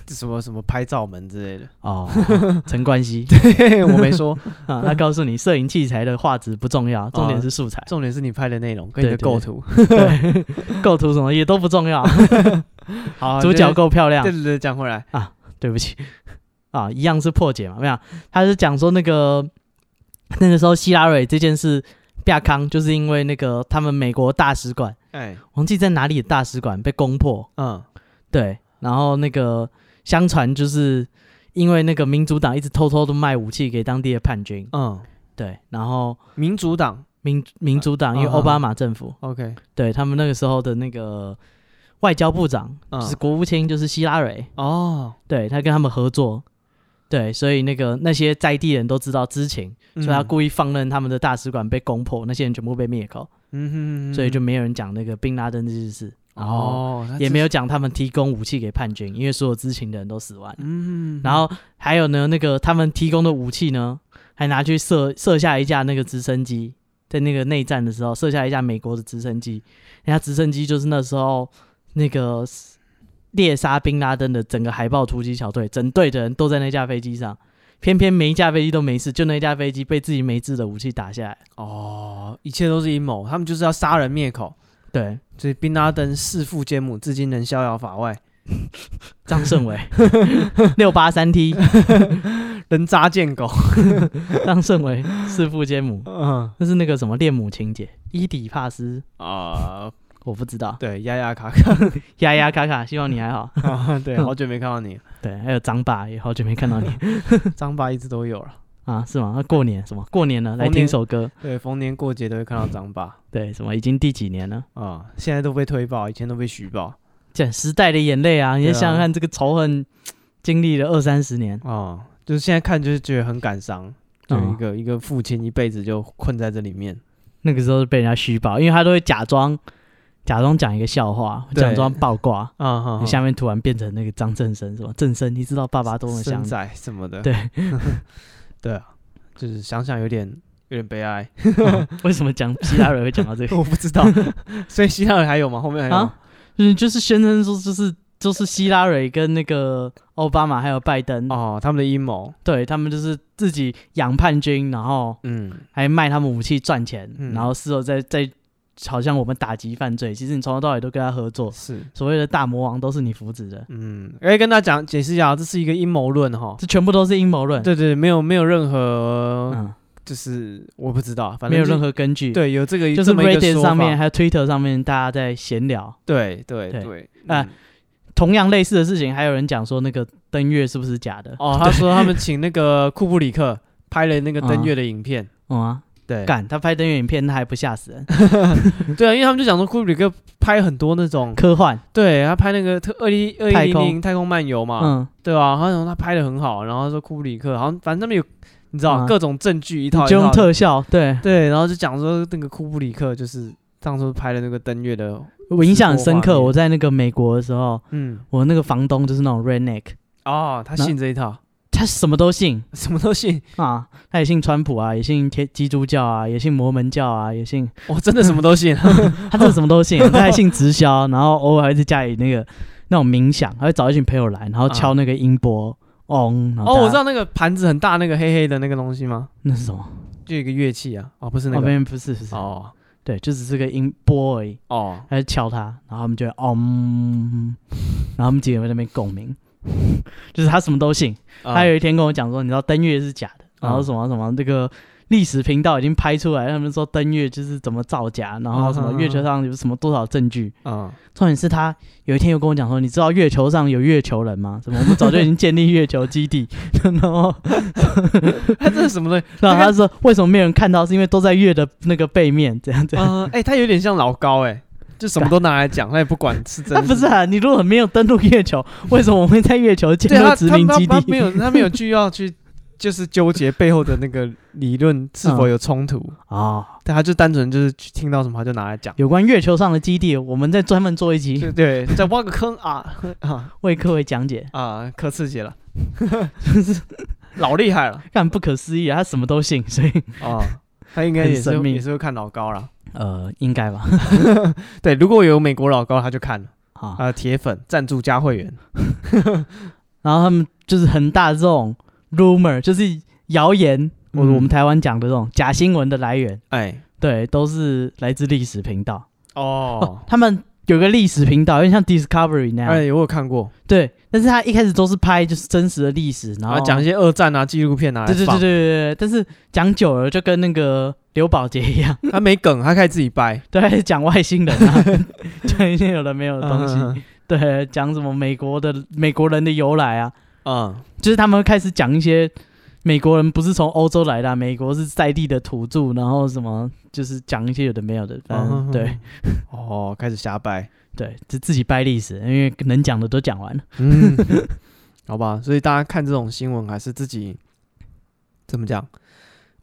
Speaker 2: 什么什么拍照门之类的，
Speaker 1: 哦， 陈冠希
Speaker 2: 我 没说，
Speaker 1: 啊，哦他告诉你，摄影器材的画质不重要，重点是素材，
Speaker 2: 重点是你拍的内容跟你的
Speaker 1: 对对
Speaker 2: 构
Speaker 1: 对
Speaker 2: 图，
Speaker 1: 对，构图什么也都不重要，
Speaker 2: 好，
Speaker 1: 主角
Speaker 2: 构，
Speaker 1: 够漂亮
Speaker 2: 对。对对，讲回来，
Speaker 1: 对不起，啊，一样是破解嘛，没有，他是讲说那个那个时候希拉蕊这件事，亚康就是因为那个他们美国大使馆，
Speaker 2: 哎，
Speaker 1: 忘记在哪里的大使馆被攻破，
Speaker 2: 嗯。
Speaker 1: 对，然后那个相传就是因为那个民主党一直偷偷的卖武器给当地的叛军，
Speaker 2: 嗯，
Speaker 1: 对，然后。
Speaker 2: 民主党
Speaker 1: 民民主党，因为
Speaker 2: 嗯嗯
Speaker 1: 奥巴马政府，
Speaker 2: ，OK，
Speaker 1: 对他们那个时候的那个外交部长、
Speaker 2: 嗯
Speaker 1: 就是国务卿，就是希拉蕊，
Speaker 2: 哦，
Speaker 1: 对他跟他们合作，对，所以那个那些在地人都知道知情，
Speaker 2: 嗯
Speaker 1: 所以他故意放任他们的大使馆被攻破，那些人全部被灭口，
Speaker 2: 嗯哼哼哼
Speaker 1: 所以就没有人讲那个宾拉登这件事，然后
Speaker 2: 哦，他
Speaker 1: 也
Speaker 2: 这
Speaker 1: 没有
Speaker 2: 是，
Speaker 1: 讲他们提供武器给叛军，因为所有知情的人都死完了。
Speaker 2: 嗯，
Speaker 1: 然后还有呢，那个他们提供的武器呢，还拿去射射下一架那个直升机，在那个内战的时候射下一架美国的直升机，人家直升机就是那时候那个猎杀宾拉登的整个海豹突击小队，整队的人都在那架飞机上，偏偏每一架飞机都没事，就那架飞机被自己没制的武器打下来。
Speaker 2: 哦，一切都是阴谋，他们就是要杀人灭口。
Speaker 1: 对，
Speaker 2: 所以宾拉登弑父奸母，至今仍逍遥法外，
Speaker 1: 张胜伟六八三 T，
Speaker 2: 人渣贱狗。
Speaker 1: 张胜伟弑父奸母，
Speaker 2: 嗯
Speaker 1: 那是那个什么恋母情节，伊底帕斯，
Speaker 2: 啊，
Speaker 1: 我不知道。
Speaker 2: 对，压压卡卡。
Speaker 1: 丫丫卡卡，希望你还好。
Speaker 2: 啊对，好久没看到你了，
Speaker 1: 对，还有张爸，也好久没看 到你
Speaker 2: 张爸一直都有了。
Speaker 1: 啊，是吗？那过年什么？过年了，来
Speaker 2: 逢
Speaker 1: 听
Speaker 2: 年
Speaker 1: 首歌。
Speaker 2: 对，逢年过节都会看到张爸
Speaker 1: 对，什么？已经第几年了？
Speaker 2: 啊，现在都被推爆，以前都被虚爆
Speaker 1: 这时代的眼泪啊！你就
Speaker 2: 对啊
Speaker 1: 想想看，这个仇恨经历了二三十年，
Speaker 2: 啊，就是现在看就是觉得很感伤，就
Speaker 1: 嗯
Speaker 2: 一个一个父亲一辈子就困在这里面。
Speaker 1: 那个时候被人家虚报，因为他都会假装假装讲一个笑话，
Speaker 2: 对
Speaker 1: 假装八 卦，
Speaker 2: 啊哈
Speaker 1: 你下面突然变成那个张正生，什么正生？你知道爸爸多么想
Speaker 2: 生
Speaker 1: 你？
Speaker 2: 仔什么的。
Speaker 1: 对，
Speaker 2: 对啊，就是想想有点有点悲哀。
Speaker 1: 为什么讲希拉蕊会讲到这个？
Speaker 2: 我不知道，所以希腊人还有吗？后面还有吗
Speaker 1: 啊？ 嗯，就是宣称说，就是就是希拉蕊跟那个奥巴马还有拜登
Speaker 2: 哦，他们的阴谋。
Speaker 1: 对他们就是自己养叛军，然后
Speaker 2: 嗯，
Speaker 1: 还卖他们武器赚钱，
Speaker 2: 嗯
Speaker 1: 然后事后再再好像我们打击犯罪，其实你从头到尾都跟他合作，
Speaker 2: 是。
Speaker 1: 所谓的大魔王都是你扶植的，
Speaker 2: 嗯，哎，跟大家讲解释一下，这是一个阴谋论哈。
Speaker 1: 这全部都是阴谋论，
Speaker 2: 对对，没有没有任何，
Speaker 1: 嗯，
Speaker 2: 就是我不知道，反正
Speaker 1: 没有
Speaker 2: 就
Speaker 1: 任何根据，，
Speaker 2: 对有这个
Speaker 1: 就是
Speaker 2: 这么一个
Speaker 1: Reddit
Speaker 2: 说
Speaker 1: 上面
Speaker 2: 法
Speaker 1: 还有 Twitter 上面大家在闲聊，
Speaker 2: 对对
Speaker 1: 对
Speaker 2: 对
Speaker 1: 啊
Speaker 2: 嗯
Speaker 1: 同样类似的事情，还有人讲说那个登月是不是假 的？
Speaker 2: 哦，他说他们请那个库布里克拍了那个登月的影片，
Speaker 1: 嗯啊，
Speaker 2: 对
Speaker 1: 干他拍登月影片，他还不吓死人，
Speaker 2: 对啊，因为他们就讲说库布里克拍很多那种
Speaker 1: 科幻，
Speaker 2: 对他拍那个特二一二一
Speaker 1: 太
Speaker 2: 零
Speaker 1: 空
Speaker 2: 零太空漫游嘛，
Speaker 1: 嗯，
Speaker 2: 对吧、他说他拍的很好，然后说库布里克好像反正他们有你知道、
Speaker 1: 嗯
Speaker 2: 各种证据一套
Speaker 1: 就
Speaker 2: 一
Speaker 1: 用
Speaker 2: 套的，
Speaker 1: 特效，对，
Speaker 2: 对，然后就讲说那个库布里克就是当初拍的那个登月的，
Speaker 1: 我印象很深
Speaker 2: 直
Speaker 1: 刻，
Speaker 2: 播画面
Speaker 1: 我在那个美国的时候。
Speaker 2: 嗯，
Speaker 1: 我那个房东就是那种 redneck，
Speaker 2: 哦，他
Speaker 1: 那
Speaker 2: 信这一套，
Speaker 1: 他什么都信
Speaker 2: 什么都信，
Speaker 1: 啊，他也信川普啊，也信天基督教啊，也信摩门教啊，也信，
Speaker 2: 我真的什么都信，
Speaker 1: 他真的什么都信，他还信直销，然后偶尔还在家里那个那种冥想，他会找一群朋友来，然后敲那个音波，嗡、然后
Speaker 2: 哦，
Speaker 1: 大家
Speaker 2: 我知，道那个盘子很大那个黑黑的那个东西吗？
Speaker 1: 那是什么？
Speaker 2: 就一个乐器啊，哦，不是那
Speaker 1: 哦，
Speaker 2: 个，
Speaker 1: 没不是不是，
Speaker 2: 哦
Speaker 1: 对，就只是个音波而已，
Speaker 2: 哦，
Speaker 1: 他就敲他，然后他们就会嗯，然后他们几个人在那边共鸣， 就是他什么都信，他有一天跟我讲说，你知道登月是假的，然后什么什么那个历史频道已经拍出来，他们说登月就是怎么造假，然后什么月球上有什么多少证据。
Speaker 2: 嗯，
Speaker 1: 重点是他有一天又跟我讲说，你知道月球上有月球人吗？什么我们早就已经建立月球基地， 然后
Speaker 2: 他真的什 么都，
Speaker 1: 然后他说为什么没有人看到，是因为都在月的那个背面这样这样。
Speaker 2: 嗯，哎，他有点像老高哎，就什么都拿来讲，他也不管是真
Speaker 1: 那 不是啊，你如果没有登陆月球，为什么我们会在月球建
Speaker 2: 对
Speaker 1: 立
Speaker 2: 他
Speaker 1: 殖
Speaker 2: 他
Speaker 1: 民
Speaker 2: 他
Speaker 1: 基
Speaker 2: 他没
Speaker 1: 地？
Speaker 2: 有他没有去要去就是纠结背后的那个理论是
Speaker 1: 嗯
Speaker 2: 否有冲突，
Speaker 1: 哦，
Speaker 2: 对，他就单纯就是去听到什么他就拿来讲，
Speaker 1: 有关月球上的基地，我们再专门做一集
Speaker 2: 对对，再挖个坑啊啊
Speaker 1: 为各位讲解。
Speaker 2: 啊，可 刺激了，老厉害了
Speaker 1: 干不可思议啊！他什么都信，所 以
Speaker 2: 啊。他应该
Speaker 1: 嗯很
Speaker 2: 也是
Speaker 1: 神秘
Speaker 2: 也是会看老高了，
Speaker 1: 呃，应该 吧？
Speaker 2: 对，如果有美国老高，他就看了
Speaker 1: 啊，
Speaker 2: 啊，铁粉赞助加会员，
Speaker 1: 然后他们就是很大这种 rumor，就是谣言，我、
Speaker 2: 嗯
Speaker 1: 我们台湾讲的这种假新闻的来源，
Speaker 2: 哎，
Speaker 1: 对，都是来自历史频道。
Speaker 2: 哦，
Speaker 1: 他们有个历史频道，有点像 Discovery 那样，
Speaker 2: 哎，我有看过，
Speaker 1: 对。但是他一开始都是拍就是真实的历史，然
Speaker 2: 然
Speaker 1: 后
Speaker 2: 后讲一些二战啊纪录片啊，
Speaker 1: 对对对对，对对，但是讲久了就跟那个刘宝杰一 样，
Speaker 2: 他没梗，他可以自己掰
Speaker 1: 对，还是讲外星人 啊，讲一些有的没有的东西，
Speaker 2: 嗯
Speaker 1: 对，讲什么美国的美国人的由来啊，
Speaker 2: 嗯，
Speaker 1: 就是他们会开始讲一些美国人不是从欧洲来的啊、美国是在地的土著，然后什么就是讲一些有的没有的，反正、
Speaker 2: 嗯
Speaker 1: 对，
Speaker 2: 哦，开始瞎掰，
Speaker 1: 对，就自己掰历史，因为能讲的都讲完了。
Speaker 2: 嗯，好吧，所以大家看这种新闻还是自己怎么讲，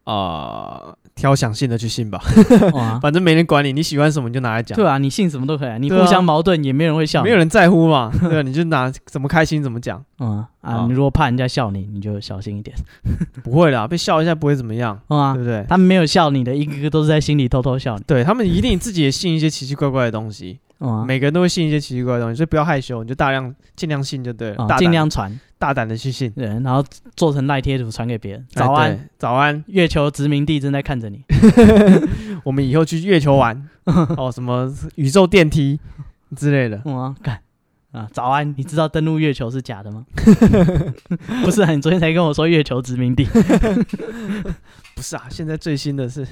Speaker 2: 啊、挑想信的去信吧，
Speaker 1: 哇，
Speaker 2: 反正没人管你，你喜欢什么你就拿来讲，
Speaker 1: 啊对啊，你信什么都可以啊，你
Speaker 2: 对啊
Speaker 1: 互相矛盾也没人会笑你，
Speaker 2: 没有人在乎嘛，对啊，你就拿怎么开心怎么讲，
Speaker 1: 嗯啊，
Speaker 2: 哦
Speaker 1: 你如果怕人家笑你，你就小心一点，
Speaker 2: 不会啦，被笑一下不会怎么样，
Speaker 1: 嗯啊
Speaker 2: 对，不对？
Speaker 1: 他们没有笑你的，一个个都是在心里偷偷笑你，
Speaker 2: 对他们一定自己也信一些奇奇怪怪的东西，
Speaker 1: 嗯啊
Speaker 2: 每个人都会信一些奇奇怪怪的东西，所以不要害羞，你就大量尽量信就对了，
Speaker 1: 啊，
Speaker 2: 大
Speaker 1: 尽
Speaker 2: 胆
Speaker 1: 量传，
Speaker 2: 大胆的去信。
Speaker 1: 对，然后做成赖贴图传给别人，
Speaker 2: 哎
Speaker 1: 早安，
Speaker 2: 对早安，
Speaker 1: 月球殖民地正在看着你，
Speaker 2: 我们以后去月球 玩哦，什么宇宙电梯之类的，
Speaker 1: 嗯啊，干啊，早安，你知道登陆月球是假的 吗？不是啊，你昨天才跟我说月球殖民 地，
Speaker 2: 不是啊，现在最新的是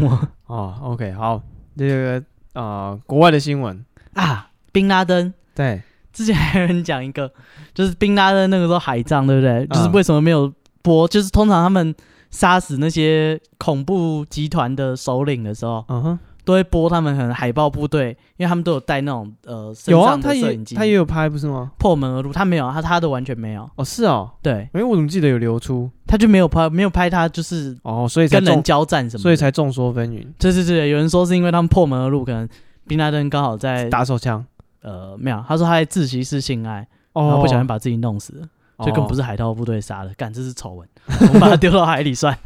Speaker 1: 哇
Speaker 2: 哦，OK，好，这个啊、呃国外的新闻，
Speaker 1: 啊，宾拉登
Speaker 2: 对，
Speaker 1: 之前还有人讲一个，就是宾拉登那个时候海葬，对不
Speaker 2: 啊
Speaker 1: 对？就是为什么没有播？就是通常他们杀死那些恐怖集团的首领的时候，
Speaker 2: 嗯哼，
Speaker 1: 都会播他们很海豹部队，因为他们都有带那种呃身
Speaker 2: 有啊，
Speaker 1: 上
Speaker 2: 他
Speaker 1: 的摄
Speaker 2: 也
Speaker 1: 影机，
Speaker 2: 他也有拍不是吗？
Speaker 1: 破门而入，他没有，他他的完全没有，
Speaker 2: 哦，是哦，
Speaker 1: 对，
Speaker 2: 因为我怎么记得有流出
Speaker 1: 他就没有拍，没有拍他就是
Speaker 2: 哦，所以才
Speaker 1: 跟人
Speaker 2: 众，
Speaker 1: 交战什么的，
Speaker 2: 所以才众说纷纭，
Speaker 1: 对对对，有人说是因为他们破门而入，可能宾拉登刚好在
Speaker 2: 打手枪
Speaker 1: 呃没有，他说他在自习室性爱，然
Speaker 2: 哦
Speaker 1: 后，不小心把自己弄死了。
Speaker 2: 哦，
Speaker 1: 就根本不是海盗部队杀的，干这是 丑闻，我们把它丢到海里算。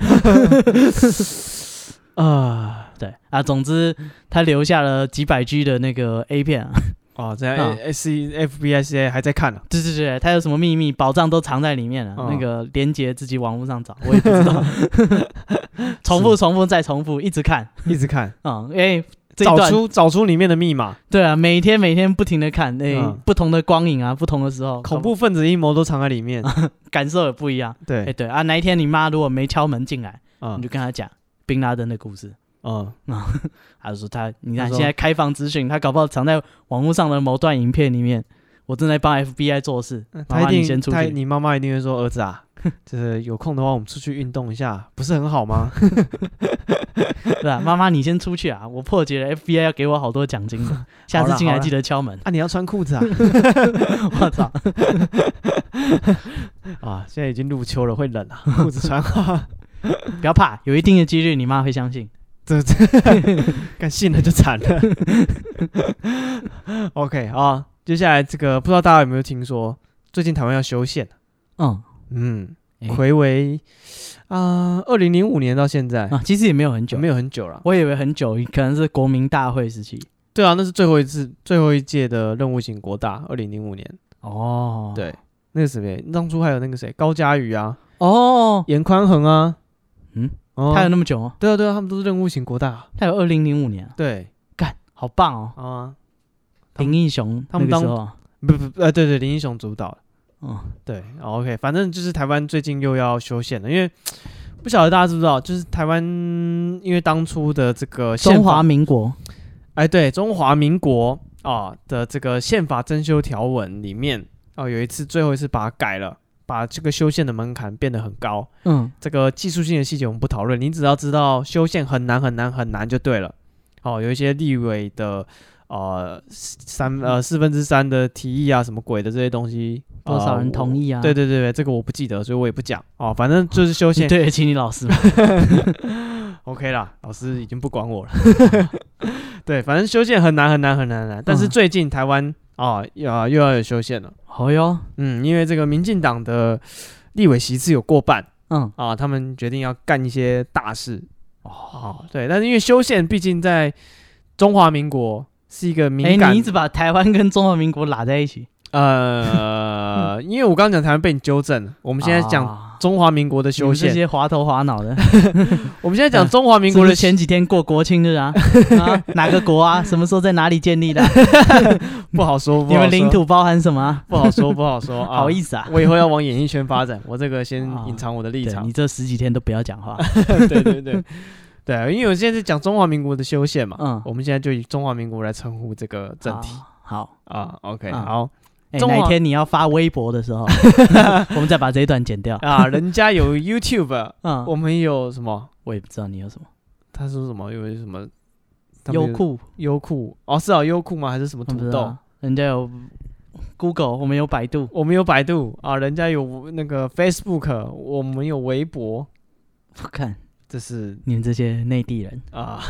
Speaker 2: 啊，
Speaker 1: 对啊，总之他留下了几百 G 的那个 A 片啊，
Speaker 2: 哦，这样
Speaker 1: 啊
Speaker 2: S F B I C A 还在 看呢，啊
Speaker 1: 对对对，他有什么秘密宝藏都藏在里面了、
Speaker 2: 嗯
Speaker 1: 那个连接自己网络上找，我也不知道。 重复重复再重复，一直看
Speaker 2: 一直看，
Speaker 1: 啊，因为这一
Speaker 2: 找
Speaker 1: 段
Speaker 2: 出找出里面的密 码，
Speaker 1: 对啊，每天每天不停的看，哎、
Speaker 2: 嗯
Speaker 1: 不同的光影啊，不同的时候，
Speaker 2: 恐怖分子阴谋都藏在里 面，
Speaker 1: 感受也不一样。哎、
Speaker 2: 对，
Speaker 1: 对啊，哪一天你妈如果没敲门进来，
Speaker 2: 啊
Speaker 1: 你就跟她讲宾拉登的故事。
Speaker 2: 啊，
Speaker 1: 他就说他，你看
Speaker 2: 他说
Speaker 1: 现在开放资讯，他搞不好藏在网络上的某段影片里面。我正在帮 FBI 做事，妈
Speaker 2: 他
Speaker 1: 妈
Speaker 2: 嗯一
Speaker 1: 你
Speaker 2: 定
Speaker 1: 先出
Speaker 2: 他
Speaker 1: 去。
Speaker 2: 你妈妈一定会说儿子啊， 就是有空的话我们出去运动一下，不是很好吗？
Speaker 1: 对啊，妈妈你先出去啊！我破解了 FBI 要给我好多奖金 的， 下次进来记得敲门。
Speaker 2: 啊，你要穿裤子啊！
Speaker 1: 我操，
Speaker 2: 啊，现在已经入秋了，会冷啊，裤子穿好。
Speaker 1: 不要怕，有一定的几率你妈会相信。
Speaker 2: 这这， 干信了就惨了。OK 啊，接下来这个不知道大家有没有听说，最近台湾要修宪，
Speaker 1: 嗯
Speaker 2: 嗯，
Speaker 1: 诶
Speaker 2: 暌违啊，二零零五年到现在，
Speaker 1: 啊，其实也没有很久，
Speaker 2: 没有很久了。
Speaker 1: 我以为很久，可能是国民大会时期。
Speaker 2: 对啊，那是最后一次最后一届的任务型国大，二零零五年。
Speaker 1: 哦
Speaker 2: 对，那个谁，当初还有那个谁，高嘉瑜啊，
Speaker 1: 哦，
Speaker 2: 严宽恒啊，
Speaker 1: 嗯，
Speaker 2: 哦
Speaker 1: 他有那么久哦？
Speaker 2: 对啊对啊，他们都是任务型国大啊。
Speaker 1: 他有二零零五年啊，
Speaker 2: 对
Speaker 1: 干，好棒哦！
Speaker 2: 啊，他
Speaker 1: 林
Speaker 2: 们
Speaker 1: 英雄
Speaker 2: 他们
Speaker 1: 那个时
Speaker 2: 当
Speaker 1: 候啊，
Speaker 2: 不不呃，对对，林英雄主导的。
Speaker 1: 嗯
Speaker 2: 对、o k 反正就是台湾最近又要修宪了，因为不晓得大家知不知道，就是台湾因为当初的这个宪
Speaker 1: 中
Speaker 2: 法
Speaker 1: 华民国，
Speaker 2: 哎，对，中华民国啊的这个宪法增修条文里面啊，有一次最后一次把它改了，把这个修宪的门槛变得很高。
Speaker 1: 嗯
Speaker 2: 这个技术性的细节我们不讨论，你只要知道修宪很难很难很难就对了。哦，有一些立委的呃三呃四分之三的提议啊，什么鬼的这些东西，
Speaker 1: 多少人同
Speaker 2: 意？
Speaker 1: 意啊？
Speaker 2: 对对对对，这个我不记得，所以我也不讲哦。反正就是修
Speaker 1: 你
Speaker 2: 宪
Speaker 1: 对得起你老师吗？
Speaker 2: OK 啦，老师已经不管我 了。 对，反正修宪很难很难很难很难，但是
Speaker 1: 嗯
Speaker 2: 最近台湾啊又要又要有修宪了。
Speaker 1: 哦哟，
Speaker 2: 嗯，因为这个民进党的立委席次有过半
Speaker 1: 嗯，
Speaker 2: 啊，他们决定要干一些大事。哦，对，但是因为修宪毕竟在中华民国是一个
Speaker 1: 哎、
Speaker 2: 敏感
Speaker 1: 你一直把台湾跟中华民国拉在一起，
Speaker 2: 呃，因为我刚刚讲台湾被你纠正了，我
Speaker 1: 我
Speaker 2: 们现在讲
Speaker 1: 啊、
Speaker 2: 中华民国的修
Speaker 1: 你们这
Speaker 2: 宪，
Speaker 1: 些滑头滑脑 的，
Speaker 2: 我们现在讲中华民国
Speaker 1: 是不
Speaker 2: 的
Speaker 1: 是前几天过国庆日 啊啊，哪个国啊？什么时候在哪里建立 的啊、
Speaker 2: 不好说，不
Speaker 1: 你
Speaker 2: 好
Speaker 1: 们
Speaker 2: 说
Speaker 1: 领土包含什么啊、
Speaker 2: 不好说，不好说，啊
Speaker 1: 好意思啊！
Speaker 2: 我以后要往演艺圈发展，我这个先
Speaker 1: 啊
Speaker 2: 隐藏我的立
Speaker 1: 对
Speaker 2: 场
Speaker 1: 你。这十几天都不要讲话，
Speaker 2: 对对对对，啊因为我现在是讲中华民国的修宪嘛，
Speaker 1: 嗯
Speaker 2: 我们现在就以中华民国来称呼这个政体
Speaker 1: 好好。
Speaker 2: 啊。OK，
Speaker 1: 啊
Speaker 2: 好
Speaker 1: 哎、
Speaker 2: 中华
Speaker 1: 哪一天你要发微博的时 候，我们再把这一段剪 掉。
Speaker 2: 啊，人家有 YouTube，
Speaker 1: 嗯，
Speaker 2: 我们有什么？
Speaker 1: 我也不知道你有什么
Speaker 2: 他说什么？有什么？他们
Speaker 1: 优
Speaker 2: 有
Speaker 1: 酷
Speaker 2: 优酷哦，是啊，优酷吗？还是什么
Speaker 1: 我不
Speaker 2: 土
Speaker 1: 知
Speaker 2: 豆
Speaker 1: 道？，人家有 Google，我们有百度，
Speaker 2: 我们有百度啊，人家有那个 Facebook，我们有微博，
Speaker 1: 我看
Speaker 2: 这是
Speaker 1: 你们这些内地人，
Speaker 2: 啊，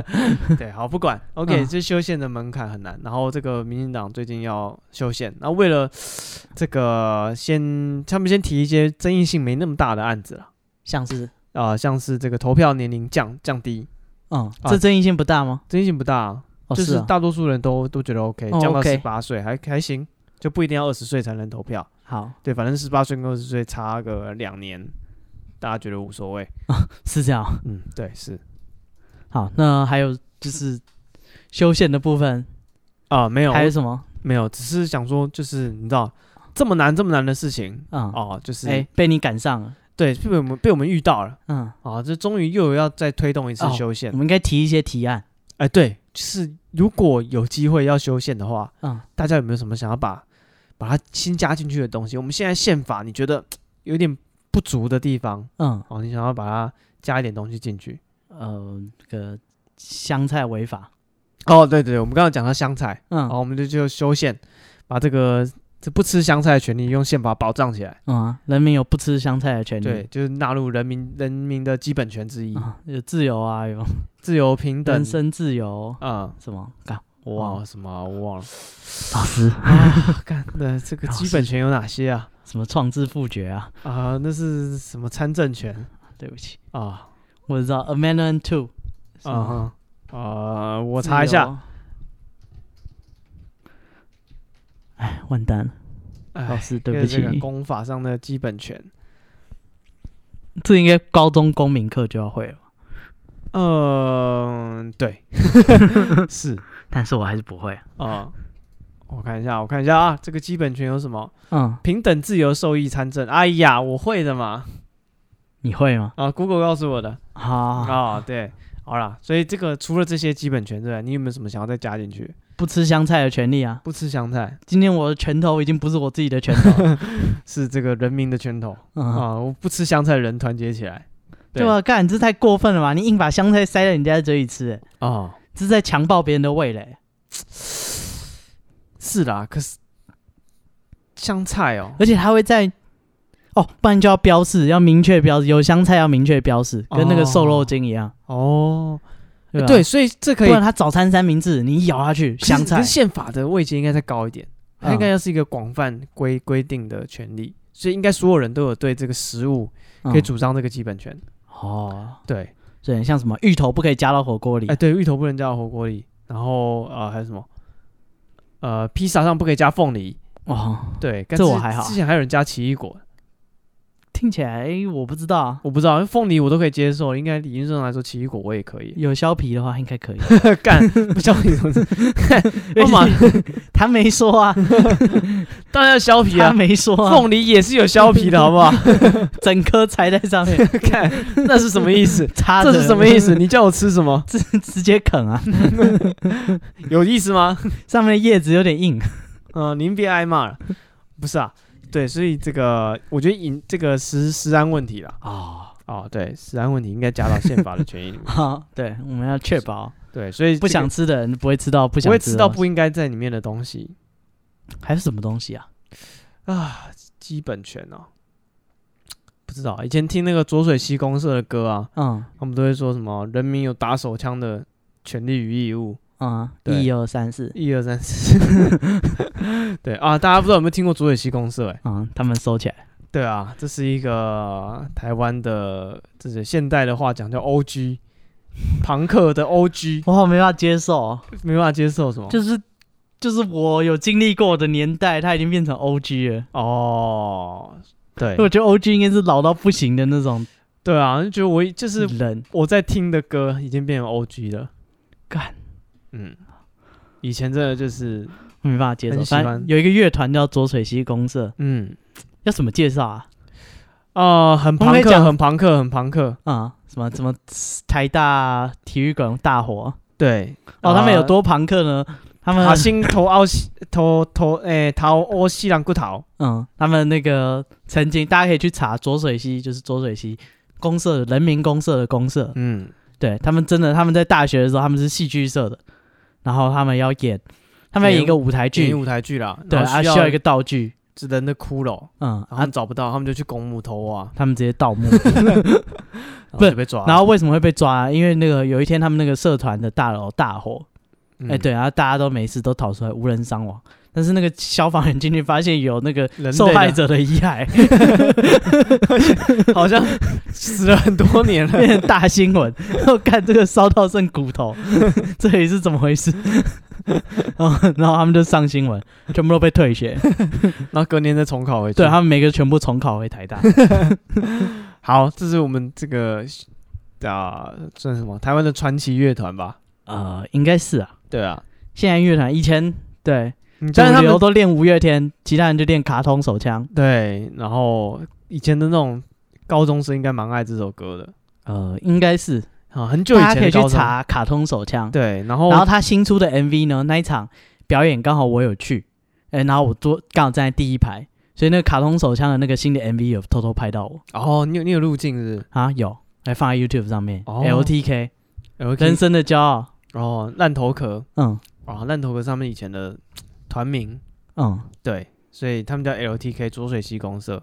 Speaker 2: 对，好，不管，OK，
Speaker 1: 嗯
Speaker 2: 这修宪的门槛很难。然后这个民进党最近要修宪，那为了 这个先，他们先提一些争议性没那么大的案子了，
Speaker 1: 像是
Speaker 2: 啊、像是这个投票年龄降降低，
Speaker 1: 嗯，这争议性不大吗？
Speaker 2: 争议性不大啊、
Speaker 1: 哦，
Speaker 2: 就是是
Speaker 1: 啊
Speaker 2: 大多数人都都觉得 OK，、
Speaker 1: 哦
Speaker 2: 降到
Speaker 1: ，OK
Speaker 2: 十八岁还还行，就不一定要二十岁才能投票。
Speaker 1: 好
Speaker 2: 对，反正十八岁跟二十岁差个两年，大家觉得无 所谓。
Speaker 1: 是这样。
Speaker 2: 嗯，对，是
Speaker 1: 好，那还有就是修宪的部分，
Speaker 2: 啊、没有，
Speaker 1: 还有什么？
Speaker 2: 没有，只是想说，就是你知道这么难这么难的事情
Speaker 1: 嗯，
Speaker 2: 哦，就是、
Speaker 1: 哎，被你赶上了。
Speaker 2: 对被我们被我们遇到了
Speaker 1: 嗯，
Speaker 2: 啊，这终于又有要再推动一次
Speaker 1: 哦
Speaker 2: 修宪。
Speaker 1: 我们应该提一些提案。
Speaker 2: 哎，对，就是如果有机会要修宪的话，
Speaker 1: 嗯，
Speaker 2: 大家有没有什么想要把把它新加进去的东西？我们现在宪法你觉得嘖有点不足的地方
Speaker 1: 嗯，
Speaker 2: 哦，你想要把它加一点东西进去？
Speaker 1: 呃，这个香菜违法。
Speaker 2: 哦，对对，对我们刚刚讲到香菜，
Speaker 1: 嗯
Speaker 2: 好，我们就就修宪，把这个这不吃香菜的权利用宪法保障起来。
Speaker 1: 嗯啊，人民有不吃香菜的权利。
Speaker 2: 对，就是纳入人民人民的基本权之一，
Speaker 1: 啊，有自由啊，有
Speaker 2: 自由平等
Speaker 1: 人。身自由，
Speaker 2: 啊、
Speaker 1: 什么？干，
Speaker 2: 我
Speaker 1: 我
Speaker 2: 忘
Speaker 1: 忘
Speaker 2: 了
Speaker 1: 了。
Speaker 2: 什么啊、我忘了。
Speaker 1: 老师，
Speaker 2: 啊，干的这个
Speaker 1: 老
Speaker 2: 基
Speaker 1: 师
Speaker 2: 本权有哪些啊？
Speaker 1: 什么创制复决啊？
Speaker 2: 啊、那是什么参政权
Speaker 1: 对不起，
Speaker 2: 啊？
Speaker 1: 我只知道 Amendment Two。
Speaker 2: 啊哈，啊，我查一下。。
Speaker 1: 哎，完蛋了，老
Speaker 2: 哎，
Speaker 1: 师，对不
Speaker 2: 这
Speaker 1: 起
Speaker 2: 个
Speaker 1: 你。
Speaker 2: 公法上的基本权。
Speaker 1: 这应该高中公民课就要会了，
Speaker 2: 嗯、对， 是
Speaker 1: 但是我还是不会。
Speaker 2: 啊、我看一下，我看一下啊，这个基本权有什么？
Speaker 1: 嗯，
Speaker 2: 平等、自由、受益、参政。哎呀，我会的嘛。
Speaker 1: 你会吗？
Speaker 2: 啊，Google 告诉我的。
Speaker 1: 啊，
Speaker 2: 啊、对，好啦，所以这个除了这些基本权之外，你有没有什么想要再加进去？
Speaker 1: 不吃香菜的权利啊！
Speaker 2: 不吃香菜
Speaker 1: 今天我的拳头已经不是我自己的拳 头了。
Speaker 2: 是这个人民的拳头啊、
Speaker 1: 嗯，
Speaker 2: 我不吃香菜的人团结起来对
Speaker 1: 对啊吧？干，这太过分了吧！你硬把香菜塞在人家的嘴里吃，哎
Speaker 2: 啊、
Speaker 1: 这是在强暴别人的味蕾。
Speaker 2: 是啦，可是香菜哦，
Speaker 1: 而且它会在哦，不然就要标示，要明确标示，有香菜要明确标示，跟那个瘦肉精一样，
Speaker 2: 哦，
Speaker 1: 对吧啊
Speaker 2: 对，，所以这可
Speaker 1: 不
Speaker 2: 以
Speaker 1: 然它早餐三明治你一咬下去，
Speaker 2: 可是
Speaker 1: 香菜
Speaker 2: 可是宪法的位阶应该再高一点，它应该
Speaker 1: 嗯
Speaker 2: 要是一个广泛规规定的权利，所以应该所有人都有对这个食物可以
Speaker 1: 嗯
Speaker 2: 主张这个基本权。
Speaker 1: 哦，
Speaker 2: 对，
Speaker 1: 对，像什么芋头不可以加到火锅里
Speaker 2: 哎、，对，芋头不能加到火锅里，然后呃还有什么？呃，披萨上不可以加凤梨。
Speaker 1: 哦，
Speaker 2: 对，但
Speaker 1: 这
Speaker 2: 是
Speaker 1: 我还好
Speaker 2: 之前还有人加奇异果，
Speaker 1: 听起来我不知道啊，
Speaker 2: 我不知道，凤梨我都可以接受，应该理论上来说奇异果我也可 以。
Speaker 1: 有削皮的话应该 可以，
Speaker 2: 干，不削皮怎么是？干嘛？
Speaker 1: 他没说 啊，
Speaker 2: 当然要削皮
Speaker 1: 他
Speaker 2: 啊，
Speaker 1: 没说啊，
Speaker 2: 凤梨也是有削皮的好不 好？
Speaker 1: 整颗踩在上 面，
Speaker 2: 看那是什么意思？
Speaker 1: 插着
Speaker 2: 这是什么意思？？你叫我吃什么？
Speaker 1: 直接啃啊，
Speaker 2: 有意思吗？
Speaker 1: 上面的叶子有点硬，
Speaker 2: 嗯、您别挨骂了。不是啊，对，所以这个我觉得引这个食食安问题啦。
Speaker 1: 哦，
Speaker 2: 哦，对，食安问题应该加到宪法的权益里面。
Speaker 1: 好，对，我们要确保
Speaker 2: 对，所以
Speaker 1: 不
Speaker 2: 这个
Speaker 1: 想吃的人不会吃到不
Speaker 2: 不
Speaker 1: 想
Speaker 2: 会
Speaker 1: 吃
Speaker 2: 吃
Speaker 1: 的
Speaker 2: 到
Speaker 1: 东西
Speaker 2: 不应该在里面的东西
Speaker 1: 还是什么东西啊？
Speaker 2: 啊，基本权哦。不知道，以前听那个浊水溪公社的歌啊，
Speaker 1: 嗯
Speaker 2: 他们都会说什么“人民有打手枪的权利与义务
Speaker 1: 嗯，
Speaker 2: 对
Speaker 1: 一二三”，四，
Speaker 2: 一二三四。对啊，大家不知道有没有听过浊水溪公社、哎，
Speaker 1: 嗯，他们收起来。
Speaker 2: 对啊，这是一个台湾的，这是现代的话讲叫 O.G. 朋克的 O.G.
Speaker 1: 我好没办法接受、哦，
Speaker 2: 没办法接受什么？
Speaker 1: 就是就是我有经历过的年代，它已经变成 O G 了。
Speaker 2: 哦，对
Speaker 1: 我觉得 O G 应该是老到不行的那种
Speaker 2: 对啊，就觉得我就是
Speaker 1: 人，
Speaker 2: 我在听的歌已经变成 O G 了。
Speaker 1: 干
Speaker 2: 嗯，以前真的就是，
Speaker 1: 没办法接受。
Speaker 2: 很喜欢
Speaker 1: 反正有一个乐团叫浊水溪公社，
Speaker 2: 嗯，
Speaker 1: 要怎么介绍啊？
Speaker 2: 啊、很
Speaker 1: 我们可
Speaker 2: 朋
Speaker 1: 以
Speaker 2: 克，
Speaker 1: 讲
Speaker 2: 很朋克，很朋克。
Speaker 1: 啊、什么什么台大体育馆大火
Speaker 2: 对，
Speaker 1: 哦，
Speaker 2: 啊
Speaker 1: 他们有多朋克呢？他们
Speaker 2: 好心头凹西头头诶，头凹西兰骨头。
Speaker 1: 嗯，他们那个曾经大家可以去查浊水溪，就是浊水溪公社人民公社的公社，
Speaker 2: 嗯，
Speaker 1: 对他们真的他们在大学的时候他们是戏剧社的，然后他们要演，他们要演一个舞台
Speaker 2: 演
Speaker 1: 剧，
Speaker 2: 舞台剧啦，
Speaker 1: 对
Speaker 2: 然后
Speaker 1: 啊
Speaker 2: 需
Speaker 1: 需
Speaker 2: 要
Speaker 1: 要一个道具，
Speaker 2: 只人的骷髅，
Speaker 1: 嗯
Speaker 2: 然后他
Speaker 1: 啊，
Speaker 2: 们找不到，他们就去拱木头挖，
Speaker 1: 他们直接盗 墓。
Speaker 2: 啊然
Speaker 1: 不啊
Speaker 2: 后
Speaker 1: 是
Speaker 2: 就被抓了。
Speaker 1: 然后为什么会被抓、因为那个有一天他们那个社团的大楼大火，哎、
Speaker 2: 嗯，
Speaker 1: 对，然后大家都没事，都逃出来，无人伤亡。但是那个消防员进去发现有那个
Speaker 2: 人类的啊
Speaker 1: 受害者的遗骸，
Speaker 2: 好像死了很多 年了。
Speaker 1: 变成大新闻。我看这个烧到剩骨头， 这里是怎么回事？ 然后，然后他们就上新闻，全部都被退 学。
Speaker 2: 然后隔年再重考回去。
Speaker 1: 对他们每个全部重考回台大。
Speaker 2: 好，这是我们这个啊，算什么？台湾的传奇乐团吧？
Speaker 1: 呃，应该是啊。
Speaker 2: 对啊，
Speaker 1: 现在乐团以前对，主
Speaker 2: 但是他
Speaker 1: 流
Speaker 2: 们
Speaker 1: 都练五月天，其他人就练卡通手枪。
Speaker 2: 对，然后以前的那种高中生应该蛮爱这首歌的
Speaker 1: 呃，应该是，
Speaker 2: 啊，很久以
Speaker 1: 大
Speaker 2: 前
Speaker 1: 家可以
Speaker 2: 的
Speaker 1: 去
Speaker 2: 高中。
Speaker 1: 查卡通手枪。
Speaker 2: 对，然后
Speaker 1: 然后他新出的 MV 呢，那一场表演刚好我有去，哎、然后我坐刚好站在第一排，所以那个卡通手枪的那个新的 MV 有偷偷拍到我
Speaker 2: 哦，你有你有路径是
Speaker 1: 啊，有，还放在 YouTube 上面、
Speaker 2: 哦
Speaker 1: LTK
Speaker 2: 不是
Speaker 1: 人生的骄傲，
Speaker 2: 哦，烂头壳
Speaker 1: 嗯
Speaker 2: 哦，烂头壳上面以前的团名
Speaker 1: 嗯，
Speaker 2: 对，所以他们叫 LTK 浊水溪公社。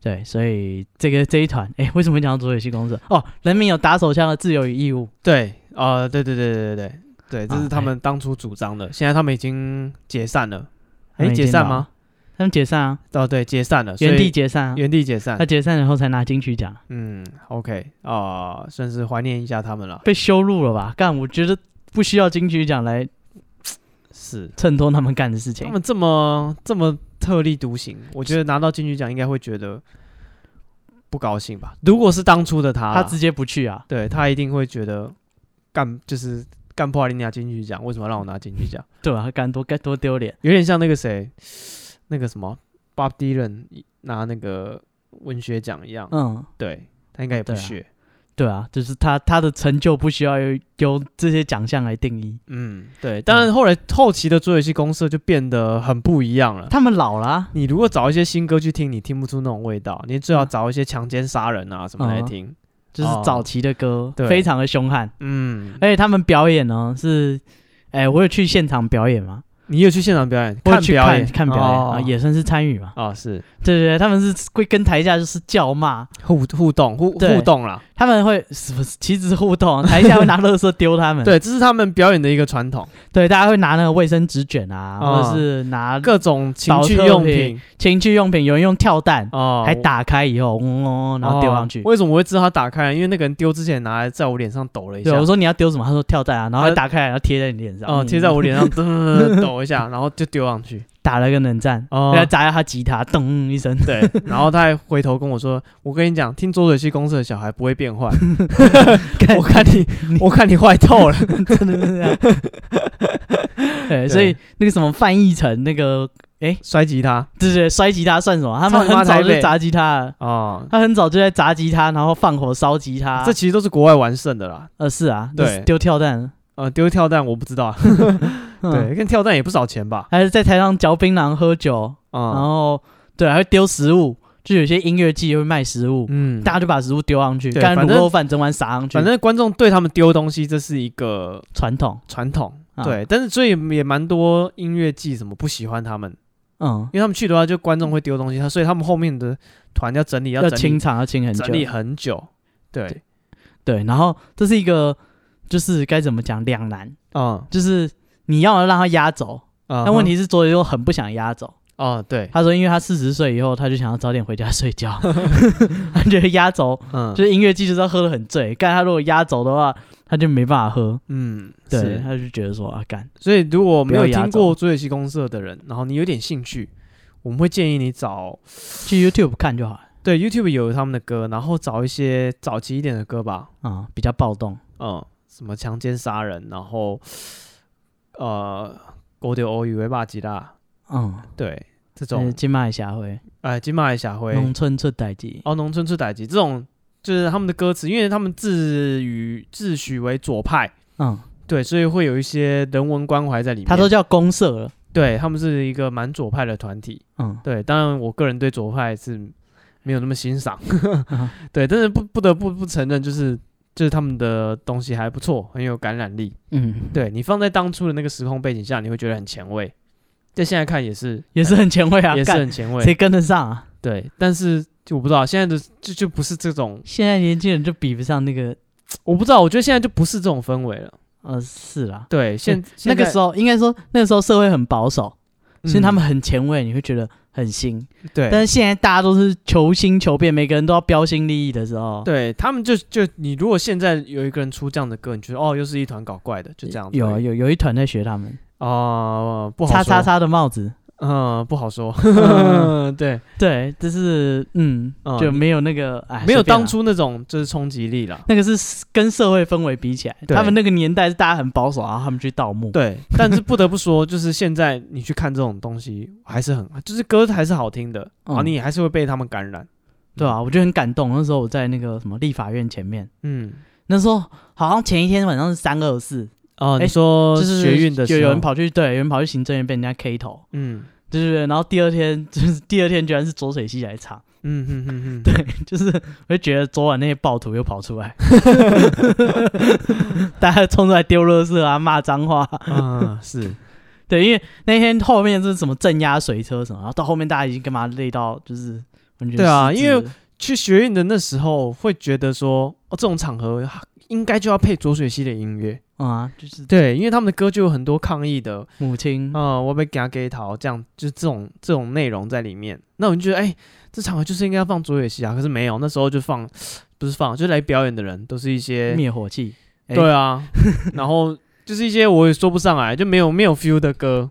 Speaker 1: 对，所以这个这一团，哎、为什么会讲到左水溪公社？哦，人民有打手枪的自由与义务，
Speaker 2: 对，啊，对对对对对对对，这
Speaker 1: 啊
Speaker 2: 是他
Speaker 1: 哎
Speaker 2: 们当初主张的，现在他们已经解散了。
Speaker 1: 他
Speaker 2: 哎，
Speaker 1: 们已
Speaker 2: 解
Speaker 1: 经
Speaker 2: 散
Speaker 1: 老
Speaker 2: 吗？
Speaker 1: 他们解散啊，
Speaker 2: 哦，对，解散了，所
Speaker 1: 原地
Speaker 2: 以
Speaker 1: 解散啊，
Speaker 2: 原地解散
Speaker 1: 他。解散以后才拿金曲奖，
Speaker 2: 嗯，OK，啊、算是怀念一下他们了。
Speaker 1: 被羞辱了吧？干，我觉得不需要金曲奖来
Speaker 2: 是，
Speaker 1: 衬托他们干的事情
Speaker 2: 他。们这么这么特立独行，我觉得拿到金曲奖应该会觉得不高兴吧。如果是当初的他啦，
Speaker 1: 他直接不去啊，
Speaker 2: 对他一定会觉得干就是干破你拿金曲奖，为什么要让我拿金曲奖？
Speaker 1: 对吧、啊？干多该多丢脸。
Speaker 2: 有点像那个谁，那个什么 Bob Dylan 拿那个文学奖一样，
Speaker 1: 嗯，
Speaker 2: 对他应该也不
Speaker 1: 对啊
Speaker 2: 屑。
Speaker 1: 对啊，就是他他的成就不需要由由这些奖项来定义。
Speaker 2: 嗯，对，但是后来后期的桌游戏公社就变得很不一样 了。
Speaker 1: 他们老了啊、
Speaker 2: 你如果找一些新歌去听，你听不出那种味道，你
Speaker 1: 嗯
Speaker 2: 最好找一些强奸杀人啊什么来听。
Speaker 1: 就是
Speaker 2: 哦
Speaker 1: 早期的歌、
Speaker 2: 对
Speaker 1: 非常的凶悍，
Speaker 2: 嗯，
Speaker 1: 而且他们表演呢是，哎、我有去现场表演嘛，
Speaker 2: 你有去现场表演？
Speaker 1: 我有去
Speaker 2: 表演，
Speaker 1: 看表演、
Speaker 2: 哦
Speaker 1: 啊，也算是参与嘛。
Speaker 2: 啊、是
Speaker 1: 对对对，他们是会跟台下就是叫骂，
Speaker 2: 互互动互
Speaker 1: 对
Speaker 2: 互动啦。
Speaker 1: 他们会什么其实是互动，啊台下会拿垃圾丢他们，
Speaker 2: 对，这是他们表演的一个传统，
Speaker 1: 对，大家会拿那个卫生纸卷啊，
Speaker 2: 哦
Speaker 1: 或者是拿
Speaker 2: 各种情趣
Speaker 1: 保特
Speaker 2: 用
Speaker 1: 瓶
Speaker 2: 品
Speaker 1: 情趣用品，有人用跳蛋。
Speaker 2: 哦，
Speaker 1: 还打开以后，嗡嗡嗡，然后丢上去
Speaker 2: 哦。为什么我会知道他打开？因为那个人丢之前拿来在我脸上抖了一下
Speaker 1: 对，，我说你要丢什么？他说跳蛋啊，然后还
Speaker 2: 啊
Speaker 1: 打开来，然后贴在你脸上，
Speaker 2: 哦，
Speaker 1: 嗯
Speaker 2: 贴在我脸上噔噔噔噔抖一下，然后就丢上去。
Speaker 1: 打了个冷战，
Speaker 2: 哦
Speaker 1: 然后砸到他吉他，咚一声。
Speaker 2: 对，然后他还回头跟我说：“我跟你讲，听浊水溪公社的小孩不会 变坏， 我看你，我看你坏透 了。
Speaker 1: 真的是这样。 对，所以那个什么范逸臣，那个”
Speaker 2: 摔吉他
Speaker 1: 对对，摔吉他算什么？他们
Speaker 2: 操你妈
Speaker 1: 很早
Speaker 2: 台
Speaker 1: 就
Speaker 2: 北
Speaker 1: 砸吉他了，
Speaker 2: 啊，
Speaker 1: 他很早就在砸吉他，然后放火烧吉他
Speaker 2: 这。其实都是国外完胜的啦。
Speaker 1: 呃，是啊，
Speaker 2: 对
Speaker 1: 就是丢跳蛋。
Speaker 2: 呃，丢跳蛋我不知 道啊，
Speaker 1: 嗯，
Speaker 2: 对，跟跳蛋也不少钱吧？
Speaker 1: 还是在台上嚼槟榔喝酒，然
Speaker 2: 啊，
Speaker 1: 后对，还会丢食物，就有些音乐季会卖食物，
Speaker 2: 嗯，
Speaker 1: 大家就把食物丢上去，
Speaker 2: 对
Speaker 1: 干
Speaker 2: 反
Speaker 1: 卤
Speaker 2: 正
Speaker 1: 肉饭整碗撒上去，
Speaker 2: 反正观众对他们丢东西，这是一个
Speaker 1: 传统。
Speaker 2: 传统。
Speaker 1: 啊
Speaker 2: 对，但是所以也蛮多音乐季什么不喜欢他们，
Speaker 1: 嗯，
Speaker 2: 因为他们去的话，就观众会丢东西，他所以他们后面的团要整理，
Speaker 1: 要
Speaker 2: 整
Speaker 1: 清
Speaker 2: 理，
Speaker 1: 场要清很久
Speaker 2: 整，理很久。对，
Speaker 1: 对，然后这是一个就是该怎么讲两难，
Speaker 2: 嗯，
Speaker 1: 就是你要让他压走，
Speaker 2: 但
Speaker 1: 但问题是左友很不想压走，
Speaker 2: 哦，啊对，
Speaker 1: 他说因为他四十岁以后他就想要早点回家睡 觉，他觉得压走
Speaker 2: 嗯
Speaker 1: 就是音乐季就是要喝得很醉，干他如果压走的话他就没办法喝，
Speaker 2: 嗯，
Speaker 1: 对，
Speaker 2: 是。
Speaker 1: 他就觉得说啊干，
Speaker 2: 所以如果没有
Speaker 1: 不要压
Speaker 2: 听过追尾西公社的人，然后你有点兴趣，我们会建议你找
Speaker 1: 去 YouTube 看就好了
Speaker 2: 对 YouTube 有他们的歌，然后找一些早期一点的歌吧，
Speaker 1: 啊、比较暴动，
Speaker 2: 嗯，什么强奸杀人，然后呃，狗丢欧语维巴吉拉，
Speaker 1: 嗯，呃
Speaker 2: 对这
Speaker 1: 这
Speaker 2: 种
Speaker 1: 金马也下回
Speaker 2: 哎金马也下回
Speaker 1: 农村出代际，
Speaker 2: 哦，农村出歹集这种就是他们的歌词，因为他们自诩自诩为左派，
Speaker 1: 嗯，
Speaker 2: 对，所以会有一些人文关怀在里面。
Speaker 1: 他都叫公社了，
Speaker 2: 对他们是一个蛮左派的团体，
Speaker 1: 嗯，
Speaker 2: 对，当然我个人对左派是没有那么 欣赏，
Speaker 1: 啊
Speaker 2: 对，但是不不得不不承认，就是就是他们的东西还不错，很有感染力。
Speaker 1: 嗯，
Speaker 2: 对你放在当初的那个时空背景下，你会觉得很前卫，在现在看也是
Speaker 1: 也是很前卫啊，
Speaker 2: 也是
Speaker 1: 干
Speaker 2: 很前卫，
Speaker 1: 谁跟得上啊？
Speaker 2: 对，但是就我不知道现在的就就不是这种，
Speaker 1: 现在年轻人就比不上那个，
Speaker 2: 我不知道，我觉得现在就不是这种氛围了。
Speaker 1: 呃，是啦，
Speaker 2: 对，现
Speaker 1: 那个时
Speaker 2: 候，
Speaker 1: 候应该说那个时候社会很保守，所以
Speaker 2: 嗯
Speaker 1: 他们很前卫，你会觉得很新。
Speaker 2: 对，
Speaker 1: 但是现在大家都是求新求变，每个人都要标新立异的时候，
Speaker 2: 对他们就就你如果现在有一个人出这样的歌，你觉得哦又是一团搞怪的，就这样子
Speaker 1: 有啊
Speaker 2: 而已
Speaker 1: 有有一团在学他们，
Speaker 2: 啊、不好
Speaker 1: 叉
Speaker 2: 说，
Speaker 1: 叉叉的帽子，
Speaker 2: 嗯不好 说，
Speaker 1: 嗯
Speaker 2: 对，
Speaker 1: 对，就是嗯，
Speaker 2: 嗯
Speaker 1: 就没有那个哎，
Speaker 2: 没有
Speaker 1: 随便啦
Speaker 2: 当初那种就是冲击力啦。
Speaker 1: 那个是跟社会氛围比起来，
Speaker 2: 对
Speaker 1: 他们那个年代是大家很保守，然后他们去盗墓，
Speaker 2: 对，但是不得不说，就是现在你去看这种东西，还是很，就是歌还是好听的，
Speaker 1: 嗯
Speaker 2: 啊，你还是会被他们感染。
Speaker 1: 对啊，我就很感动。那时候我在那个什么立法院前面，
Speaker 2: 嗯，
Speaker 1: 那时候好像前一天晚上是三二四，
Speaker 2: 哦，
Speaker 1: 哎
Speaker 2: 你说
Speaker 1: 就是
Speaker 2: 学运的时
Speaker 1: 就
Speaker 2: 候，
Speaker 1: 有人，跑去对，有人跑去行政院被人家 K 头，
Speaker 2: 嗯
Speaker 1: 对对对。然后第二天 就是第二天居然是浊水溪来唱，
Speaker 2: 嗯嗯嗯嗯，对，
Speaker 1: 就是我就觉得昨晚那些暴徒又跑出来， 大家冲出来丢垃圾啊，骂脏话，
Speaker 2: 嗯是，
Speaker 1: 对，因为那天后面是什么镇压水车什么，然后到后面大家已经干嘛累到就是完全
Speaker 2: 对啊
Speaker 1: 失智
Speaker 2: 因为
Speaker 1: 了
Speaker 2: 去学运的那时候会觉得说，哦这种场合应该就要配浊水溪的音乐，
Speaker 1: 嗯啊，就是
Speaker 2: 对，因为他们的歌就有很多抗议的，
Speaker 1: 母亲，
Speaker 2: 啊、我被给他给逃，这样就是这种这种内容在里面。那我就觉得，哎、这场合就是应该要放卓野西啊，可是没有，那时候就放，不是放，就是来表演的人都是一些，
Speaker 1: 灭火器，哎
Speaker 2: 对啊， 然后就是一些我也说不上来，就没有没有 feel 的歌。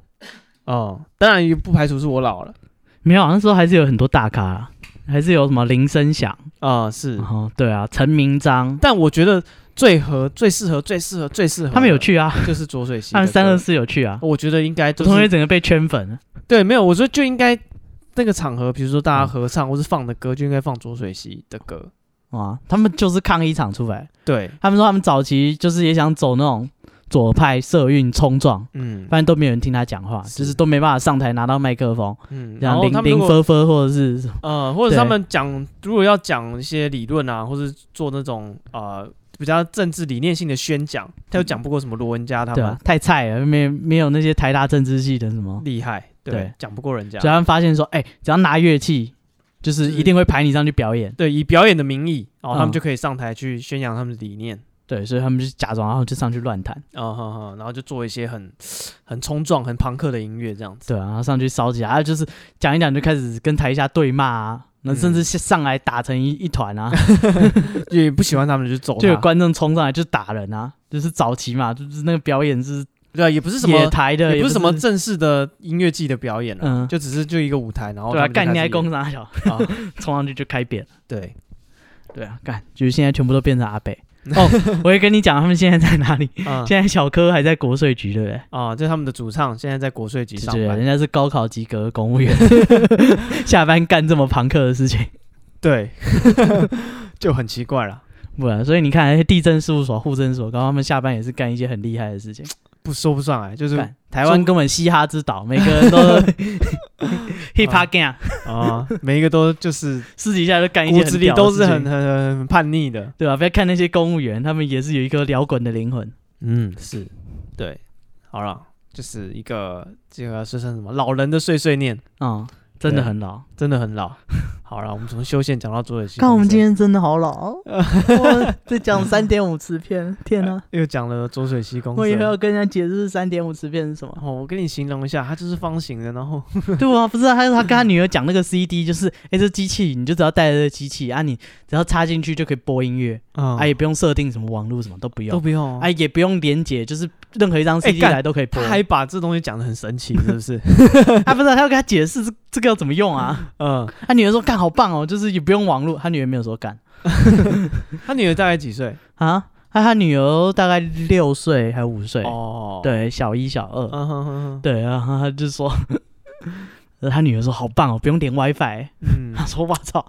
Speaker 2: 哦、当然也不排除是我老了
Speaker 1: 没有，那时候还是有很多大咖啊，还是有什么林声祥，
Speaker 2: 啊、是
Speaker 1: 然，后对啊，陈明章，
Speaker 2: 但我觉得最合、最适合、最适合、最适合的，
Speaker 1: 他们有去啊，
Speaker 2: 就是浊水溪，
Speaker 1: 他们三二，四有去啊，
Speaker 2: 我觉得应该
Speaker 1: 我
Speaker 2: 就
Speaker 1: 同学
Speaker 2: 是
Speaker 1: 整个被圈粉了，
Speaker 2: 对，没有，我说就应该那个场合，比如说大家合唱或是放的歌，就应该放浊水溪的歌。
Speaker 1: 哇，他们就是抗议场出来，
Speaker 2: 对，
Speaker 1: 他们说他们早期就是也想走那种左派社运冲撞。
Speaker 2: 嗯
Speaker 1: 反正都没有人听他讲话，
Speaker 2: 是
Speaker 1: 就是都没办法上台拿到麦克风，
Speaker 2: 嗯，
Speaker 1: 然
Speaker 2: 然
Speaker 1: 后
Speaker 2: 后
Speaker 1: 零
Speaker 2: 他们
Speaker 1: 零
Speaker 2: 如果
Speaker 1: 分分或者是
Speaker 2: 呃，或者
Speaker 1: 对
Speaker 2: 他们讲，如果要讲一些理论啊，或是做那种呃比较政治理念性的宣讲，他有讲不过什么罗文嘉他
Speaker 1: 对
Speaker 2: 们
Speaker 1: 啊，太菜了，没没有那些台大政治系的什么，
Speaker 2: 厉害，
Speaker 1: 对
Speaker 2: 对，讲不过人家
Speaker 1: 所以。他们发现说，哎、只要拿乐器，就是
Speaker 2: 就是
Speaker 1: 一定会排你上去表演。
Speaker 2: 对，以表演的名义，哦，他
Speaker 1: 嗯
Speaker 2: 们就可以上台去宣扬他们的理念，
Speaker 1: 对，所以他们就假装，然后就上去乱弹，
Speaker 2: 啊哈哈，然后就做一些很很冲撞、很朋克的音乐这样子。
Speaker 1: 对啊，然后上去烧起来，啊，就是讲一讲就开始跟台下对骂啊，
Speaker 2: 嗯
Speaker 1: 那甚至上来打成一一团 啊，
Speaker 2: 也不喜欢他们就揍
Speaker 1: 就有
Speaker 2: 他，
Speaker 1: 观众冲上来就打人啊，就是早期嘛，就是那个表演是
Speaker 2: 对啊，也不是什
Speaker 1: 野
Speaker 2: 么，
Speaker 1: 台的，
Speaker 2: 也
Speaker 1: 也不
Speaker 2: 不是什么正式的音乐季的表演啊，
Speaker 1: 嗯，
Speaker 2: 就只是就一个舞台，然后
Speaker 1: 对啊，
Speaker 2: 他们就
Speaker 1: 干你
Speaker 2: 开
Speaker 1: 还
Speaker 2: 始演
Speaker 1: 攻啥小，
Speaker 2: 啊，
Speaker 1: 冲上去就开扁了，
Speaker 2: 对，
Speaker 1: 对啊，干，就是现在全部都变成阿 北。哦，我会跟你讲他们现在在哪里。
Speaker 2: 嗯
Speaker 1: 现在小柯还在国税局，对不对？
Speaker 2: 啊，这是他们的主唱，现在在国税局上
Speaker 1: 对，
Speaker 2: 班。
Speaker 1: 人家是高考及格的公务员， 下班干这么朋克的事情，
Speaker 2: 对，就很奇怪了。
Speaker 1: 不然，所以你看那些地震事务所、户政所，刚他们下班也是干一些很厉害的事情。
Speaker 2: 不说不上来，就是
Speaker 1: 干
Speaker 2: 台
Speaker 1: 台
Speaker 2: 湾
Speaker 1: 湾根本嘻哈之岛，每个人 都 hip hop gang，
Speaker 2: 啊、每一个都就是
Speaker 1: 私底下就干一
Speaker 2: 骨
Speaker 1: 些
Speaker 2: 子
Speaker 1: 很
Speaker 2: 里
Speaker 1: 屌的
Speaker 2: 都是
Speaker 1: 事情
Speaker 2: 很很很很叛逆的。
Speaker 1: 对吧？不要看那些公务员，他们也是有一颗摇滚的灵魂。
Speaker 2: 嗯，是，对。好了，就是一个这个是算什么老人的碎碎念，
Speaker 1: 嗯，真的
Speaker 2: 对
Speaker 1: 很老。
Speaker 2: 真的很老。好了，我们从修宪讲到左耳西，
Speaker 1: 看我们今天真的好 老，我在讲三点五磁片，天哪！
Speaker 2: 哎又讲了浊水溪 公
Speaker 1: 我以后要
Speaker 2: 社。
Speaker 1: 跟人家解释三点五磁片是什么。
Speaker 2: 哦，我跟你形容一下，它就是方形的，然后
Speaker 1: 对啊，不是、啊，还有他跟他女儿讲那个 CD，就是哎、诶这机器你就只要带着这机器啊，你只要插进去就可以播音乐，
Speaker 2: 啊
Speaker 1: 啊也不用设定什么网络什么都不
Speaker 2: 都
Speaker 1: 用，
Speaker 2: 不用，
Speaker 1: 啊也不用连接，就是任何一张 CD
Speaker 2: 诶干
Speaker 1: 来都可以播。
Speaker 2: 哎他还把这东西讲的很神奇，是不 是？
Speaker 1: 啊不是啊，他要跟他解释这这个要怎么用啊？
Speaker 2: 嗯，
Speaker 1: 他女儿说干好棒哦，就是也不用网络，他女儿没有说干
Speaker 2: 他女儿大概几岁？
Speaker 1: 啊，他他女儿大概六岁还五岁，
Speaker 2: 哦，，
Speaker 1: 对，小一小二，
Speaker 2: 嗯哼哼哼，
Speaker 1: 对啊，他就说。 他女儿说：“好棒哦，不用连 WiFi。”
Speaker 2: 嗯
Speaker 1: 他，说：“我操，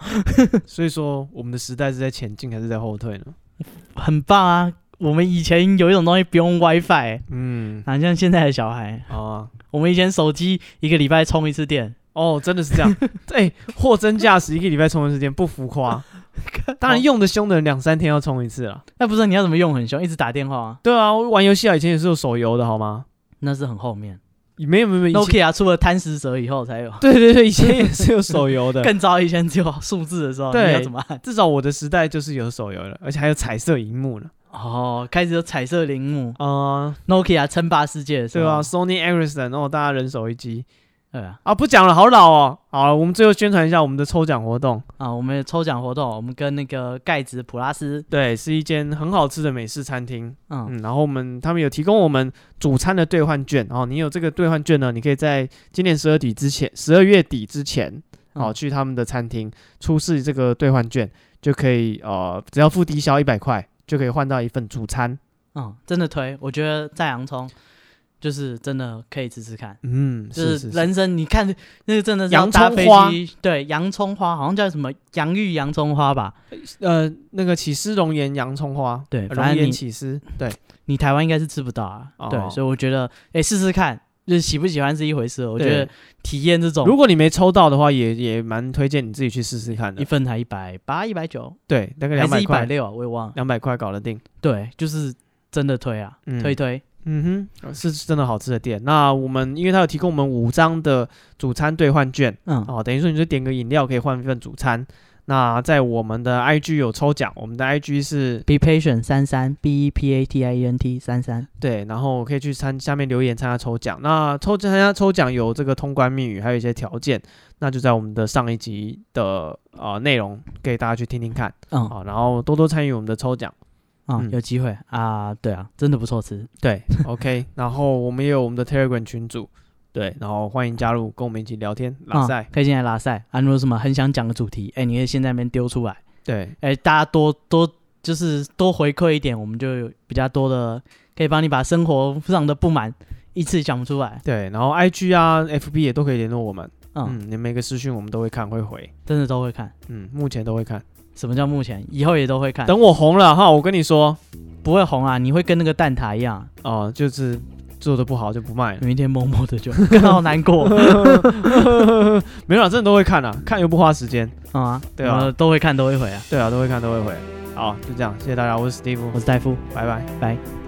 Speaker 2: 所以说我们的时代是在前进还是在后退呢？
Speaker 1: 很棒啊！我们以前有一种东西不用 WiFi，、欸、
Speaker 2: 嗯，
Speaker 1: 哪像现在的小孩。
Speaker 2: 啊，
Speaker 1: 我们以前手机一个礼拜充一次 电，
Speaker 2: 哦，真的是 这样，哎，货真价实，一个礼拜充一次电，不 浮夸。当
Speaker 1: 哦
Speaker 2: 然，用的凶的人两三天要充一次啦。
Speaker 1: 那不是你要怎么用很凶，一直打电话啊、
Speaker 2: 对啊，我玩游戏啊，以前也是有手游的好吗？
Speaker 1: 那是很后面。
Speaker 2: 没有没有没有以前，
Speaker 1: Nokia 出了贪食蛇以后才有，
Speaker 2: 对对对，以前也是有手游的，
Speaker 1: 更早以前只有数字的时候，你
Speaker 2: 对
Speaker 1: 要怎么按？
Speaker 2: 至少我的时代就是有手游了，而且还有彩色荧幕呢。
Speaker 1: 哦，开始有彩色铃木
Speaker 2: 啊、
Speaker 1: ，Nokia 称霸世界的时
Speaker 2: 对
Speaker 1: 候，
Speaker 2: 吧、s o n y Ericsson，哦，大家人手一机
Speaker 1: 对啊，
Speaker 2: 啊，不讲了，好老哦。好了，我们最后宣传一下我们的抽奖活动。
Speaker 1: 啊，我们有抽奖活动，我们跟那个盖子普拉斯，
Speaker 2: 对，是一间很好吃的美式餐厅。
Speaker 1: 嗯，
Speaker 2: 嗯，然后我们他们有提供我们主餐的兑换券，然、哦后你有这个兑换券呢，你可以在今年十二底之前，十二月底之前，哦、
Speaker 1: 嗯
Speaker 2: 去他们的餐厅出示这个兑换券，就可以呃，只要付低消一百块，就可以换到一份主餐。
Speaker 1: 嗯，真的推，我觉得在洋葱就是真的可以吃吃看。
Speaker 2: 嗯，
Speaker 1: 就是
Speaker 2: 是是
Speaker 1: 人生，你看那个真的是要
Speaker 2: 洋
Speaker 1: 搭
Speaker 2: 葱
Speaker 1: 飞
Speaker 2: 花
Speaker 1: 机，对，洋葱花好像叫什么洋芋洋葱花吧？
Speaker 2: 呃，那个起司熔岩洋葱花，
Speaker 1: 对
Speaker 2: 呃
Speaker 1: 反正
Speaker 2: 熔岩
Speaker 1: 你
Speaker 2: 起司，对，
Speaker 1: 你台湾应该是吃不到啊。
Speaker 2: 哦
Speaker 1: 对，所以我觉得，哎，试试看，就是喜不喜欢是一回事。我觉
Speaker 2: 对
Speaker 1: 得体验这种，
Speaker 2: 如果你没抽到的话，也也蛮推荐你自己去试试看
Speaker 1: 一
Speaker 2: 的。
Speaker 1: 份才一百八、一百九，
Speaker 2: 对，大概
Speaker 1: 还
Speaker 2: 两
Speaker 1: 是
Speaker 2: 百
Speaker 1: 一百
Speaker 2: 块，
Speaker 1: 六啊？我也忘了。
Speaker 2: 两百块搞得定。
Speaker 1: 对，就是真的推啊，
Speaker 2: 嗯
Speaker 1: 推推。
Speaker 2: 嗯哼，是真的好吃的店。那我们因为它有提供我们五张的主餐兑换券
Speaker 1: 嗯，
Speaker 2: 哦，等于说你就点个饮料可以换一份主餐。那在我们的 IG 有抽奖，我们的 IG 是
Speaker 1: Be patient 三三 B E P A T I E N T 三三，
Speaker 2: 对，然后可以去参下面留言参加抽奖。那抽参加抽奖有这个通关密语，还有一些条件，那就在我们的上一集的呃内容给大家去听听看
Speaker 1: 嗯
Speaker 2: 啊、哦然后多多参与我们的抽奖。
Speaker 1: 嗯
Speaker 2: 嗯，
Speaker 1: 有机会啊，对啊，真的不错吃。
Speaker 2: 对，OK，然后我们也有我们的 Telegram 群组，对，然后欢迎加入跟我们一起聊天拉
Speaker 1: 嗯
Speaker 2: 塞。
Speaker 1: 可以进来拉赛啊！如果有什么很想讲的主题，哎，你可以先在那边丢出来。
Speaker 2: 对，
Speaker 1: 哎、大家多多就是多回馈一点，我们就有比较多的可以帮你把生活上的不满一次讲不出来。
Speaker 2: 对，然后 IG 啊、FB 也都可以联络我们。
Speaker 1: 嗯，
Speaker 2: 嗯，你每个私讯我们都会看，会回。
Speaker 1: 真的都会看。
Speaker 2: 嗯，目前都会看。
Speaker 1: 什么叫目前？以后也都会看。
Speaker 2: 等我红了哈，我跟你说，
Speaker 1: 不会红啊，你会跟那个蛋挞一样，
Speaker 2: 哦、就是做的不好就不卖了。
Speaker 1: 明天默默的就 好难过嗯
Speaker 2: 没有啦，真的都会看啊，看又不花时间。
Speaker 1: 嗯啊。
Speaker 2: 对啊
Speaker 1: 我们都会看，都会回啊。
Speaker 2: 对啊，都会看，都会回。好，就这样，谢谢大家，我是 Steve，
Speaker 1: 我是戴夫。
Speaker 2: 拜拜。
Speaker 1: 拜。